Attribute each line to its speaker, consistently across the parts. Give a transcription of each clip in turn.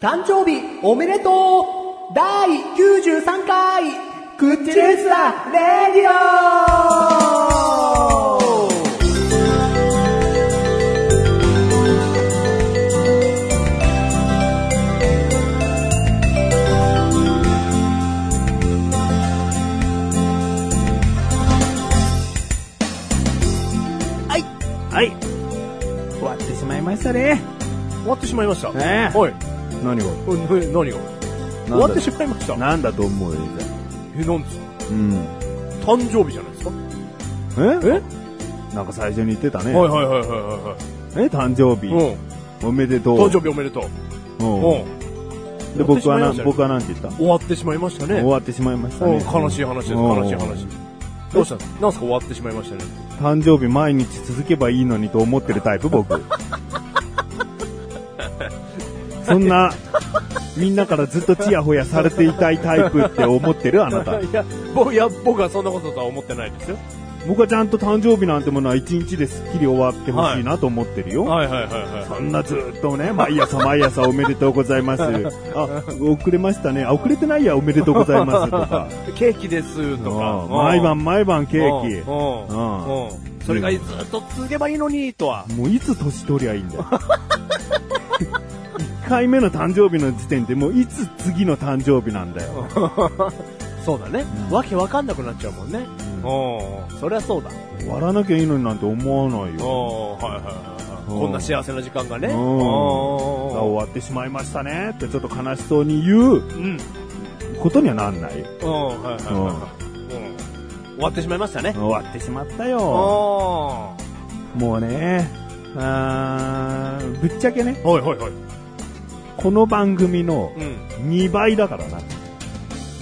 Speaker 1: 誕生日おめでとう第93回クッチレスラレディオはい
Speaker 2: はい。
Speaker 1: 終わってしまいましたね
Speaker 2: 終わってしまいました。
Speaker 1: ねえ
Speaker 2: おい。
Speaker 3: 何
Speaker 2: おな何が終わってしまいました。
Speaker 3: がなんだと思うよ、じゃ
Speaker 2: え、なんですか
Speaker 3: あ。うん。
Speaker 2: 誕生日じゃないですか
Speaker 3: ええなんか最初に言ってたね。
Speaker 2: はいはいはいはいは
Speaker 3: え誕生
Speaker 2: い。
Speaker 3: 日、
Speaker 2: はい。うん。
Speaker 3: おめでとう。
Speaker 2: 誕生日おめでとう。
Speaker 3: うん
Speaker 2: うん。
Speaker 3: で、僕
Speaker 2: 終わって
Speaker 3: は
Speaker 2: しまいま
Speaker 3: な、
Speaker 2: したね
Speaker 3: 僕はなんて言った、
Speaker 2: 終わってしまいましたね。
Speaker 3: 終わってしまいました
Speaker 2: うん
Speaker 3: ね。
Speaker 2: 悲しい話です。
Speaker 3: うん
Speaker 2: 悲しい話。どうしたのなんすか終わってしまいましたね。
Speaker 3: 誕生日毎日続けばいいのにと思ってるタイプ、僕。 そんな、みんなからずっとチヤホヤされていたいタイプって思ってるあなた。
Speaker 2: いや、僕いや僕はそんなこととは思ってないですよ。
Speaker 3: 僕はちゃんと誕生日なんてものは一日ですっきり終わってほしいなと思ってるよ。
Speaker 2: はいはいはいはい。
Speaker 3: そんなずっとね、毎朝毎朝おめでとうござ います。あ、遅れましたね。あ、遅れてないや、おめでとうございます。とか。
Speaker 2: ケーキです とか。う
Speaker 3: う
Speaker 2: ん
Speaker 3: ん毎晩毎晩ケーキ。
Speaker 2: うんうん。うん。それがずっと続けばいいのに、とは。
Speaker 3: もういつ年取りゃいいんだよ。1回目の誕生日の時点でもういつ次の誕生日なんだよ。
Speaker 2: そうだね。わけわかんなくなっちゃうもんね。うん。そりゃそうだ。
Speaker 3: 終わらなきゃいいのになんて思わないよ。
Speaker 2: おーはいはいはいは
Speaker 3: うん
Speaker 2: い。こんな幸せな時間がね。
Speaker 3: うんあ
Speaker 2: お
Speaker 3: 終わってしまいましたねってちょっと悲しそうに言う
Speaker 2: ーうん。うん、
Speaker 3: ことにはなんないよ。
Speaker 2: はいはいはい。うん終わってしまいましたね。
Speaker 3: 終わってしまったよ。
Speaker 2: おー
Speaker 3: もうね、あーぶっちゃけね、
Speaker 2: はいはいはい。
Speaker 3: この番組の
Speaker 2: うん。
Speaker 3: 2倍だからな。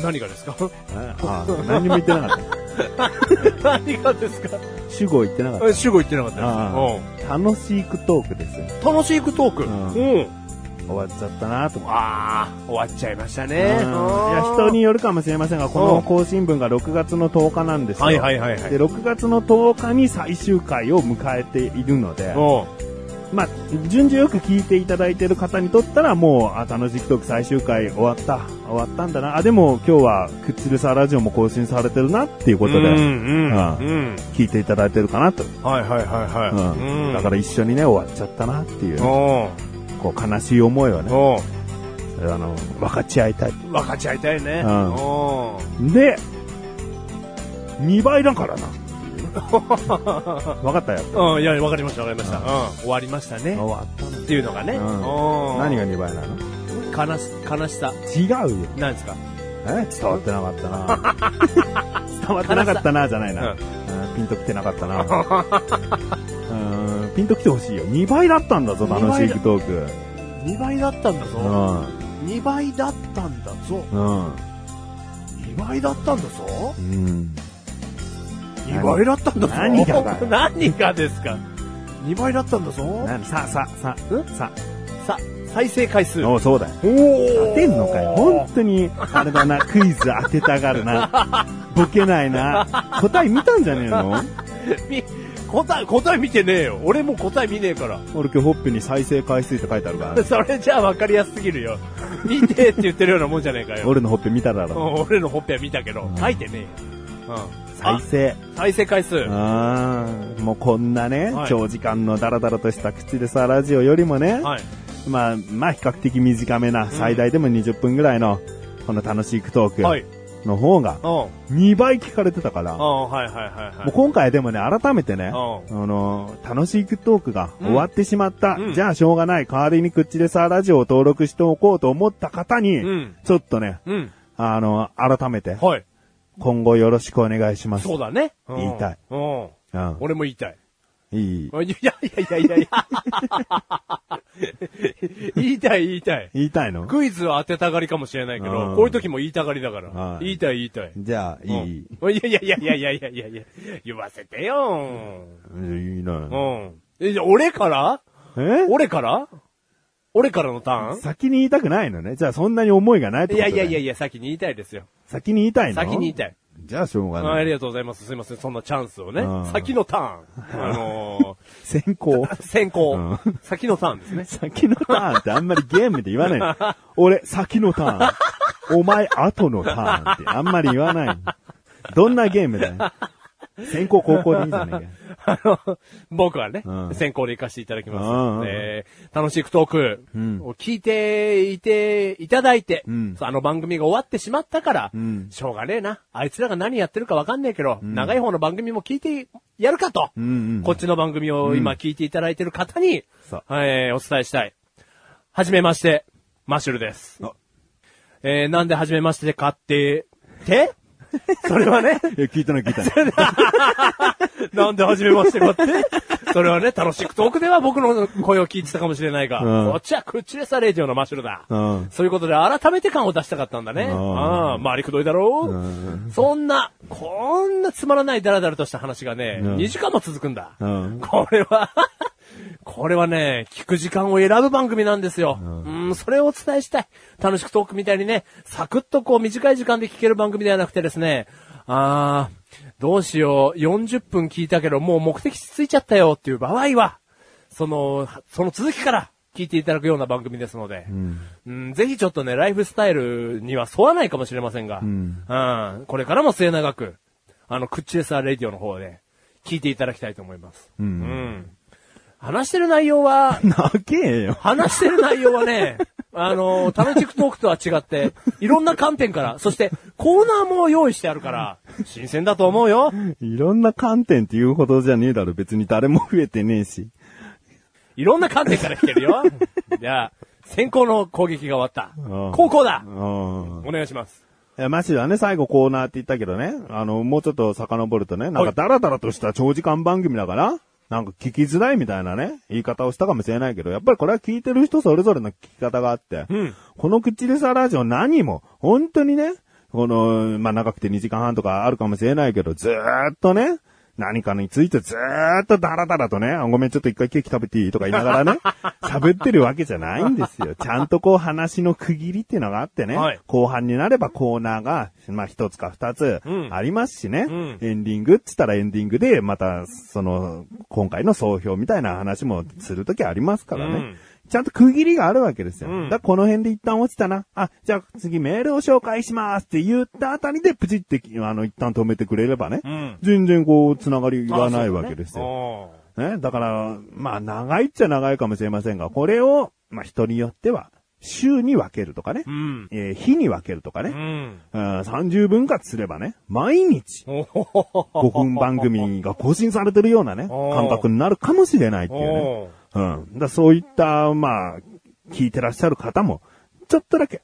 Speaker 2: 何がですか
Speaker 3: あ何にも言ってなかった。
Speaker 2: 何がですか
Speaker 3: 主語言ってなかっ
Speaker 2: え主語言ってなかった
Speaker 3: あ
Speaker 2: で
Speaker 3: た。楽しいクトークですよ。
Speaker 2: す。うん。楽しいクトーク。
Speaker 3: うん
Speaker 2: うん。
Speaker 3: 終わっちゃったなと思って。
Speaker 2: ああ、終わっちゃいました
Speaker 3: うんい
Speaker 2: ね。うん
Speaker 3: や人に。よるかもしれませんが、こ
Speaker 2: う
Speaker 3: の
Speaker 2: ん
Speaker 3: 更新分が6月の10日なんですよ。
Speaker 2: はいはいはいはい。
Speaker 3: で、6月の10日に最終回を迎えているので、
Speaker 2: う
Speaker 3: まあ、順序よく聞いていただいている方にとったら、もう、あ、楽しいクトーク最終回終わった、終わったんだな。あ、でも今日は、くっつるさラジオも更新されてるなっていうこ
Speaker 2: ん。
Speaker 3: と
Speaker 2: うん
Speaker 3: で、
Speaker 2: うん。
Speaker 3: ああ
Speaker 2: うん。
Speaker 3: 聞いていただいてるかなと。
Speaker 2: はいはいはいはい。
Speaker 3: うん
Speaker 2: うん。
Speaker 3: だから一緒にね、終わっちゃったなっていう、
Speaker 2: う
Speaker 3: こう悲しい思いをね、
Speaker 2: ん。うん。
Speaker 3: あの、分かち合いたい。
Speaker 2: 分かち合いたいね。
Speaker 3: う
Speaker 2: うん
Speaker 3: ん。で、2倍だか らな。分かったよ。
Speaker 2: うん、いや、分かりました、分かりました。うん。終わりましたね。
Speaker 3: わったの。
Speaker 2: っていうのがね。
Speaker 3: う
Speaker 2: うんん。
Speaker 3: 何が2倍なの
Speaker 2: 悲し、悲しさ。
Speaker 3: 違うよ。
Speaker 2: なんですか
Speaker 3: え伝わってなかった な。伝わってなかったな、じゃないな。
Speaker 2: う
Speaker 3: うんピンときてなかった な。うんピンときてほしいよ。2倍だったんだぞ、
Speaker 2: 二倍だ
Speaker 3: 楽しいクトーク。
Speaker 2: ?2 倍だったんだ
Speaker 3: う
Speaker 2: ぞ。
Speaker 3: ん。
Speaker 2: 2倍だったんだぞ。
Speaker 3: うん。
Speaker 2: 2倍だったんだぞ。
Speaker 3: うん。
Speaker 2: 2倍だったんだぞ。
Speaker 3: 何がだよ
Speaker 2: 何がですか ?2 倍だったんだぞ。
Speaker 3: 何さ、さ、さ、さ。
Speaker 2: さ、再生回数。
Speaker 3: おそうだよ。
Speaker 2: おー
Speaker 3: 当てんのかよ。本当に、あれだ な、クイズ当てたがるな。ボケないな。答え見たんじゃねえの
Speaker 2: み答え、答え見てねえよ。俺もう答え見ねえから。
Speaker 3: 俺今日ほっぺに再生回数って書いてある から。
Speaker 2: それじゃあ分かりやすすぎる よ。見てって言ってるようなもんじゃねえかよ。
Speaker 3: 俺のほっぺ見ただ
Speaker 2: う
Speaker 3: ろ。
Speaker 2: ん、俺のほっぺは見たけど、書いてねえよ。
Speaker 3: 再生。
Speaker 2: うん。再生回数。は
Speaker 3: あーもうこんなね、
Speaker 2: はい
Speaker 3: 長時間のダラダラとした口でさ、ラジオよりも
Speaker 2: い。
Speaker 3: ね、まあ、まあ比較的短めな、最大でも20分ぐらいの、この楽しいクト
Speaker 2: はい
Speaker 3: ー。クの方が
Speaker 2: う、ん。うん、
Speaker 3: 2倍聞かれてたから、も
Speaker 2: はいはいはいは
Speaker 3: う
Speaker 2: い。
Speaker 3: 今回でもね、改めてね、
Speaker 2: う
Speaker 3: あのー、楽しいクトークが終わってしまった。
Speaker 2: うん
Speaker 3: じゃあしょうがない。代わりに口でさ、ラジオを登録しておこうと思った方に、
Speaker 2: うん
Speaker 3: ちょっとね、
Speaker 2: ん。うん。
Speaker 3: あのー、改めて、
Speaker 2: はい。
Speaker 3: 今後よろしくお願いします。
Speaker 2: そうだね。うん
Speaker 3: 言いたい。
Speaker 2: うん。
Speaker 3: うん
Speaker 2: 俺も言いたい。
Speaker 3: いい。
Speaker 2: あいやいやいやいやいや。言いたい言いたい。
Speaker 3: 言いたいの
Speaker 2: クイズは当てたがりかもしれないけ
Speaker 3: う
Speaker 2: ど、
Speaker 3: ん
Speaker 2: こういう時も言いたがりだか
Speaker 3: は
Speaker 2: ら。
Speaker 3: い
Speaker 2: 言いたい言いたい。
Speaker 3: じゃあ、いい。
Speaker 2: うんいやいやいやいやいやいやいや言わせてよ。
Speaker 3: いいな
Speaker 2: う。ん。え、じゃあ俺から
Speaker 3: え
Speaker 2: 俺から俺からのターン
Speaker 3: 先に言いたくないのね。じゃあそんなに思いがないって
Speaker 2: い
Speaker 3: こと
Speaker 2: や
Speaker 3: だ
Speaker 2: いやいや
Speaker 3: や。
Speaker 2: いや、先に言いたいですよ。
Speaker 3: 先に言いたいの
Speaker 2: 先に言いたい。
Speaker 3: じゃあしょうが
Speaker 2: ああ
Speaker 3: ない。
Speaker 2: りがとうございます。すいません。そんなチャンスをね
Speaker 3: うん。
Speaker 2: 先のターン。あのー
Speaker 3: 先 行。
Speaker 2: 先行、
Speaker 3: う
Speaker 2: 先のターンですね。
Speaker 3: 先のターンってあんまりゲームで言わない。俺、先のターン。お前、後のターンってあんまり言わない。どんなゲームだよ。先行高校でいいんじゃないか。
Speaker 2: あの、僕はね、
Speaker 3: うん
Speaker 2: 先行で行かせていただき
Speaker 3: うんうんう
Speaker 2: ま
Speaker 3: ん
Speaker 2: す。えー楽しいトーク
Speaker 3: うん
Speaker 2: を聞いていて、いただいて、
Speaker 3: うん
Speaker 2: あの番組が終わってしまったから、
Speaker 3: うん
Speaker 2: しょうがねえな。あいつらが何やってるかわかんねえけど、長い方の番組も聞いてやるかと、
Speaker 3: うんうん
Speaker 2: こっちの番組を今聞いていただいてる方に、
Speaker 3: そう
Speaker 2: えーお伝えしたい。はじめまして、マッシュルです
Speaker 3: あ。
Speaker 2: えーなんではじめましてかって、て それはね、
Speaker 3: いや、聞いたの聞いた の。
Speaker 2: なんで始めましてかって。 それはね、楽しくトークでは僕の声を聞いてたかもしれないが、
Speaker 3: うん
Speaker 2: こっちはクッチレサレディオのマシュルだ。
Speaker 3: うん
Speaker 2: そういうことで改めて感を出したかったんだね。
Speaker 3: ん
Speaker 2: ああ、回りくどいだろう、そんな、こんなつまらないダラダラとした話がね、
Speaker 3: うん
Speaker 2: 2時間も続くんだ。
Speaker 3: うん、
Speaker 2: これは、これはね、聞く時間を選ぶ番組なんですよ。うん、それをお伝えしたい。楽しくトークみたいにね、サクッとこう短い時間で聞ける番組ではなくてですね、あー、どうしよう、40分聞いたけど、もう目的地ついちゃったよっていう場合は、その、その続きから聞いていただくような番組ですので、うんぜひちょっとね、ライフスタイルには沿わないかもしれませんが、うん、これからも末永く、あの、クッチレスアレディオの方で、聞いていただきたいと思います。うん。話してる内容は
Speaker 3: 泣けえよ。
Speaker 2: 話してる内容は ね、あの、タメチクトークとは違って、いろんな観点から、そしてコーナーも用意してあるから、新鮮だと思うよ。
Speaker 3: いろんな観点って言うほどじゃねえだろ。別に誰も増えてねえし。
Speaker 2: いろんな観点から聞けるよ。じゃあ、先行の攻撃が終わった
Speaker 3: うん。
Speaker 2: 高校だ
Speaker 3: うん。
Speaker 2: お願いします。
Speaker 3: いや、マシはね、最後コーナーって言ったけどね、あの、もうちょっと遡るとね、なん
Speaker 2: は
Speaker 3: か
Speaker 2: い
Speaker 3: ダラダラとした長時間番組だから、なんか聞きづらいみたいなね、言い方をしたかもしれないけど、やっぱりこれは聞いてる人それぞれの聞き方があって、
Speaker 2: ん
Speaker 3: この口でさラジオ何も、本当にね、この、まあ、長くて2時間半とかあるかもしれないけど、ずーっとね、何かについてずーっとダラダラとね、あごめんちょっと一回ケーキ食べていいとか言いながら ね、喋ってるわけじゃないんですよ。ちゃんとこう話の区切りっていうのがあってね、
Speaker 2: はい
Speaker 3: 後半になればコーナーが、まあ、一つか二つ
Speaker 2: うん
Speaker 3: ありますしね、
Speaker 2: うん
Speaker 3: エンディングっつったらエンディングで、また、その、今回の総評みたいな話もするときありますからね、
Speaker 2: うん
Speaker 3: ちゃんと区切りがあるわけですよ。
Speaker 2: うん
Speaker 3: だからこの辺で一旦落ちたな。あ、じゃあ次メールを紹介しますって言ったあたりで、プチって、あの、一旦止めてくれればね、
Speaker 2: ん
Speaker 3: 全然こう、つながりがないわけですよ。
Speaker 2: よ。
Speaker 3: ね、だから、まあ、長いっちゃ長いかもしれませんが、これを、まあ、人によっては、週に分けるとかね、
Speaker 2: うん。
Speaker 3: えー日に分けるとか
Speaker 2: う
Speaker 3: ね、
Speaker 2: ん。
Speaker 3: うん、30分割すればね、毎日、
Speaker 2: おほほほほ
Speaker 3: 5分番組が更新されてるようなね、
Speaker 2: おー
Speaker 3: 感覚になるかもしれないっていうね。
Speaker 2: おー
Speaker 3: うん。だからそういった、まあ、聞いてらっしゃる方も、ちょっとだけ、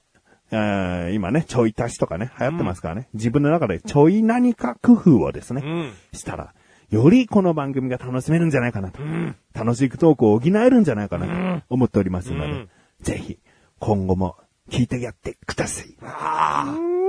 Speaker 3: えー今ね、ちょい足しとかね、流行ってますからね、自分の中でちょい何か工夫をですね、
Speaker 2: うん。
Speaker 3: したら、よりこの番組が楽しめるんじゃないかなと。楽しくトークを補えるんじゃないかなと思っておりますので、
Speaker 2: うん
Speaker 3: ぜひ、今後も聞いてやってください。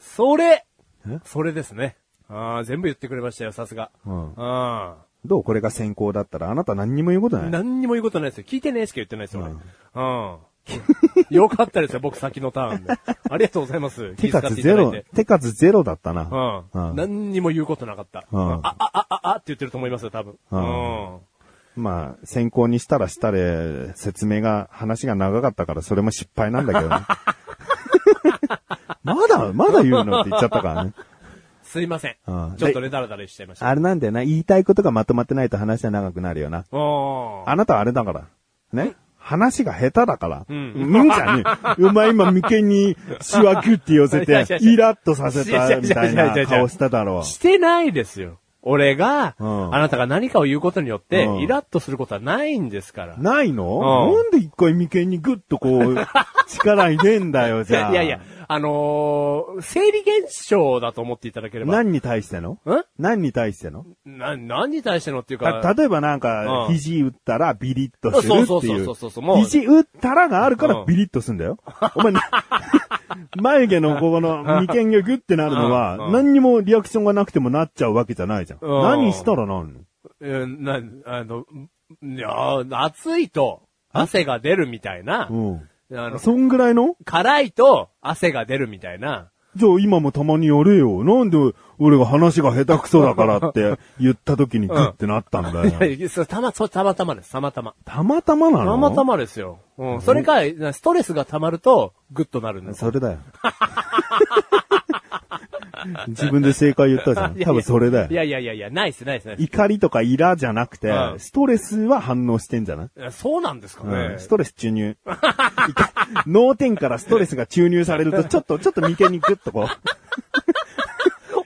Speaker 2: それ
Speaker 3: え
Speaker 2: それですね。ああ、全部言ってくれましたよ、さすが。
Speaker 3: うん
Speaker 2: あ
Speaker 3: どうこれが先行だったら、あなた何にも言うこと
Speaker 2: あ。
Speaker 3: ない。
Speaker 2: 何にも言うことないですよ。聞いてねえしか言ってないですよ、俺。うん。よかったですよ、僕先のターンで。ありがとうございます。
Speaker 3: 手
Speaker 2: 気遣 って
Speaker 3: 数
Speaker 2: い
Speaker 3: ゼ
Speaker 2: ただい
Speaker 3: ロ
Speaker 2: て、
Speaker 3: 手数ゼロだった
Speaker 2: う
Speaker 3: な。
Speaker 2: ん。何にも言うことなかった。
Speaker 3: うん
Speaker 2: あ、あ、あ、あ、あって言ってると思いますよ、多分。
Speaker 3: う
Speaker 2: うんん。
Speaker 3: まあ、先行にしたらしたで、説明が、話が長かったから、それも失敗なんだけど ね。まだ、まだ言うのって言っちゃったからね。
Speaker 2: すいません
Speaker 3: うん。
Speaker 2: ちょっとね、だらだらしちゃいました。
Speaker 3: あれなんだよな、言いたいことがまとまってないと話は長くなるよな。
Speaker 2: うん。
Speaker 3: あなたはあれだから。ね話が下手だから。
Speaker 2: うん
Speaker 3: うんじゃねえ。お前今眉間にシワキュッて寄せ
Speaker 2: いやい
Speaker 3: て
Speaker 2: や、いや
Speaker 3: イラッとさせたみたい
Speaker 2: いやいやいやいやいやい
Speaker 3: な
Speaker 2: や
Speaker 3: 顔しただろう。
Speaker 2: してないですよ。俺が、
Speaker 3: うん
Speaker 2: あなたが何かを言うことによって
Speaker 3: うん、
Speaker 2: イラッとすることはないんですから。
Speaker 3: ないの、
Speaker 2: うん
Speaker 3: なんで一回眉間にグッとこう、力入れんだよ、じゃあ。
Speaker 2: いやいや、あのー、生理現象だと思っていただければ。ん
Speaker 3: 何に対しての
Speaker 2: な、
Speaker 3: 何に対しての
Speaker 2: 何に対してのっていうか。
Speaker 3: た例えばなんか、
Speaker 2: うん
Speaker 3: 肘打ったらビリッとする
Speaker 2: そう
Speaker 3: って
Speaker 2: そうそう
Speaker 3: いう
Speaker 2: そうそうそうも。う
Speaker 3: 肘打ったらがあるか
Speaker 2: う
Speaker 3: ら
Speaker 2: ん
Speaker 3: ビリッとすんだよ。お前、眉毛のここの眉間がグッてなるの
Speaker 2: うん
Speaker 3: は
Speaker 2: う、ん
Speaker 3: 何にもリアクションがなくてもなっちゃうわけじゃないじゃん。
Speaker 2: うん
Speaker 3: 何したらなんの
Speaker 2: うん、な、あの、いや、暑いと、汗が出るみたいな。
Speaker 3: うん。
Speaker 2: あの、
Speaker 3: そんぐらいの
Speaker 2: 辛いと、汗が出るみたいな。
Speaker 3: じゃあ今もたまにやれよ。なんで俺が話が下手くそだから って言った時にグッてなったんだよ。
Speaker 2: いや、そうたま、そう、たまたまです。たまたま。
Speaker 3: たまたまなの
Speaker 2: たまたまですよ。うん。それか、ストレスが溜まると、グッとなるんです。
Speaker 3: それだよ。自分で正解言ったじゃん。多分それだ
Speaker 2: い
Speaker 3: よ。
Speaker 2: やいやいやいや、ないっす、ないっす、ないっす
Speaker 3: 怒りとかイラじゃなくて
Speaker 2: う、ん
Speaker 3: ストレスは反応してんじゃない
Speaker 2: いや。そうなんですかね。
Speaker 3: ストレス注入。脳天からストレスが注入されると、ちょっと、ちょっと眉間にグッとこ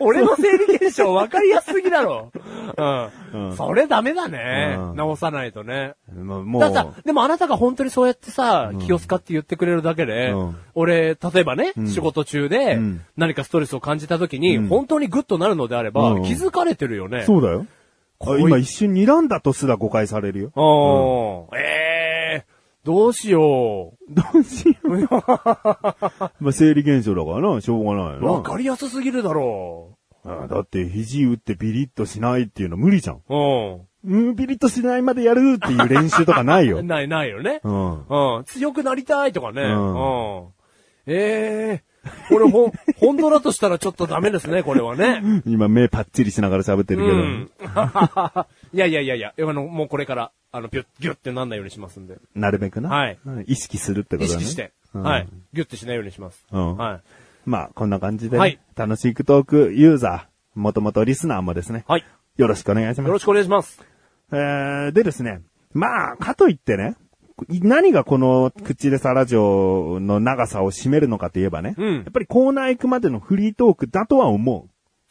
Speaker 2: 俺の生理現象分かりやすすぎだろ。うん。
Speaker 3: うん
Speaker 2: それダメだね。
Speaker 3: うん
Speaker 2: 直さないとね。
Speaker 3: う。もう も
Speaker 2: ただ
Speaker 3: う、、
Speaker 2: でもあなたが本当にそうやってさ、気を使って言ってくれるだけで、
Speaker 3: うん
Speaker 2: 俺、例えばね、
Speaker 3: ん
Speaker 2: 仕事中で
Speaker 3: うん、
Speaker 2: 何かストレスを感じた時に、本当にグッとなるのであれば、
Speaker 3: うん
Speaker 2: 気づかれてるよね。
Speaker 3: そうだよ。
Speaker 2: こ
Speaker 3: あ
Speaker 2: うい
Speaker 3: 今一瞬睨んだとすら誤解されるよ。
Speaker 2: おー、えー、どうしよう。
Speaker 3: どうしよう。 まあ、生理現象だからな、しょうがない
Speaker 2: 分
Speaker 3: よ
Speaker 2: かりやすすぎるだろ
Speaker 3: な。あだって、肘打ってビリッとしないっていうの無理じゃん。
Speaker 2: う。う
Speaker 3: うん、ビリッとしないまでやるっていう練習とかないよ
Speaker 2: ん。。ない、ないよね。
Speaker 3: うん。
Speaker 2: うん。強くなりたいとかね。う
Speaker 3: うんん。
Speaker 2: ええー。これほん、本当だとしたらちょっとダメですね、これはね。
Speaker 3: 今目パッチリしながら喋って
Speaker 2: う
Speaker 3: るけど。
Speaker 2: ん。 いやいやいやいや、あの、もうこれから、あの、ギュッ、ギュッってなんないようにしますんで。
Speaker 3: なるべくな。
Speaker 2: はい
Speaker 3: うん。意識するってこ
Speaker 2: 意
Speaker 3: とだね。
Speaker 2: 識して。
Speaker 3: うん
Speaker 2: はい。。ギュッてしないようにします。
Speaker 3: うん
Speaker 2: はい。
Speaker 3: まあ、こんな感じでね、
Speaker 2: はい
Speaker 3: 楽しくトークユーザー、もともとリスナーもですね、
Speaker 2: はい。
Speaker 3: よろしくお願いし
Speaker 2: よろ
Speaker 3: ます。
Speaker 2: しくお願いします。
Speaker 3: えー、でですね、まあ、かといってね、何がこの、口でさラジオの長さを占めるのかといえばね、
Speaker 2: うん
Speaker 3: やっぱりコーナー行くまでのフリートークだとは思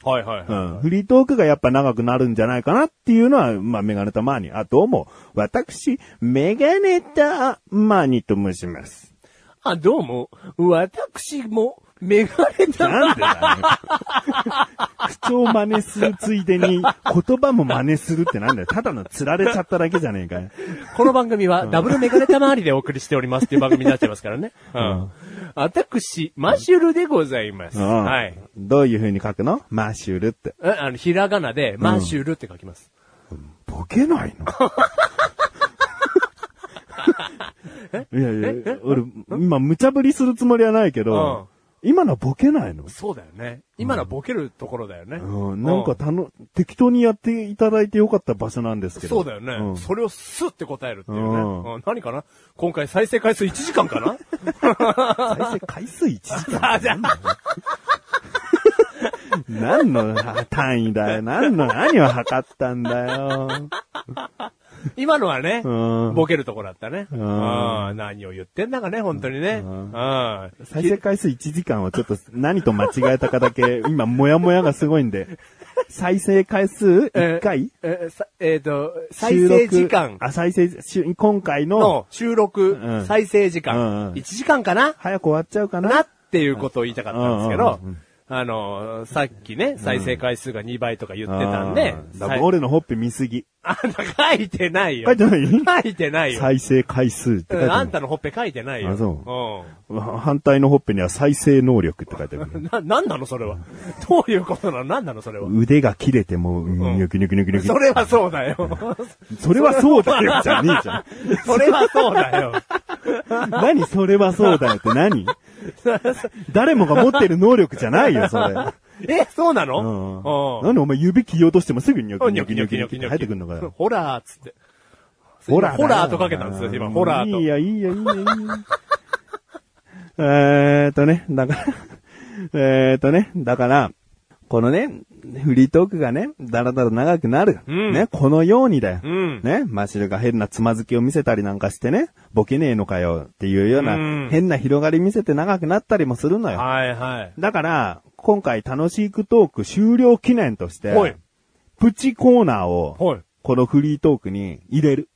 Speaker 3: う。
Speaker 2: はいはいはい。
Speaker 3: うんフリートークがやっぱ長くなるんじゃないかなっていうのは、まあ、メガネたまーに。あ、どうも、私、メガネたまーにと申します。
Speaker 2: あ、どうも、私も、メガネ た
Speaker 3: なんで だよ。口調真似するついでに、言葉も真似するってなんだよ。ただの釣られちゃっただけじゃねえかよ。
Speaker 2: この番組はダブルメガネタ周りでお送りしておりますっていう番組になっちゃいますからね。うん。私、マッシュルでございます。
Speaker 3: うん
Speaker 2: はい。
Speaker 3: どういう風に書くのマッシュルって。
Speaker 2: えあの、ひらがなで、マッシュルって書きます。
Speaker 3: ボケないの いやいや、俺、今、無茶ぶりするつもりはないけど、今のはボケないの
Speaker 2: そうだよね。今のはボケるところだよね。
Speaker 3: うん、なんかたの、適当にやっていただいてよかった場所なんですけど。
Speaker 2: そうだよね、
Speaker 3: ん
Speaker 2: それをスッて答えるっていうね。
Speaker 3: うん
Speaker 2: うん何かな今回再生回数1時間か な
Speaker 3: 再生回数1時間。
Speaker 2: あ、じゃあ、
Speaker 3: 何の単位だよ。何の、何を測ったんだよ。
Speaker 2: 今のはね、
Speaker 3: うん
Speaker 2: ボケるところだったね。
Speaker 3: ん
Speaker 2: ああ何を言ってんだかね、本当にね。
Speaker 3: ん
Speaker 2: ああ
Speaker 3: 再生回数1時間はちょっと何と間違えたかだけ、今、もやもやがすごい んで。再生回数1回、
Speaker 2: えーさえーと、再生時間
Speaker 3: 収録あ、再生、し今回の、
Speaker 2: の収録、
Speaker 3: うん
Speaker 2: 再生時
Speaker 3: うん
Speaker 2: 間、
Speaker 3: うん
Speaker 2: 1時間かな、
Speaker 3: 早く終わっちゃうか
Speaker 2: な
Speaker 3: な。
Speaker 2: っていうことを言いたかったんですけ
Speaker 3: うんうん
Speaker 2: ど
Speaker 3: うんうん、
Speaker 2: あのー、さっきね、再生回数が2倍とか言ってたんで
Speaker 3: あー、だ
Speaker 2: さ
Speaker 3: か
Speaker 2: い
Speaker 3: ら俺のほっぺ見すぎ。
Speaker 2: あんた書いてないよ。
Speaker 3: 書いてない
Speaker 2: 書いてないよ。
Speaker 3: 再生回数って書いて
Speaker 2: うん
Speaker 3: あ
Speaker 2: あ
Speaker 3: る
Speaker 2: んたのほっぺ書いてないよ。
Speaker 3: あそうん反対のほっぺには再生能力って書いてある。
Speaker 2: な、なんなのそれ は。どういうことなのなんなのそれは。
Speaker 3: 腕が切れても、うんん、ニョキニョキニョキニョキ。
Speaker 2: それはそうだよ。
Speaker 3: それはそうだよ、じゃねえじゃん。
Speaker 2: それはそうだよ。
Speaker 3: 何それはそうだよって 何誰もが持ってる能力じゃないよ、それ。
Speaker 2: え、そうな
Speaker 3: う
Speaker 2: の
Speaker 3: ん。なんでお前指切り落としてもすぐにニョキ
Speaker 2: ニ
Speaker 3: ニ
Speaker 2: ョキ
Speaker 3: ョキ
Speaker 2: ニ
Speaker 3: ニ
Speaker 2: ョ
Speaker 3: ョ
Speaker 2: キニ
Speaker 3: キニ
Speaker 2: ョ
Speaker 3: ョ
Speaker 2: キニョキ
Speaker 3: キニョキ入ってくんのかよ。
Speaker 2: ホラーっつって。
Speaker 3: ホラーだ
Speaker 2: ホ
Speaker 3: よ。
Speaker 2: ラーとかけたんですよ、今。ホラーと。
Speaker 3: いいや、いいや、いい や、いいや。えーっとね、だから、えーっとね、だから、このね、フリートークがね、だらだら長くなる。
Speaker 2: うん
Speaker 3: ね、このようにだよ。
Speaker 2: うん
Speaker 3: ね、マシルが変なつまずきを見せたりなんかしてね、ボケねえのかよっていうような、
Speaker 2: うん
Speaker 3: 変な広がり見せて長くなったりもするのよ。
Speaker 2: はいはい。
Speaker 3: だから、今回楽しくトーク終了記念として、
Speaker 2: はい
Speaker 3: プチコーナーを、
Speaker 2: はい
Speaker 3: このフリートークに入れる。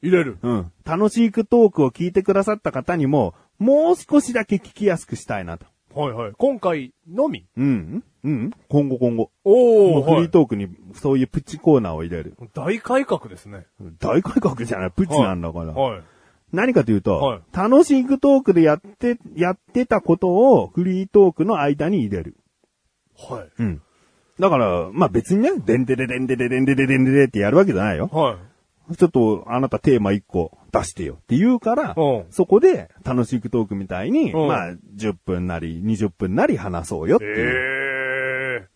Speaker 2: 入れる。
Speaker 3: うん。楽しくトークを聞いてくださった方にも、もう少しだけ聞きやすくしたいなと。
Speaker 2: はいはい。今回のみ。
Speaker 3: うん。うん。今後今後。
Speaker 2: お
Speaker 3: もうフ
Speaker 2: ー、は
Speaker 3: リー
Speaker 2: い。
Speaker 3: トークにそういうプチコーナーを入れる。
Speaker 2: 大改革ですね。
Speaker 3: 大改革じゃない、プチなんだから。
Speaker 2: はい。
Speaker 3: 何かというと、
Speaker 2: はい
Speaker 3: 楽しくトークでやって、やってたことをフリートークの間に入れる。
Speaker 2: はい。
Speaker 3: うん。だから、まあ別にね、でんでれでんでれでんでれでんでれってやるわけじゃないよ。
Speaker 2: はい。
Speaker 3: ちょっとあなたテーマ1個出してよって言うから
Speaker 2: うん、
Speaker 3: そこで楽しくトークみたいに、
Speaker 2: うん
Speaker 3: まあ、10分なり20分なり話そうよっていう。
Speaker 2: ええ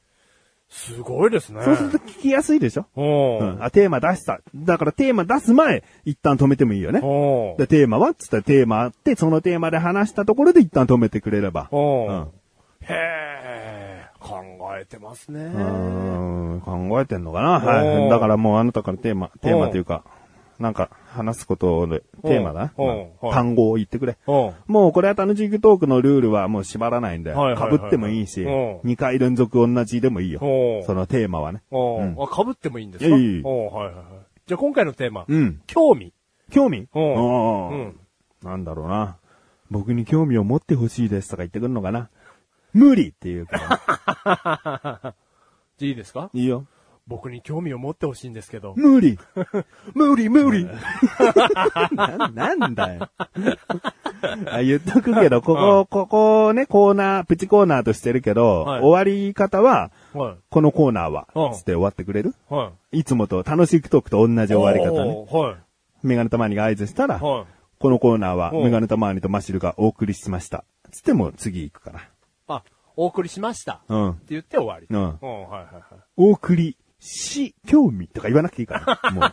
Speaker 2: すごいですね。
Speaker 3: そうすると聞きやすいでしょ
Speaker 2: お
Speaker 3: うん。
Speaker 2: ー
Speaker 3: あ、テーマ出した。だからテーマ出す前、一旦止めてもいいよね。
Speaker 2: おー
Speaker 3: で、テーマはっつったらテーマあって、そのテーマで話したところで一旦止めてくれれば。
Speaker 2: お
Speaker 3: う
Speaker 2: ー
Speaker 3: ん
Speaker 2: へえ、考えてますね。
Speaker 3: うーん考えてんのかなは
Speaker 2: お
Speaker 3: い。
Speaker 2: う
Speaker 3: だからもうあなたからテーマ、テーマというか、なんか話すことで、テーマだ
Speaker 2: おう
Speaker 3: な
Speaker 2: おう
Speaker 3: 単語を言ってくれ。
Speaker 2: おう
Speaker 3: もうこれは楽しくトークのルールはもう縛らないんで、
Speaker 2: はいはいはい
Speaker 3: 被ってもいいし、
Speaker 2: おう
Speaker 3: 2回連続同じでもいいよ
Speaker 2: おう。
Speaker 3: そのテーマはね。
Speaker 2: お
Speaker 3: うん
Speaker 2: ーあ、被ってもいいんですか
Speaker 3: いいいい
Speaker 2: おーはいはいはい。じゃあ今回のテーマ。
Speaker 3: うん。
Speaker 2: 興味。
Speaker 3: 興味
Speaker 2: おう
Speaker 3: お
Speaker 2: う。
Speaker 3: うんなんだろうな。僕に興味を持ってほしいですとか言ってくるのかな。無理ってい うか。
Speaker 2: じゃあいいですか
Speaker 3: いいよ。
Speaker 2: 僕に興味を持ってほしいんですけど。
Speaker 3: 無理。
Speaker 2: 無理無理。
Speaker 3: な、なんだよ。あ言っとくけど、ここ、ここね、コーナー、プチコーナーとしてるけど、
Speaker 2: はい
Speaker 3: 終わり方は、
Speaker 2: はい。
Speaker 3: このコーナーは
Speaker 2: うん、
Speaker 3: つって終わってくれる
Speaker 2: はい
Speaker 3: つもと楽しくトークと同
Speaker 2: い。
Speaker 3: じ終わり方ね。
Speaker 2: おーはい。
Speaker 3: メガネたまにが合図したら、
Speaker 2: はい。
Speaker 3: このコーナーは、
Speaker 2: うん
Speaker 3: メガネたまにとマシルがお送りしました。つっても次行くから。
Speaker 2: あ、お送りしました。
Speaker 3: うん
Speaker 2: って言って終わり。
Speaker 3: うん
Speaker 2: おーはいはいは
Speaker 3: お送りし、興味とか言わなくていいから。も
Speaker 2: い。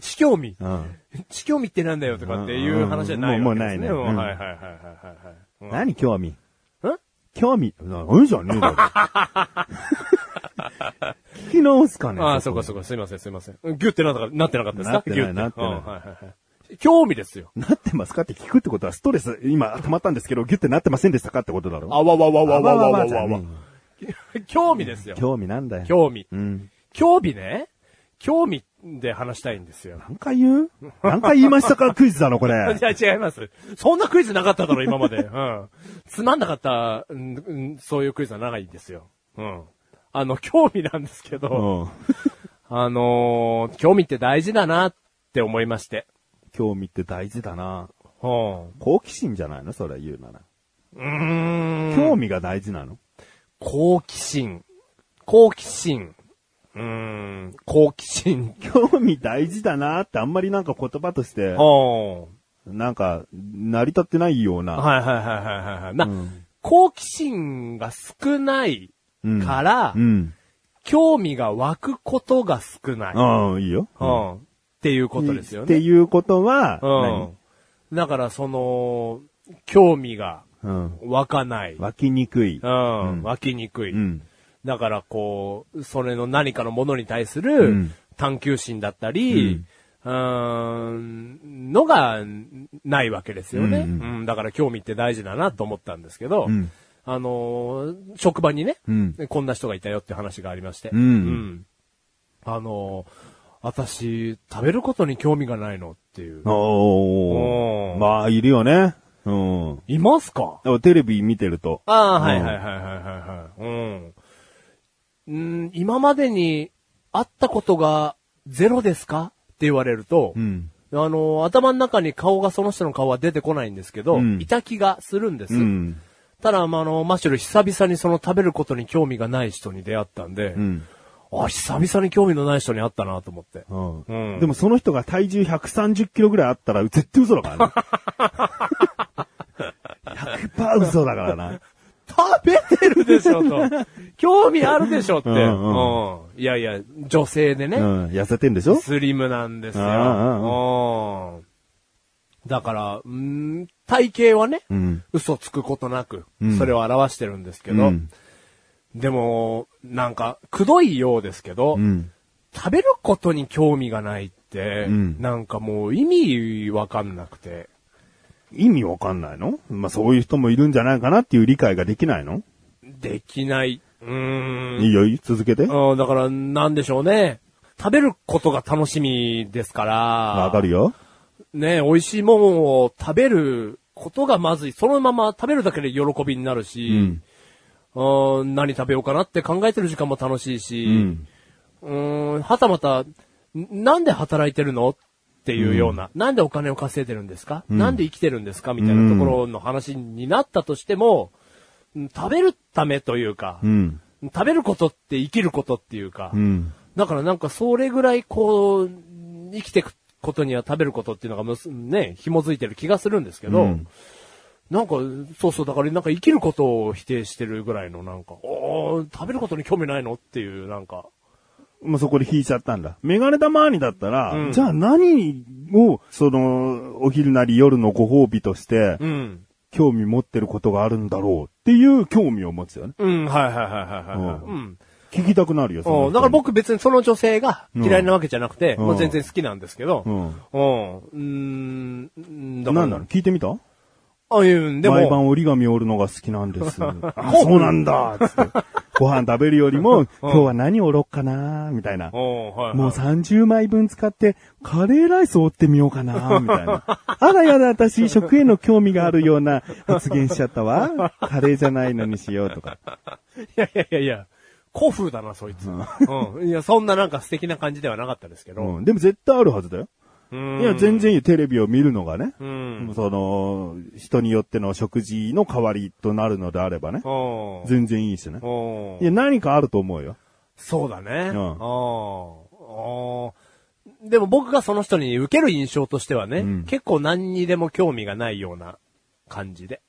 Speaker 2: 死興味
Speaker 3: う。。うん、
Speaker 2: 死興味ってなんだよとかっていう話じゃないわけですね。
Speaker 3: うんもうも
Speaker 2: もは
Speaker 3: うないねうん
Speaker 2: いはいはいはいはい。うん
Speaker 3: 何興味
Speaker 2: ん
Speaker 3: 興味何じゃねえだろ。 聞き直すかね。
Speaker 2: ああ、そうかそうか、すいませんすいません。ギュってなったかなってなかったですか
Speaker 3: なってない
Speaker 2: ギュ
Speaker 3: なってない
Speaker 2: うんはいはいはい。興味ですよ。
Speaker 3: なってますかって聞くってことは、ストレス、今、溜まったんですけど、ギュってなってませんでしたかってことだろ
Speaker 2: あわわわわわわわわ
Speaker 3: じゃ
Speaker 2: わ
Speaker 3: ね
Speaker 2: わ。興味ですよ。
Speaker 3: 興味なんだよ。
Speaker 2: 興味
Speaker 3: う。ん。
Speaker 2: 興味ね。興味で話したいんですよ。
Speaker 3: 何回言う何回言いましたかクイズだの、これ
Speaker 2: い。や、違います。そんなクイズなかっただろ、 今まで。うん。つまんなかった、うんうんそういうクイズは長いんですよ。うん。あの、興味なんですけど、
Speaker 3: うん。
Speaker 2: あのー興味って大事だなって思いまして。
Speaker 3: 興味って大事だな。
Speaker 2: うん。う
Speaker 3: 好奇心じゃないのそれ言うなら。
Speaker 2: ーん。
Speaker 3: 興味が大事なの
Speaker 2: 好奇心。好奇心。うーん。好奇心。
Speaker 3: 興味大事だなってあんまりなんか言葉として、
Speaker 2: うん。
Speaker 3: なんか、成り立ってないような。
Speaker 2: はいはいはいはいはいはい。な、
Speaker 3: うん
Speaker 2: 好奇心が少ない
Speaker 3: うん
Speaker 2: から、
Speaker 3: うん。
Speaker 2: 興味が湧くことが少ない。
Speaker 3: ああ、いいよ。
Speaker 2: うん。っていうことですよ
Speaker 3: っ
Speaker 2: ね。
Speaker 3: ていうことは、
Speaker 2: うん。だからその、興味が
Speaker 3: 何うん。
Speaker 2: 湧かない。
Speaker 3: 湧きにくい。
Speaker 2: うん。
Speaker 3: うん
Speaker 2: 湧きにくい。
Speaker 3: うん。
Speaker 2: だからこう、それの何かのものに対す
Speaker 3: う
Speaker 2: る
Speaker 3: ん
Speaker 2: 探求心だったり、うーん、のがないわけですよね、う
Speaker 3: うんんう
Speaker 2: だから興味って大事だなと思ったんですけど、
Speaker 3: うん
Speaker 2: あのー職場にね、
Speaker 3: うん
Speaker 2: こんな人がいたよって話がありまして、
Speaker 3: うん
Speaker 2: んあのー私、食べることに興味がないのっていう。
Speaker 3: お
Speaker 2: おー
Speaker 3: ー。まあ、いるよね。うん。
Speaker 2: いますか
Speaker 3: でもテレビ見てると。
Speaker 2: ああ、
Speaker 3: うん
Speaker 2: はいはいはいはいはいはい。うん。うん、今までに会ったことがゼロですかって言われると、
Speaker 3: うん。
Speaker 2: あの、頭の中に顔がその人の顔は出てこないんですけど、
Speaker 3: うん
Speaker 2: いた気がするんです。
Speaker 3: うん。
Speaker 2: ただ、まあ、あの、マッシュル久々にその食べることに興味がない人に出会ったんで、
Speaker 3: うん。
Speaker 2: あ、久々に興味のない人に会ったなと思って。
Speaker 3: う。
Speaker 2: うんん
Speaker 3: でもその人が体重130キロぐらいあったら絶対嘘だからね。100%嘘だからな。
Speaker 2: 食べてるでしょ と。興味あるでしょって。
Speaker 3: うんうん
Speaker 2: うんいやいや、女性でね。
Speaker 3: うん。痩せてんでしょ
Speaker 2: スリムなんですよ。
Speaker 3: あああ
Speaker 2: うんだから、うん体型はね、
Speaker 3: うん。
Speaker 2: 嘘つくことなく
Speaker 3: う、ん
Speaker 2: それを表してるんですけど、
Speaker 3: うん
Speaker 2: でも、なんか、くどいようですけど、
Speaker 3: うん。
Speaker 2: 食べることに興味がないって、
Speaker 3: うん
Speaker 2: なんかもう意味わかんなくて。
Speaker 3: 意味わかんないのまあそういう人もいるんじゃないかなっていう理解ができないの
Speaker 2: できない。うーん。
Speaker 3: いいよ、続けて。
Speaker 2: うんだから、なんでしょうね。食べることが楽しみですから。
Speaker 3: わかるよ。
Speaker 2: ね、美味しいもんを食べることがまずい。そのまま食べるだけで喜びになる
Speaker 3: う
Speaker 2: し
Speaker 3: ん、。
Speaker 2: うん、何食べようかなって考えてる時間も楽しいし、
Speaker 3: うん。
Speaker 2: うんはたまた、んなんで働いてるのっていうような、なんでお金を稼いでるんですか、なんで生きてるんですかみたいなところの話になったとしても、ん食べるためというか、
Speaker 3: うん。
Speaker 2: 食べることって生きることっていうか、
Speaker 3: うん。
Speaker 2: だからなんかそれぐらいこう、生きてくことには食べることっていうのがむすね、紐づいてる気がするんですけど、
Speaker 3: うん
Speaker 2: なんか、そうそう、だからなんか生きることを否定してるぐらいのなんか、おー食べることに興味ないのっていうなんか、
Speaker 3: もうそこで引いちゃったんだ。メガネたまーにだったら、じゃあ何を、その、お昼なり夜のご褒美として、
Speaker 2: うん。
Speaker 3: 興味持ってることがあるんだろうっていう興味を持つよね。
Speaker 2: うん、はいはいはいはいはい。
Speaker 3: う
Speaker 2: うん。
Speaker 3: 聞きたくなるよ、その
Speaker 2: う
Speaker 3: 人
Speaker 2: ん、だから僕別にその女性が嫌いなわけじゃなくて、
Speaker 3: うん
Speaker 2: もう全然好きなんですけど、
Speaker 3: う
Speaker 2: うんん。うん、んだから。
Speaker 3: なんなの聞いてみた
Speaker 2: あ、うん、で
Speaker 3: 毎
Speaker 2: も、
Speaker 3: 晩折り紙を折るのが好きな んです。あ、そうなんだつって。ご飯食べるよりも、今日は何折ろっかなみたいな。
Speaker 2: おはいはい、
Speaker 3: もう30枚分使って、カレーライス折ってみよう かな、みたいな。あらやだ、私、食への興味があるような発言しちゃったわ。カレーじゃないのにしようとか。
Speaker 2: いやいやいやいや、古風だな、そいつ。うん。いや、そんななんか素敵な感じではなかったですけど。
Speaker 3: うん。でも絶対あるはずだよ。
Speaker 2: うん
Speaker 3: いや、全然いいよテレビを見るのがね。
Speaker 2: うん。
Speaker 3: その、人によっての食事の代わりとなるのであればね。
Speaker 2: お
Speaker 3: 全然いいしね。
Speaker 2: お
Speaker 3: いや、何かあると思うよ。
Speaker 2: そうだね。
Speaker 3: うん
Speaker 2: おおでも僕がその人に受ける印象としてはね、
Speaker 3: ん
Speaker 2: 結構何にでも興味がないような感じで。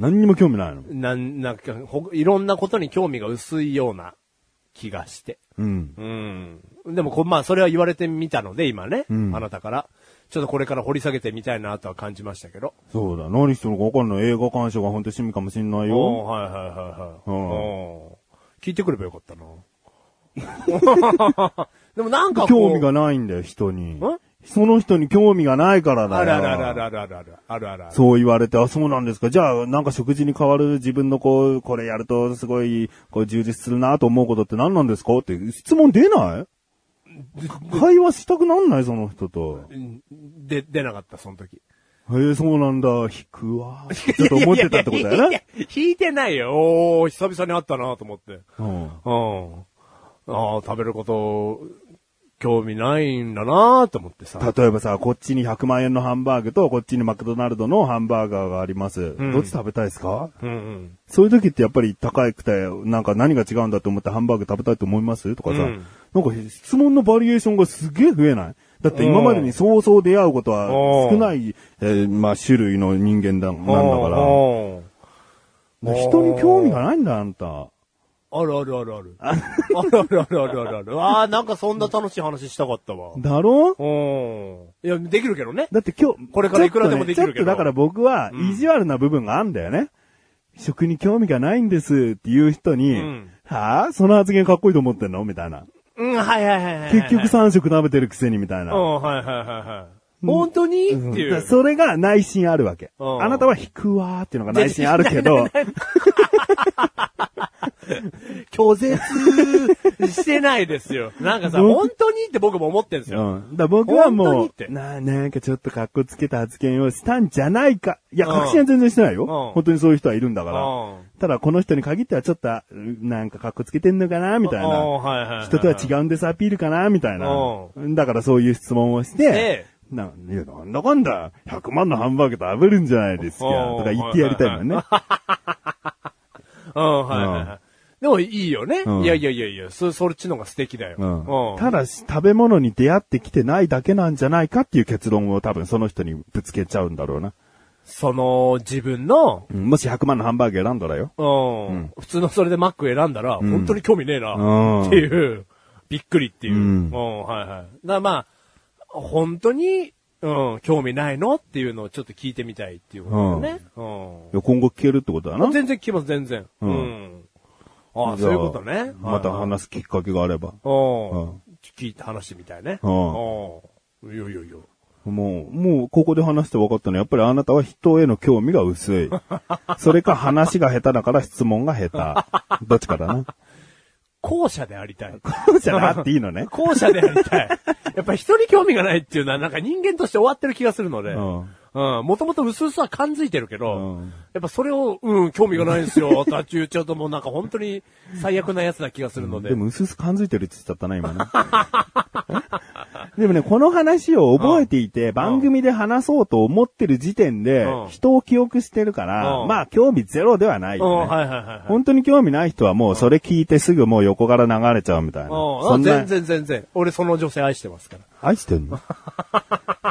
Speaker 3: 何にも興味ないの。
Speaker 2: なん、なんか、ほいろんなことに興味が薄いような気がして。
Speaker 3: うん。
Speaker 2: うん。でもこう、まあ、それは言われてみたので、今ね。
Speaker 3: ん
Speaker 2: あなたから。ちょっとこれから掘り下げてみたいなとは感じましたけど。
Speaker 3: そうだ。何してるのか分かんない。映画鑑賞が本当趣味かもしんないよ。
Speaker 2: おーはいはいはいはい。
Speaker 3: うん
Speaker 2: おー聞いてくればよかったな。 でもなんかこう
Speaker 3: 興味がないんだよ、人に
Speaker 2: ん。
Speaker 3: その人に興味がないからだよ。
Speaker 2: あるあるあるあるあるあるあるあるあるある。
Speaker 3: そう言われて、あ、そうなんですか。じゃあ、なんか食事に変わる自分のこう、これやるとすごい、こう充実するなと思うことって何なんですかって質問出ない会話したくなんないその人と。
Speaker 2: うんで、出なかった、その時。
Speaker 3: へえ、そうなんだ。引くわ。ちょっと思ってたってことだよ
Speaker 2: いや
Speaker 3: ね。
Speaker 2: いや引いてないよ。おー、久々に会ったなと思って。
Speaker 3: うん。
Speaker 2: うん。ああ、食べること、興味ないんだなと思ってさ。
Speaker 3: 例えばさ、こっちに100万円のハンバーグと、こっちにマクドナルドのハンバーガーがあります。
Speaker 2: ん
Speaker 3: どっち食べたいですか
Speaker 2: うんうん。
Speaker 3: そういう時ってやっぱり高くて、なんか何が違うんだと思ってハンバーグ食べたいと思いますとか
Speaker 2: う
Speaker 3: さ、
Speaker 2: ん
Speaker 3: なんか質問のバリエーションがすげえ増えないだって今までにそうそう出会うことは少ない、えーまあ種類の人間だ、なんだか
Speaker 2: おー
Speaker 3: ら。人に興味がないんだよ、あんた。
Speaker 2: あるあるあるある。あるあるあるあるあるある。ああ、なんかそんな楽しい話したかったわ。
Speaker 3: だろ
Speaker 2: うん。いや、できるけどね。
Speaker 3: だって今日、
Speaker 2: これからいくらでもできるけど
Speaker 3: ちょっとねちょっとだから僕は意地悪な部分があんだよね。食に興味がないんですっていう人に、
Speaker 2: うん
Speaker 3: はぁ、その発言かっこいいと思ってんのみたいな。
Speaker 2: うん、はいはいはいはい。
Speaker 3: 結局。3食食べてるくせにみたいな。
Speaker 2: うん、はいはいはいはい。本当にって
Speaker 3: うん
Speaker 2: い
Speaker 3: だ
Speaker 2: う。
Speaker 3: それが内心あるわけ。
Speaker 2: うん
Speaker 3: あなたは引くわーっていうのが内心ある けど、
Speaker 2: 拒絶してないですよ。 なんかさ、
Speaker 3: 僕
Speaker 2: 本当にって僕も思ってるんです
Speaker 3: う
Speaker 2: よ。
Speaker 3: ん、だから僕は
Speaker 2: 本当に
Speaker 3: も
Speaker 2: って
Speaker 3: う、な、なんかちょっと格好つけた発言をしたんじゃないか。いや、
Speaker 2: うん
Speaker 3: 確信は全然してないよ。
Speaker 2: ん
Speaker 3: 本当にそういう人はいるんだか
Speaker 2: うん
Speaker 3: ら。ただ、この人に限ってはちょっと、うんなんか格好つけてんのかなみたい
Speaker 2: うん
Speaker 3: な。
Speaker 2: はいはいはいはい
Speaker 3: 人とは違うんですアピールかなみたいな
Speaker 2: う。
Speaker 3: だからそういう質問をして
Speaker 2: で、
Speaker 3: な、いやなんだかんだ、100万のハンバーグ食べるんじゃないですか。
Speaker 2: うん
Speaker 3: とか言ってやりたいもんね。
Speaker 2: うん、はいはいはい。でもいいよね。
Speaker 3: うん
Speaker 2: いやいやいやいや、そ、そっちの方が素敵だよ。
Speaker 3: うん
Speaker 2: うん
Speaker 3: ただし、食べ物に出会ってきてないだけなんじゃないかっていう結論を多分その人にぶつけちゃうんだろうな。
Speaker 2: その、自分の、
Speaker 3: うんもし100万のハンバーグ選んだらよ。
Speaker 2: うん、普通のそれでマック選んだら、本当に興味ねえ
Speaker 3: うん
Speaker 2: な、っていう、びっくりっていう。
Speaker 3: う
Speaker 2: うんん、はいはい。だからまあ、本当に、うん、興味ないのっていうのをちょっと聞いてみたいっていうことだね。うん
Speaker 3: いや今後聞けるってことだな。
Speaker 2: 全然聞きます、全然。
Speaker 3: う
Speaker 2: うんん。ああ、
Speaker 3: じゃ
Speaker 2: そういうことね。
Speaker 3: また話すきっかけがあれば。
Speaker 2: お
Speaker 3: うん
Speaker 2: う聞いて話してみたいね。
Speaker 3: うん
Speaker 2: おういやいやいや。
Speaker 3: もう、もう、ここで話して分かったのは、やっぱりあなたは人への興味が薄 い。それか話が下手だから質問が下手。どっちかだ な。
Speaker 2: 後者でありたい。
Speaker 3: じゃなくていいのね。
Speaker 2: 後者でありたい。やっぱり人に興味がないっていうのはなんか人間として終わってる気がするので。
Speaker 3: うん
Speaker 2: うん。もともと薄々は感づいてるけど、
Speaker 3: うん
Speaker 2: やっぱそれを、うん、興味がないんです よ、とあっち言っちゃうともうなんか本当に最悪なやつな気がするので。
Speaker 3: でも、うすうす感づいてるって言っちゃったな、今ね。でもね、この話を覚えていて、番組で話そうと思ってる時点で
Speaker 2: う、ん
Speaker 3: 人を記憶してるから、
Speaker 2: うん
Speaker 3: まあ、興味ゼロではない
Speaker 2: うん、
Speaker 3: よ
Speaker 2: はい
Speaker 3: ね。
Speaker 2: はいはいはい。
Speaker 3: 本当に興味ない人はもうそれ聞いてすぐもう横から流れちゃうみたいな。
Speaker 2: う
Speaker 3: そ
Speaker 2: ん、
Speaker 3: ん
Speaker 2: 全
Speaker 3: な、
Speaker 2: 然全然。俺その女性愛してますから。
Speaker 3: 愛し てんの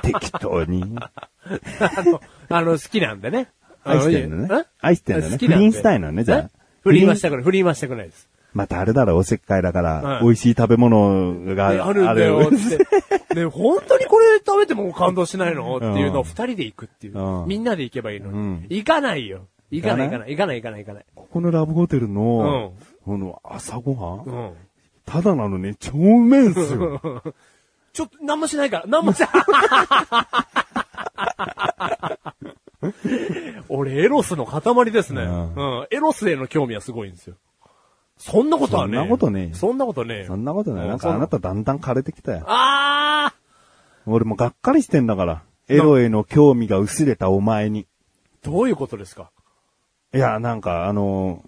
Speaker 3: 適当に。
Speaker 2: あの、あの好きなんでね。
Speaker 3: 愛してんのね
Speaker 2: あいいえ
Speaker 3: 愛してんのね
Speaker 2: 好きなんで
Speaker 3: 不倫したいのねじゃあ
Speaker 2: え不倫はしたくない。不倫はしたくないです。
Speaker 3: またあれだろ、おせっかいだから、
Speaker 2: はい
Speaker 3: 美味しい食べ物が
Speaker 2: であるんだよ
Speaker 3: ある
Speaker 2: って。ね、本当にこれ食べても感動しないのっていうのを
Speaker 3: う
Speaker 2: 二
Speaker 3: ん
Speaker 2: 人で行くっていうう。
Speaker 3: ん
Speaker 2: みんなで行けばいいの
Speaker 3: うん
Speaker 2: に。行かないよ。行かない行か
Speaker 3: 行か
Speaker 2: ない行かない行かない行かない。
Speaker 3: ここのラブホテルの、
Speaker 2: う
Speaker 3: この朝ごはん、
Speaker 2: うん。
Speaker 3: ただなのに超うめえんす よ。
Speaker 2: ちょっと、何もしないから、 何もしない。俺、エロスの塊ですね。う
Speaker 3: うん
Speaker 2: ん。エロスへの興味はすごいんですよ。そんなことはねえよ。
Speaker 3: そんなことねえよ
Speaker 2: そんなことねえよ。
Speaker 3: そんなことな
Speaker 2: う
Speaker 3: い。なんかあなただんだん枯れてきたよ。
Speaker 2: あ
Speaker 3: 俺もがっかりしてんだから。エロへの興味が薄れたお前に。
Speaker 2: ーどういうことですか
Speaker 3: いや、なんかあの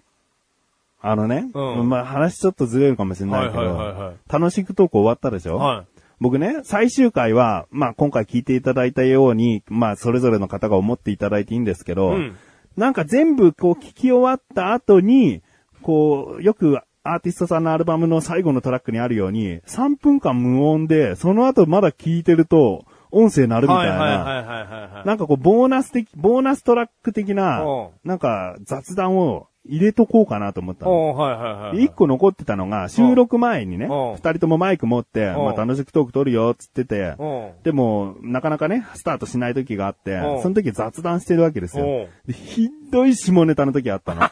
Speaker 3: ーあのね、
Speaker 2: うん
Speaker 3: まあ話ちょっとずれるかもしれないけど、
Speaker 2: はいはいはいはい
Speaker 3: 楽しくトーク終わったでしょ
Speaker 2: は
Speaker 3: 僕ね、最終回は、まあ今回聞いていただいたように、まあそれぞれの方が思っていただいていいんですけど、
Speaker 2: うん
Speaker 3: なんか全部こう聞き終わった後に、こう、よくアーティストさんのアルバムの最後のトラックにあるように、3分間無音で、その後まだ聞いてると、音声鳴る
Speaker 2: い。
Speaker 3: みた
Speaker 2: はいい
Speaker 3: な。
Speaker 2: はいはいはいはいはい。
Speaker 3: なんかこう、ボーナス的、ボーナストラック的な
Speaker 2: うん、
Speaker 3: なんか雑談を入れとこうかなと思ったの。
Speaker 2: おーはいはいはいはい。
Speaker 3: で一個残ってたのが、収録前にね、
Speaker 2: うん
Speaker 3: 二人ともマイク持って、
Speaker 2: うん
Speaker 3: まあ楽しくトーク撮るよ、つってて、
Speaker 2: うん。
Speaker 3: でも、なかなかね、スタートしない時があって
Speaker 2: うん、
Speaker 3: その時雑談してるわけですよ。でひどい下ネタの時あった の。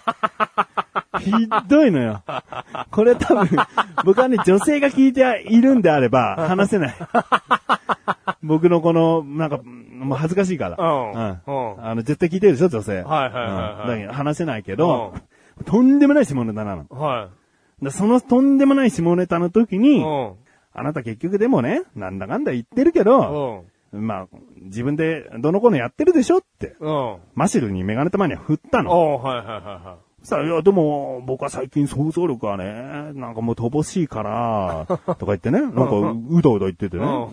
Speaker 3: ひどいのよ。これ多分、僕はね、女性が聞いているんであれ ば、話せない。僕のこの、なんか、もう恥ずかしいから。
Speaker 2: うんうん
Speaker 3: あの、絶対聞いてるでしょ、女
Speaker 2: は
Speaker 3: 性。
Speaker 2: いはいはいはい
Speaker 3: うんだけど話せないけど、とんでもない下ネタなの。
Speaker 2: は
Speaker 3: だそのとんでもない下ネタの時
Speaker 2: い。う
Speaker 3: に、
Speaker 2: ん。
Speaker 3: あなた結局でもね、なんだかんだ言ってるけど、
Speaker 2: うん。
Speaker 3: まあ、自分でどの子のやってるでしょって、
Speaker 2: うん。
Speaker 3: マシルにメガネたまには振ったの。
Speaker 2: おーはいはいはいはい。
Speaker 3: そしたら、いや、でも、僕は最近想像力はね、なんかもう乏しいから、 とか言ってね、なんかうだうだ言ってて
Speaker 2: う
Speaker 3: ね。
Speaker 2: ん。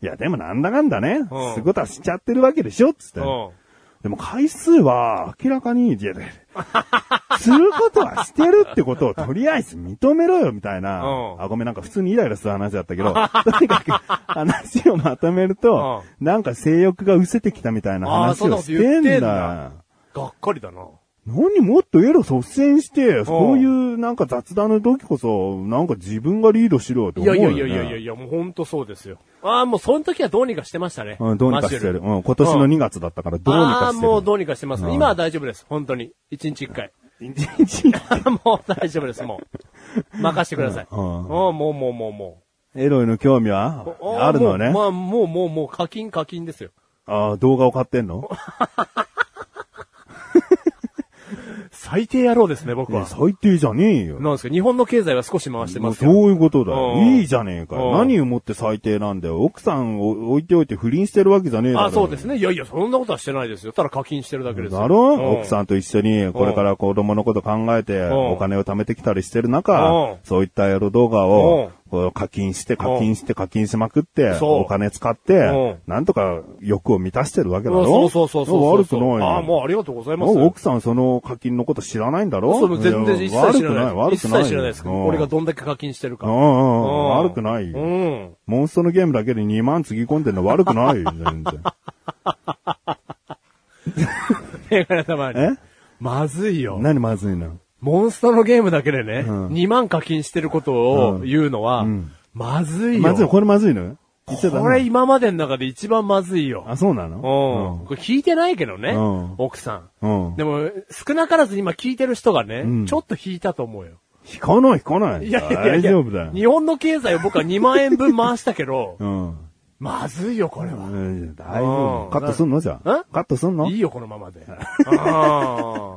Speaker 3: いや、でもなんだかんだね、
Speaker 2: うん
Speaker 3: すごたしちゃってるわけでしょつって。
Speaker 2: うん。
Speaker 3: でも回数は明らかに、いやい やいやすることはしてるってことをとりあえず認めろよみたいな。
Speaker 2: うん
Speaker 3: あ、ごめんなんか普通にイライラする話だった けど、とにかく話をまとめると、なんか性欲が失せてきたみたいな
Speaker 2: あー
Speaker 3: 話
Speaker 2: そんな
Speaker 3: を
Speaker 2: こと
Speaker 3: して
Speaker 2: 言って
Speaker 3: ん
Speaker 2: んだ
Speaker 3: だ。
Speaker 2: がっかりだな。
Speaker 3: 何もっとエロ率先して、そういうなんか雑談の時こそ、なんか自分がリードしろよって
Speaker 2: い
Speaker 3: 思
Speaker 2: や
Speaker 3: う
Speaker 2: いや
Speaker 3: よ、ね。
Speaker 2: いやいやいやいや、もうほんとそうですよ。ああ、もうその時はどうにかしてましたね。
Speaker 3: うん、どうにかしてる。うん、今年の2月だったからど
Speaker 2: ど
Speaker 3: う
Speaker 2: う
Speaker 3: に
Speaker 2: に
Speaker 3: か
Speaker 2: か
Speaker 3: し
Speaker 2: してて
Speaker 3: る。
Speaker 2: る。ああ、もうどうにかしてます。
Speaker 3: うん
Speaker 2: 今は大丈夫です。本当に。1日1回。
Speaker 3: 一日
Speaker 2: もう大丈夫です、もう。任してください。
Speaker 3: う
Speaker 2: うんん、
Speaker 3: うん
Speaker 2: もうもうもうも
Speaker 3: エロへの興味は
Speaker 2: う。
Speaker 3: あるのね。
Speaker 2: もうまあ、もうもうもう課金課金ですよ。
Speaker 3: ああ、動画を買ってん の
Speaker 2: 最低野郎ですね、僕
Speaker 3: いや
Speaker 2: は。
Speaker 3: 最低じゃねえよ。
Speaker 2: なんですか日本の経済は少し回して
Speaker 3: も
Speaker 2: ま
Speaker 3: う
Speaker 2: すから。
Speaker 3: そういうことだよ。
Speaker 2: うん
Speaker 3: いいじゃねえかよ。
Speaker 2: うん
Speaker 3: 何をもって最低なんだよ。奥さんを置いておいて不倫してるわけじゃねえだろ。
Speaker 2: あそうです
Speaker 3: ね。
Speaker 2: ね。いやいや、そんなことはしてないですよ。ただ課金してるだけですよ。
Speaker 3: だろ、
Speaker 2: うん
Speaker 3: 奥さんと一緒にこれから子供のこと考えて
Speaker 2: ん
Speaker 3: お金を貯めてきたりしてる中、
Speaker 2: うん
Speaker 3: そういったエロ動画をこう課金して課金して課金しまくって、
Speaker 2: そう
Speaker 3: お金使って
Speaker 2: う、
Speaker 3: なんとか欲を満たしてるわけだろ
Speaker 2: そうそうそうそう。
Speaker 3: 悪くないよ
Speaker 2: ああ、もうありがとうございます。
Speaker 3: もう奥さんその課金のこと知らないんだろ
Speaker 2: そう、全然一切知らないです。
Speaker 3: 悪
Speaker 2: 一切知
Speaker 3: くない。悪くないよ。
Speaker 2: らないです。
Speaker 3: うん
Speaker 2: 俺がどんだけ課金してるか。
Speaker 3: うん
Speaker 2: うん
Speaker 3: うんうん悪くないよ
Speaker 2: うん。
Speaker 3: モンストのゲームだけで2万つぎ込んでんの悪くないよ、全然。
Speaker 2: メガネたまに。
Speaker 3: え
Speaker 2: まずいよ。
Speaker 3: 何まずいの
Speaker 2: モンストのゲームだけでね、
Speaker 3: ん
Speaker 2: 2万課金してることを
Speaker 3: うん
Speaker 2: 言うのは、
Speaker 3: ん
Speaker 2: まずいよ。
Speaker 3: まずいのこれまずいの言っちゃダメ
Speaker 2: これ今までの中で一番まずいよ。
Speaker 3: あ、そうな
Speaker 2: うん。
Speaker 3: の
Speaker 2: これ聞いてないけどね
Speaker 3: うん、
Speaker 2: 奥さん。
Speaker 3: うん。うん。
Speaker 2: でも、少なからず今聞いてる人がね、
Speaker 3: ん
Speaker 2: ちょっと引いたと思うよ。
Speaker 3: 引かない、引かない。
Speaker 2: いやいやいや
Speaker 3: 大丈夫だよ。
Speaker 2: 日本の経済を僕は2万円分回したけど、
Speaker 3: うん。
Speaker 2: まずいよ、これは。
Speaker 3: うん大
Speaker 2: う
Speaker 3: 丈夫。
Speaker 2: ん
Speaker 3: カットすんのじゃあ。
Speaker 2: え
Speaker 3: カットすんの
Speaker 2: いいよ、このままで。あ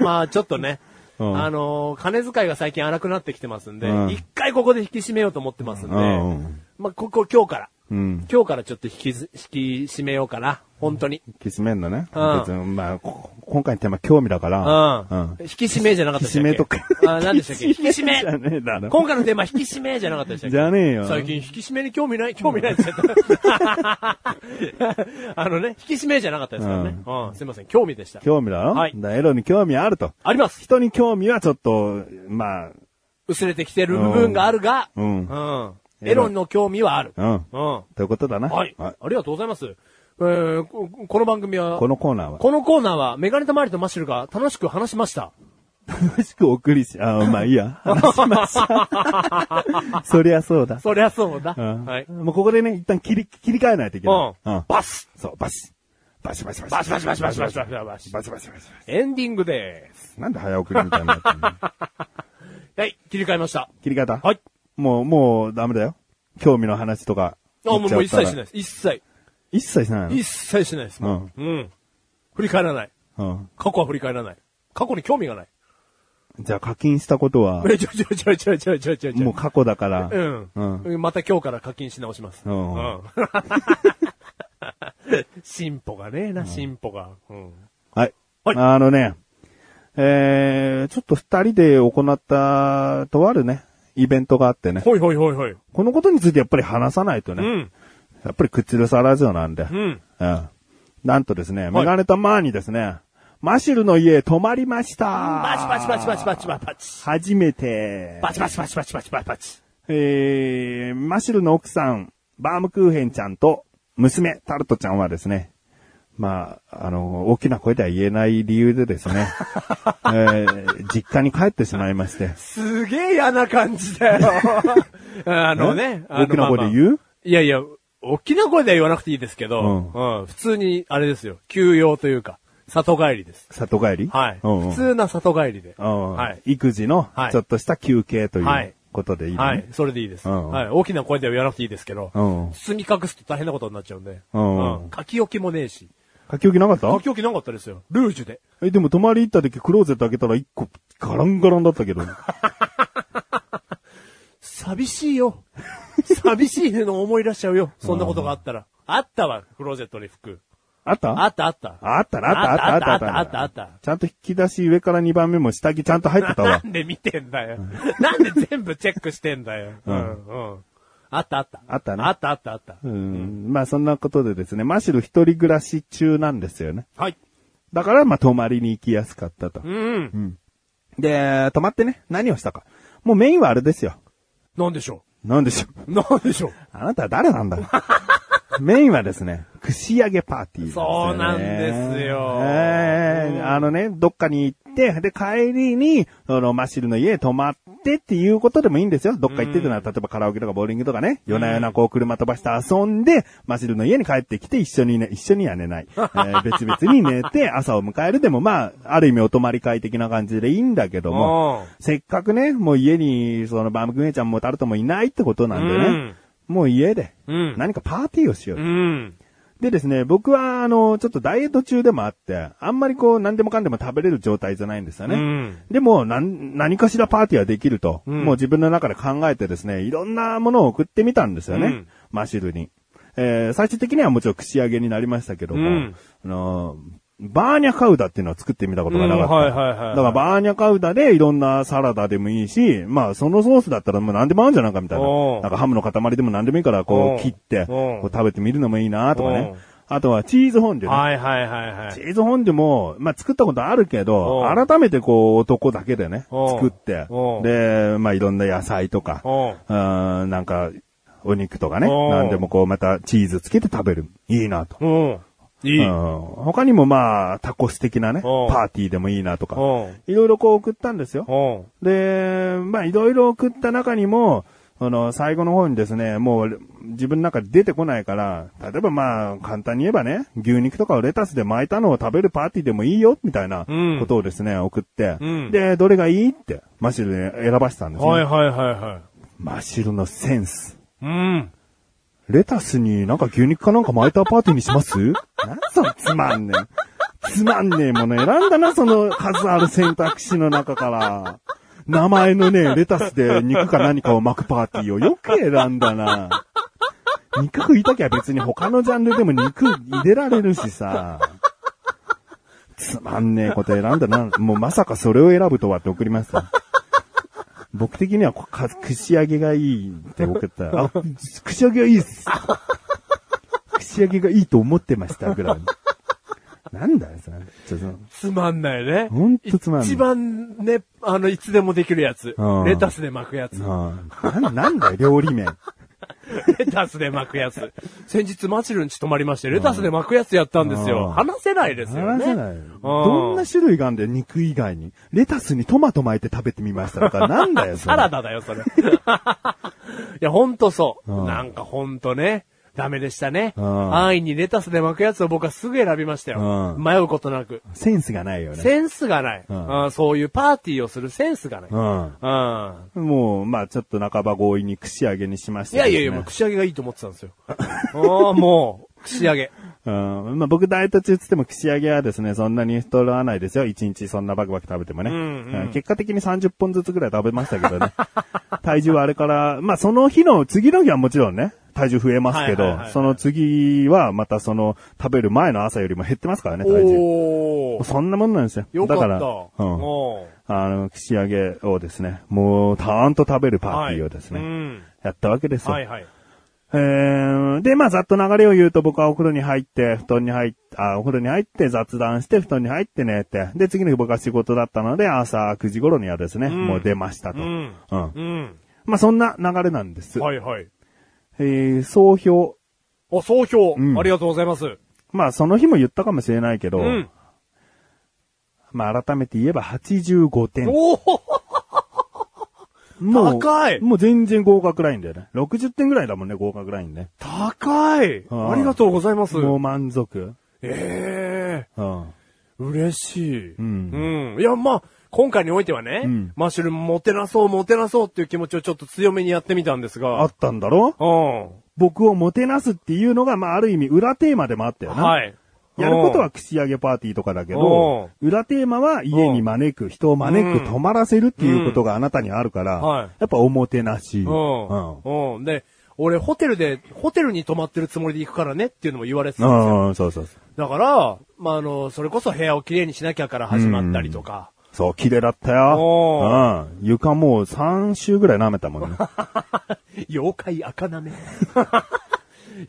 Speaker 2: ーまあ、ちょっとね。
Speaker 3: うん
Speaker 2: あのー金遣いが最近荒くなってきてますんで、
Speaker 3: うん
Speaker 2: 一回ここで引き締めようと思ってますんで、
Speaker 3: うんうん
Speaker 2: まあ、ここ今日から、
Speaker 3: うん。
Speaker 2: 今日からちょっと引きず、引き締めようかな。本当に。
Speaker 3: 引き締めんのね。
Speaker 2: うん
Speaker 3: 別に、まあ、こ今回のテーマ興味だか
Speaker 2: う
Speaker 3: ら。
Speaker 2: ん。引き締めじゃなかったでしたっけ
Speaker 3: 引き締めとか
Speaker 2: あ、何でしたっけ引き締め
Speaker 3: じゃねえだろ。
Speaker 2: 今回のテーマ、引き締めじゃなかったでしたっけ
Speaker 3: じゃねえよ
Speaker 2: 最近、引き締めに興味ない、興味ないって言っち ゃった。あのね、引き締めじゃなかったですからね。うん。すいません、興味でした。
Speaker 3: 興味だろ
Speaker 2: はい
Speaker 3: だからエロに興味あると。
Speaker 2: あります。
Speaker 3: 人に興味はちょっと、まあ、
Speaker 2: 薄れてきてる部分があるが、
Speaker 3: うん
Speaker 2: うん。エロの興味はある。
Speaker 3: うん。
Speaker 2: うん。
Speaker 3: ということだな。
Speaker 2: はい。ありがとうございます。えー、ここの番組は、
Speaker 3: このコーナーは。
Speaker 2: このコーナーは、メガネとマリとマッシュルが楽しく話しました。
Speaker 3: 楽しくお送りし、あ、まあいい や。話しました。そりゃそうだ。
Speaker 2: そりゃそうだ。
Speaker 3: うん。
Speaker 2: はい。
Speaker 3: もうここでね、一旦切り、切り替えないといけ
Speaker 2: う
Speaker 3: ない。
Speaker 2: ん。バス
Speaker 3: そう、バシ。バシバシバシ。
Speaker 2: バシバシバシバシバシバシバシ
Speaker 3: バシバシバシバ
Speaker 2: エンディングでーす。
Speaker 3: シ。なんで早送りみたいになっ てんの
Speaker 2: はい、切り替えました。
Speaker 3: 切り替えた
Speaker 2: はい。
Speaker 3: もう、もうダメだよ。興味の話とか。
Speaker 2: あ、もうもう一切しない
Speaker 3: い。
Speaker 2: です。一切。
Speaker 3: 一切しない
Speaker 2: 一切しないです。もううん。振り返らない。
Speaker 3: の
Speaker 2: 過去は振り返らない。過去に興味がない。
Speaker 3: うん。じゃあ課金したことは、
Speaker 2: え、ちょちょちょちょちょちょちょちょ。
Speaker 3: もう過去だから。
Speaker 2: うん。また今日から課金し直します。
Speaker 3: うん
Speaker 2: うん 進歩がねえな、進歩が。うん。
Speaker 3: はい。
Speaker 2: はい
Speaker 3: あのね、えー、ちょっと二人で行った、とあるね、イベントがあってね。
Speaker 2: ほいほいほいほい。
Speaker 3: このことについてやっぱり話さないと
Speaker 2: う
Speaker 3: ね。
Speaker 2: ん。
Speaker 3: やっぱりクチルサラジオなんで。う
Speaker 2: う。ん。
Speaker 3: なんとですね、メガネたまーにですね、マシュルの家へ泊まりました。
Speaker 2: バチバチバチバチバチバチバチ。
Speaker 3: 初めて。
Speaker 2: バチバチバチバチバチバチバチ。
Speaker 3: えー、マシュルの奥さん、バームクーヘンちゃんと、娘、タルトちゃんはですね、まあ、あの、大きな声では言えない理由でです ね、えー実家に帰ってしまいまして。
Speaker 2: すげえ嫌な感じだ よ。あのね。あの
Speaker 3: 大きな声で言う
Speaker 2: まあまあいやいや、大きな声では言わなくていいですけど、
Speaker 3: う
Speaker 2: うん。普通に、あれですよ。休養というか、里帰りです。
Speaker 3: 里帰り
Speaker 2: はい。
Speaker 3: うんうん
Speaker 2: 普通な里帰りで。
Speaker 3: うん
Speaker 2: はい。
Speaker 3: 育児の
Speaker 2: はい
Speaker 3: ちょっとした休憩とい
Speaker 2: は
Speaker 3: う
Speaker 2: い
Speaker 3: ことでいいのね、
Speaker 2: はい、それでいいです。
Speaker 3: うん
Speaker 2: はい、大きな声では言わなくていいですけど、
Speaker 3: うん
Speaker 2: 包み隠すと大変なことになっちゃうんで、
Speaker 3: うん
Speaker 2: 書き置きもねえし、
Speaker 3: 書き置きなかった
Speaker 2: 書き置きなかったですよ。ルージュで。
Speaker 3: え、でも泊まり行った時クローゼット開けたら一個ガランガラン だったけど。
Speaker 2: 寂しい よ。寂しいのを思い出しちゃうよ。そんなことがあったら。あったわ、クローゼットに服。
Speaker 3: あった
Speaker 2: あったあった。
Speaker 3: あったなあったあったあった
Speaker 2: あったあったあっ
Speaker 3: ちゃんと引き出し上から2番目も下着ちゃんと入って
Speaker 2: た。
Speaker 3: た
Speaker 2: な
Speaker 3: わ。
Speaker 2: んで見てんだよ。なんで全部チェックしてんだよ。うん、うん。あったあった。
Speaker 3: あったね
Speaker 2: あったあったあった。
Speaker 3: うん。まあそんなことでですね、マシル一人暮らし中なんですよね。
Speaker 2: はい。
Speaker 3: だからまあ泊まりに行きやすかったと
Speaker 2: う。ん。
Speaker 3: で、泊まってね、何をしたか。もうメインはあれですよ。
Speaker 2: なんでしょ
Speaker 3: なんでしょう。
Speaker 2: う。なんでしょう。
Speaker 3: あなたは誰なんだメインはですね、串揚げパーティー
Speaker 2: そうなんですよ
Speaker 3: ええ
Speaker 2: うん
Speaker 3: あのね、どっかに行って、で、帰りに、その、マシルの家へ泊まってっていうことでもいいんですよ。どっか行ってるなら、例えばカラオケとかボーリングとかね、夜な夜なこう車飛ばして遊んで、マシルの家に帰ってきて一緒にね、一緒には 寝ない。えー別々に寝て、朝を迎えるでも、まあ、ある意味お泊まり会的な感じでいいんだけど
Speaker 2: う
Speaker 3: も
Speaker 2: ん、
Speaker 3: せっかくね、もう家に、その、バームクーヘンちゃんもタルトもいないってことなんでね、
Speaker 2: うん
Speaker 3: もう家で、
Speaker 2: うん
Speaker 3: 何かパーティーをしようと。
Speaker 2: うん。
Speaker 3: でですね、僕は、あの、ちょっとダイエット中でもあって、あんまりこう、何でもかんでも食べれる状態じゃないんですよね。
Speaker 2: うん
Speaker 3: でも、なん、何かしらパーティーはできると、
Speaker 2: ん
Speaker 3: もう自分の中で考えてですね、いろんなものを送ってみたんですよね。
Speaker 2: うん
Speaker 3: マシルに。えー最終的にはもちろん串揚げになりましたけども、
Speaker 2: うん
Speaker 3: あのーバーニャカウダっていうのを作ってみたことがなかった。
Speaker 2: うんはいはいはいはい
Speaker 3: だからバーニャカウダでいろんなサラダでもいいし、まあそのソースだったらもう何でも合うんじゃないかみたいな。
Speaker 2: おう
Speaker 3: なんかハムの塊でも何でもいいからこ
Speaker 2: おう
Speaker 3: う切って、
Speaker 2: おう
Speaker 3: こう食べてみるのもいいなとかね
Speaker 2: うん。
Speaker 3: あとはチーズフォンデュね。
Speaker 2: はいはいはいは
Speaker 3: チ
Speaker 2: い。
Speaker 3: ーズフォンデュも、まあ、作ったことあるけど
Speaker 2: う、ん
Speaker 3: 改めてこう、男だけでね、
Speaker 2: うん
Speaker 3: 作って
Speaker 2: うん、
Speaker 3: で、まあ、いろんな野菜とか、
Speaker 2: うん
Speaker 3: うんなんか、お肉とかね、
Speaker 2: うん
Speaker 3: なんでもこう、またチーズつけて食べる。いいなと。
Speaker 2: うん。いい。
Speaker 3: うん他にもまあ、タコス的なね、パ
Speaker 2: うん
Speaker 3: ーティーでもいいなとか、
Speaker 2: うん
Speaker 3: いろいろこう送ったんですよ。
Speaker 2: うん。
Speaker 3: で、まあ、いろいろ送った中にも、あの、最後の方にですね、もう、自分の中で出てこないから、例えばまあ、簡単に言えばね、牛肉とかをレタスで巻いたのを食べるパーティーでもいいよ、みたいな
Speaker 2: うん
Speaker 3: ことをですね、送って、
Speaker 2: うん
Speaker 3: で、どれがいいって、マシルで選ばせたんですね。
Speaker 2: はいはいはいは
Speaker 3: マシルのセンス。
Speaker 2: い。うん。
Speaker 3: レタスになんか牛肉かなんか巻いたパーティーにします なんそのつまんねえ。つまんねえもの選んだな、その数ある選択肢の中から。名前のね、レタスで肉か何かを巻くパーティーをよく選んだな。肉食いときは別に他のジャンルでも肉入れられるしさ。つまんねえこと選んだな。もうまさかそれを選ぶとはって送りました。僕的にはこか串揚げがいいって送った ら、あ、串揚げがいいっす。串揚げがいいと思ってましたぐらい。なんだよ、それ。ちょっと
Speaker 2: つまんないね。
Speaker 3: ほんとつまんない
Speaker 2: 一番ね、あの、いつでもできるやつ
Speaker 3: う。ん
Speaker 2: レタスで巻くやつ。
Speaker 3: なななんだよ、料理名。
Speaker 2: レタスで巻くやつ。先日マチルンち泊まりまして、レタスで巻くやつやったんです
Speaker 3: う
Speaker 2: よ。
Speaker 3: ん
Speaker 2: 話せないですよね。
Speaker 3: 話せない。
Speaker 2: うん
Speaker 3: どんな種類があんだよ、肉以外に。レタスにトマト巻いて食べてみましたとか、なんだよ、それ。
Speaker 2: サラダだよ、それ。 いや、ほんとそう。
Speaker 3: うん
Speaker 2: なんかほんとね。ダメでしたね。
Speaker 3: うん
Speaker 2: 安易にレタスで巻くやつを僕はすぐ選びましたよ。
Speaker 3: うん
Speaker 2: 迷うことなく。
Speaker 3: センスがないよね。
Speaker 2: センスがない、
Speaker 3: うん
Speaker 2: うんそういうパーティーをするセンスがない。
Speaker 3: うん。
Speaker 2: うん
Speaker 3: もう、まあちょっと半ば強引に串揚げにしまし
Speaker 2: いや
Speaker 3: たけどね
Speaker 2: いやいや、もう串揚げがいいと思ってたん ですよ。ああ、もう、串揚げ。
Speaker 3: うん。まあ僕ダイエット中っつっても串揚げはですね、そんなに太らないですよ。一日そんなバクバク食べてもね。
Speaker 2: うんうん
Speaker 3: うん結果的に30本ずつぐらい食べましたけどね。 体重はあれから、まあその日の、次の日はもちろんね、体重増えますけど、
Speaker 2: はいはいはいはい
Speaker 3: その次はまたその食べる前の朝よりも減ってますからね、体重。
Speaker 2: おー。
Speaker 3: そんなもんなんですよ。
Speaker 2: よかった。
Speaker 3: だから、うん。
Speaker 2: おー
Speaker 3: あの、串揚げをですね、もう、たーんと食べるパーティーをですね、
Speaker 2: はいうん
Speaker 3: やったわけですよ。
Speaker 2: はいはい。
Speaker 3: えー、で、まあ、ざっと流れを言うと僕はお風呂に入って、布団に入っあ、お風呂に入って雑談して、布団に入って寝て、で、次の日僕は仕事だったので、朝9時頃にはですね、
Speaker 2: ん
Speaker 3: もう出ましたと。
Speaker 2: う
Speaker 3: うん
Speaker 2: ん。うん。
Speaker 3: まあ、そんな流れなんです。
Speaker 2: はいはい。
Speaker 3: えー、総評。
Speaker 2: お、総評、
Speaker 3: うん
Speaker 2: ありがとうございます。
Speaker 3: まあ、その日も言ったかもしれないけど、
Speaker 2: うん。
Speaker 3: まあ、改めて言えば85点。
Speaker 2: おー
Speaker 3: もう、
Speaker 2: 高い
Speaker 3: もう全然合格ラインだよね。60点ぐらいだもんね、合格ラインね。
Speaker 2: 高い
Speaker 3: うん
Speaker 2: ありがとうございます。
Speaker 3: もう満足。
Speaker 2: ええ
Speaker 3: うん。
Speaker 2: 嬉しい。
Speaker 3: ん
Speaker 2: うん。いや、まあ、今回においてはね、
Speaker 3: うん
Speaker 2: マッシュルームもてなそう、もてなそうっていう気持ちをちょっと強めにやってみたんです
Speaker 3: あ
Speaker 2: が。
Speaker 3: ったんだろ
Speaker 2: うん。
Speaker 3: 僕をもてなすっていうのが、まあ、ある意味裏テーマでもあったよな。
Speaker 2: はい。
Speaker 3: やることは串揚げパーティーとかだけど、裏テーマは家に招く、人を招く、
Speaker 2: うん
Speaker 3: 泊まらせるっていうことがあなたにあるから、
Speaker 2: はい
Speaker 3: やっぱおもてなし。うん
Speaker 2: うん。うん。で、俺ホテルで、ホテルに泊まってるつもりで行くからねっていうのも言われてたんですよ。
Speaker 3: うんそうそうそう。
Speaker 2: だから、まあ、あの、それこそ部屋をきれいにしなきゃから始まったりとか。
Speaker 3: そう、綺麗だった
Speaker 2: お
Speaker 3: よ。うん。床もう3週ぐらい舐めた もんね。
Speaker 2: 妖怪赤なめ。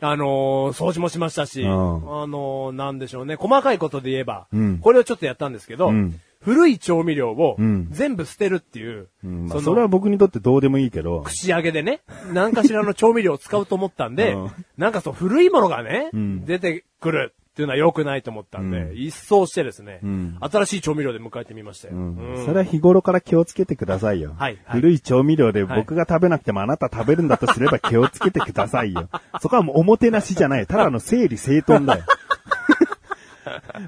Speaker 2: あのー掃除もしましたし、
Speaker 3: うん
Speaker 2: あのーなんでしょうね、細かいことで言えば、
Speaker 3: うん
Speaker 2: これをちょっとやったんですけど、
Speaker 3: うん
Speaker 2: 古い調味料を
Speaker 3: うん
Speaker 2: 全部捨てるっていう、
Speaker 3: うんまあ、
Speaker 2: の
Speaker 3: それは僕にとってどうでもいいけど。
Speaker 2: 串揚げでね、何かしらの調味料を使うと思ったんで、
Speaker 3: うん
Speaker 2: なんかそう古いものがね、
Speaker 3: ん
Speaker 2: 出てくるっていうのは良くないと思ったんで、
Speaker 3: うん
Speaker 2: 一掃してですね、
Speaker 3: ん
Speaker 2: 新しい調味料で迎えてみましたよ。
Speaker 3: うん
Speaker 2: うん
Speaker 3: それは日頃から気をつけてくださいよ。
Speaker 2: はいはい
Speaker 3: 古い調味料で
Speaker 2: はい
Speaker 3: 僕が食べなくてもあなた食べるんだとすれば気をつけてくださいよ。 そこはもうおもてなしじゃない。ただの整理整 頓だよ。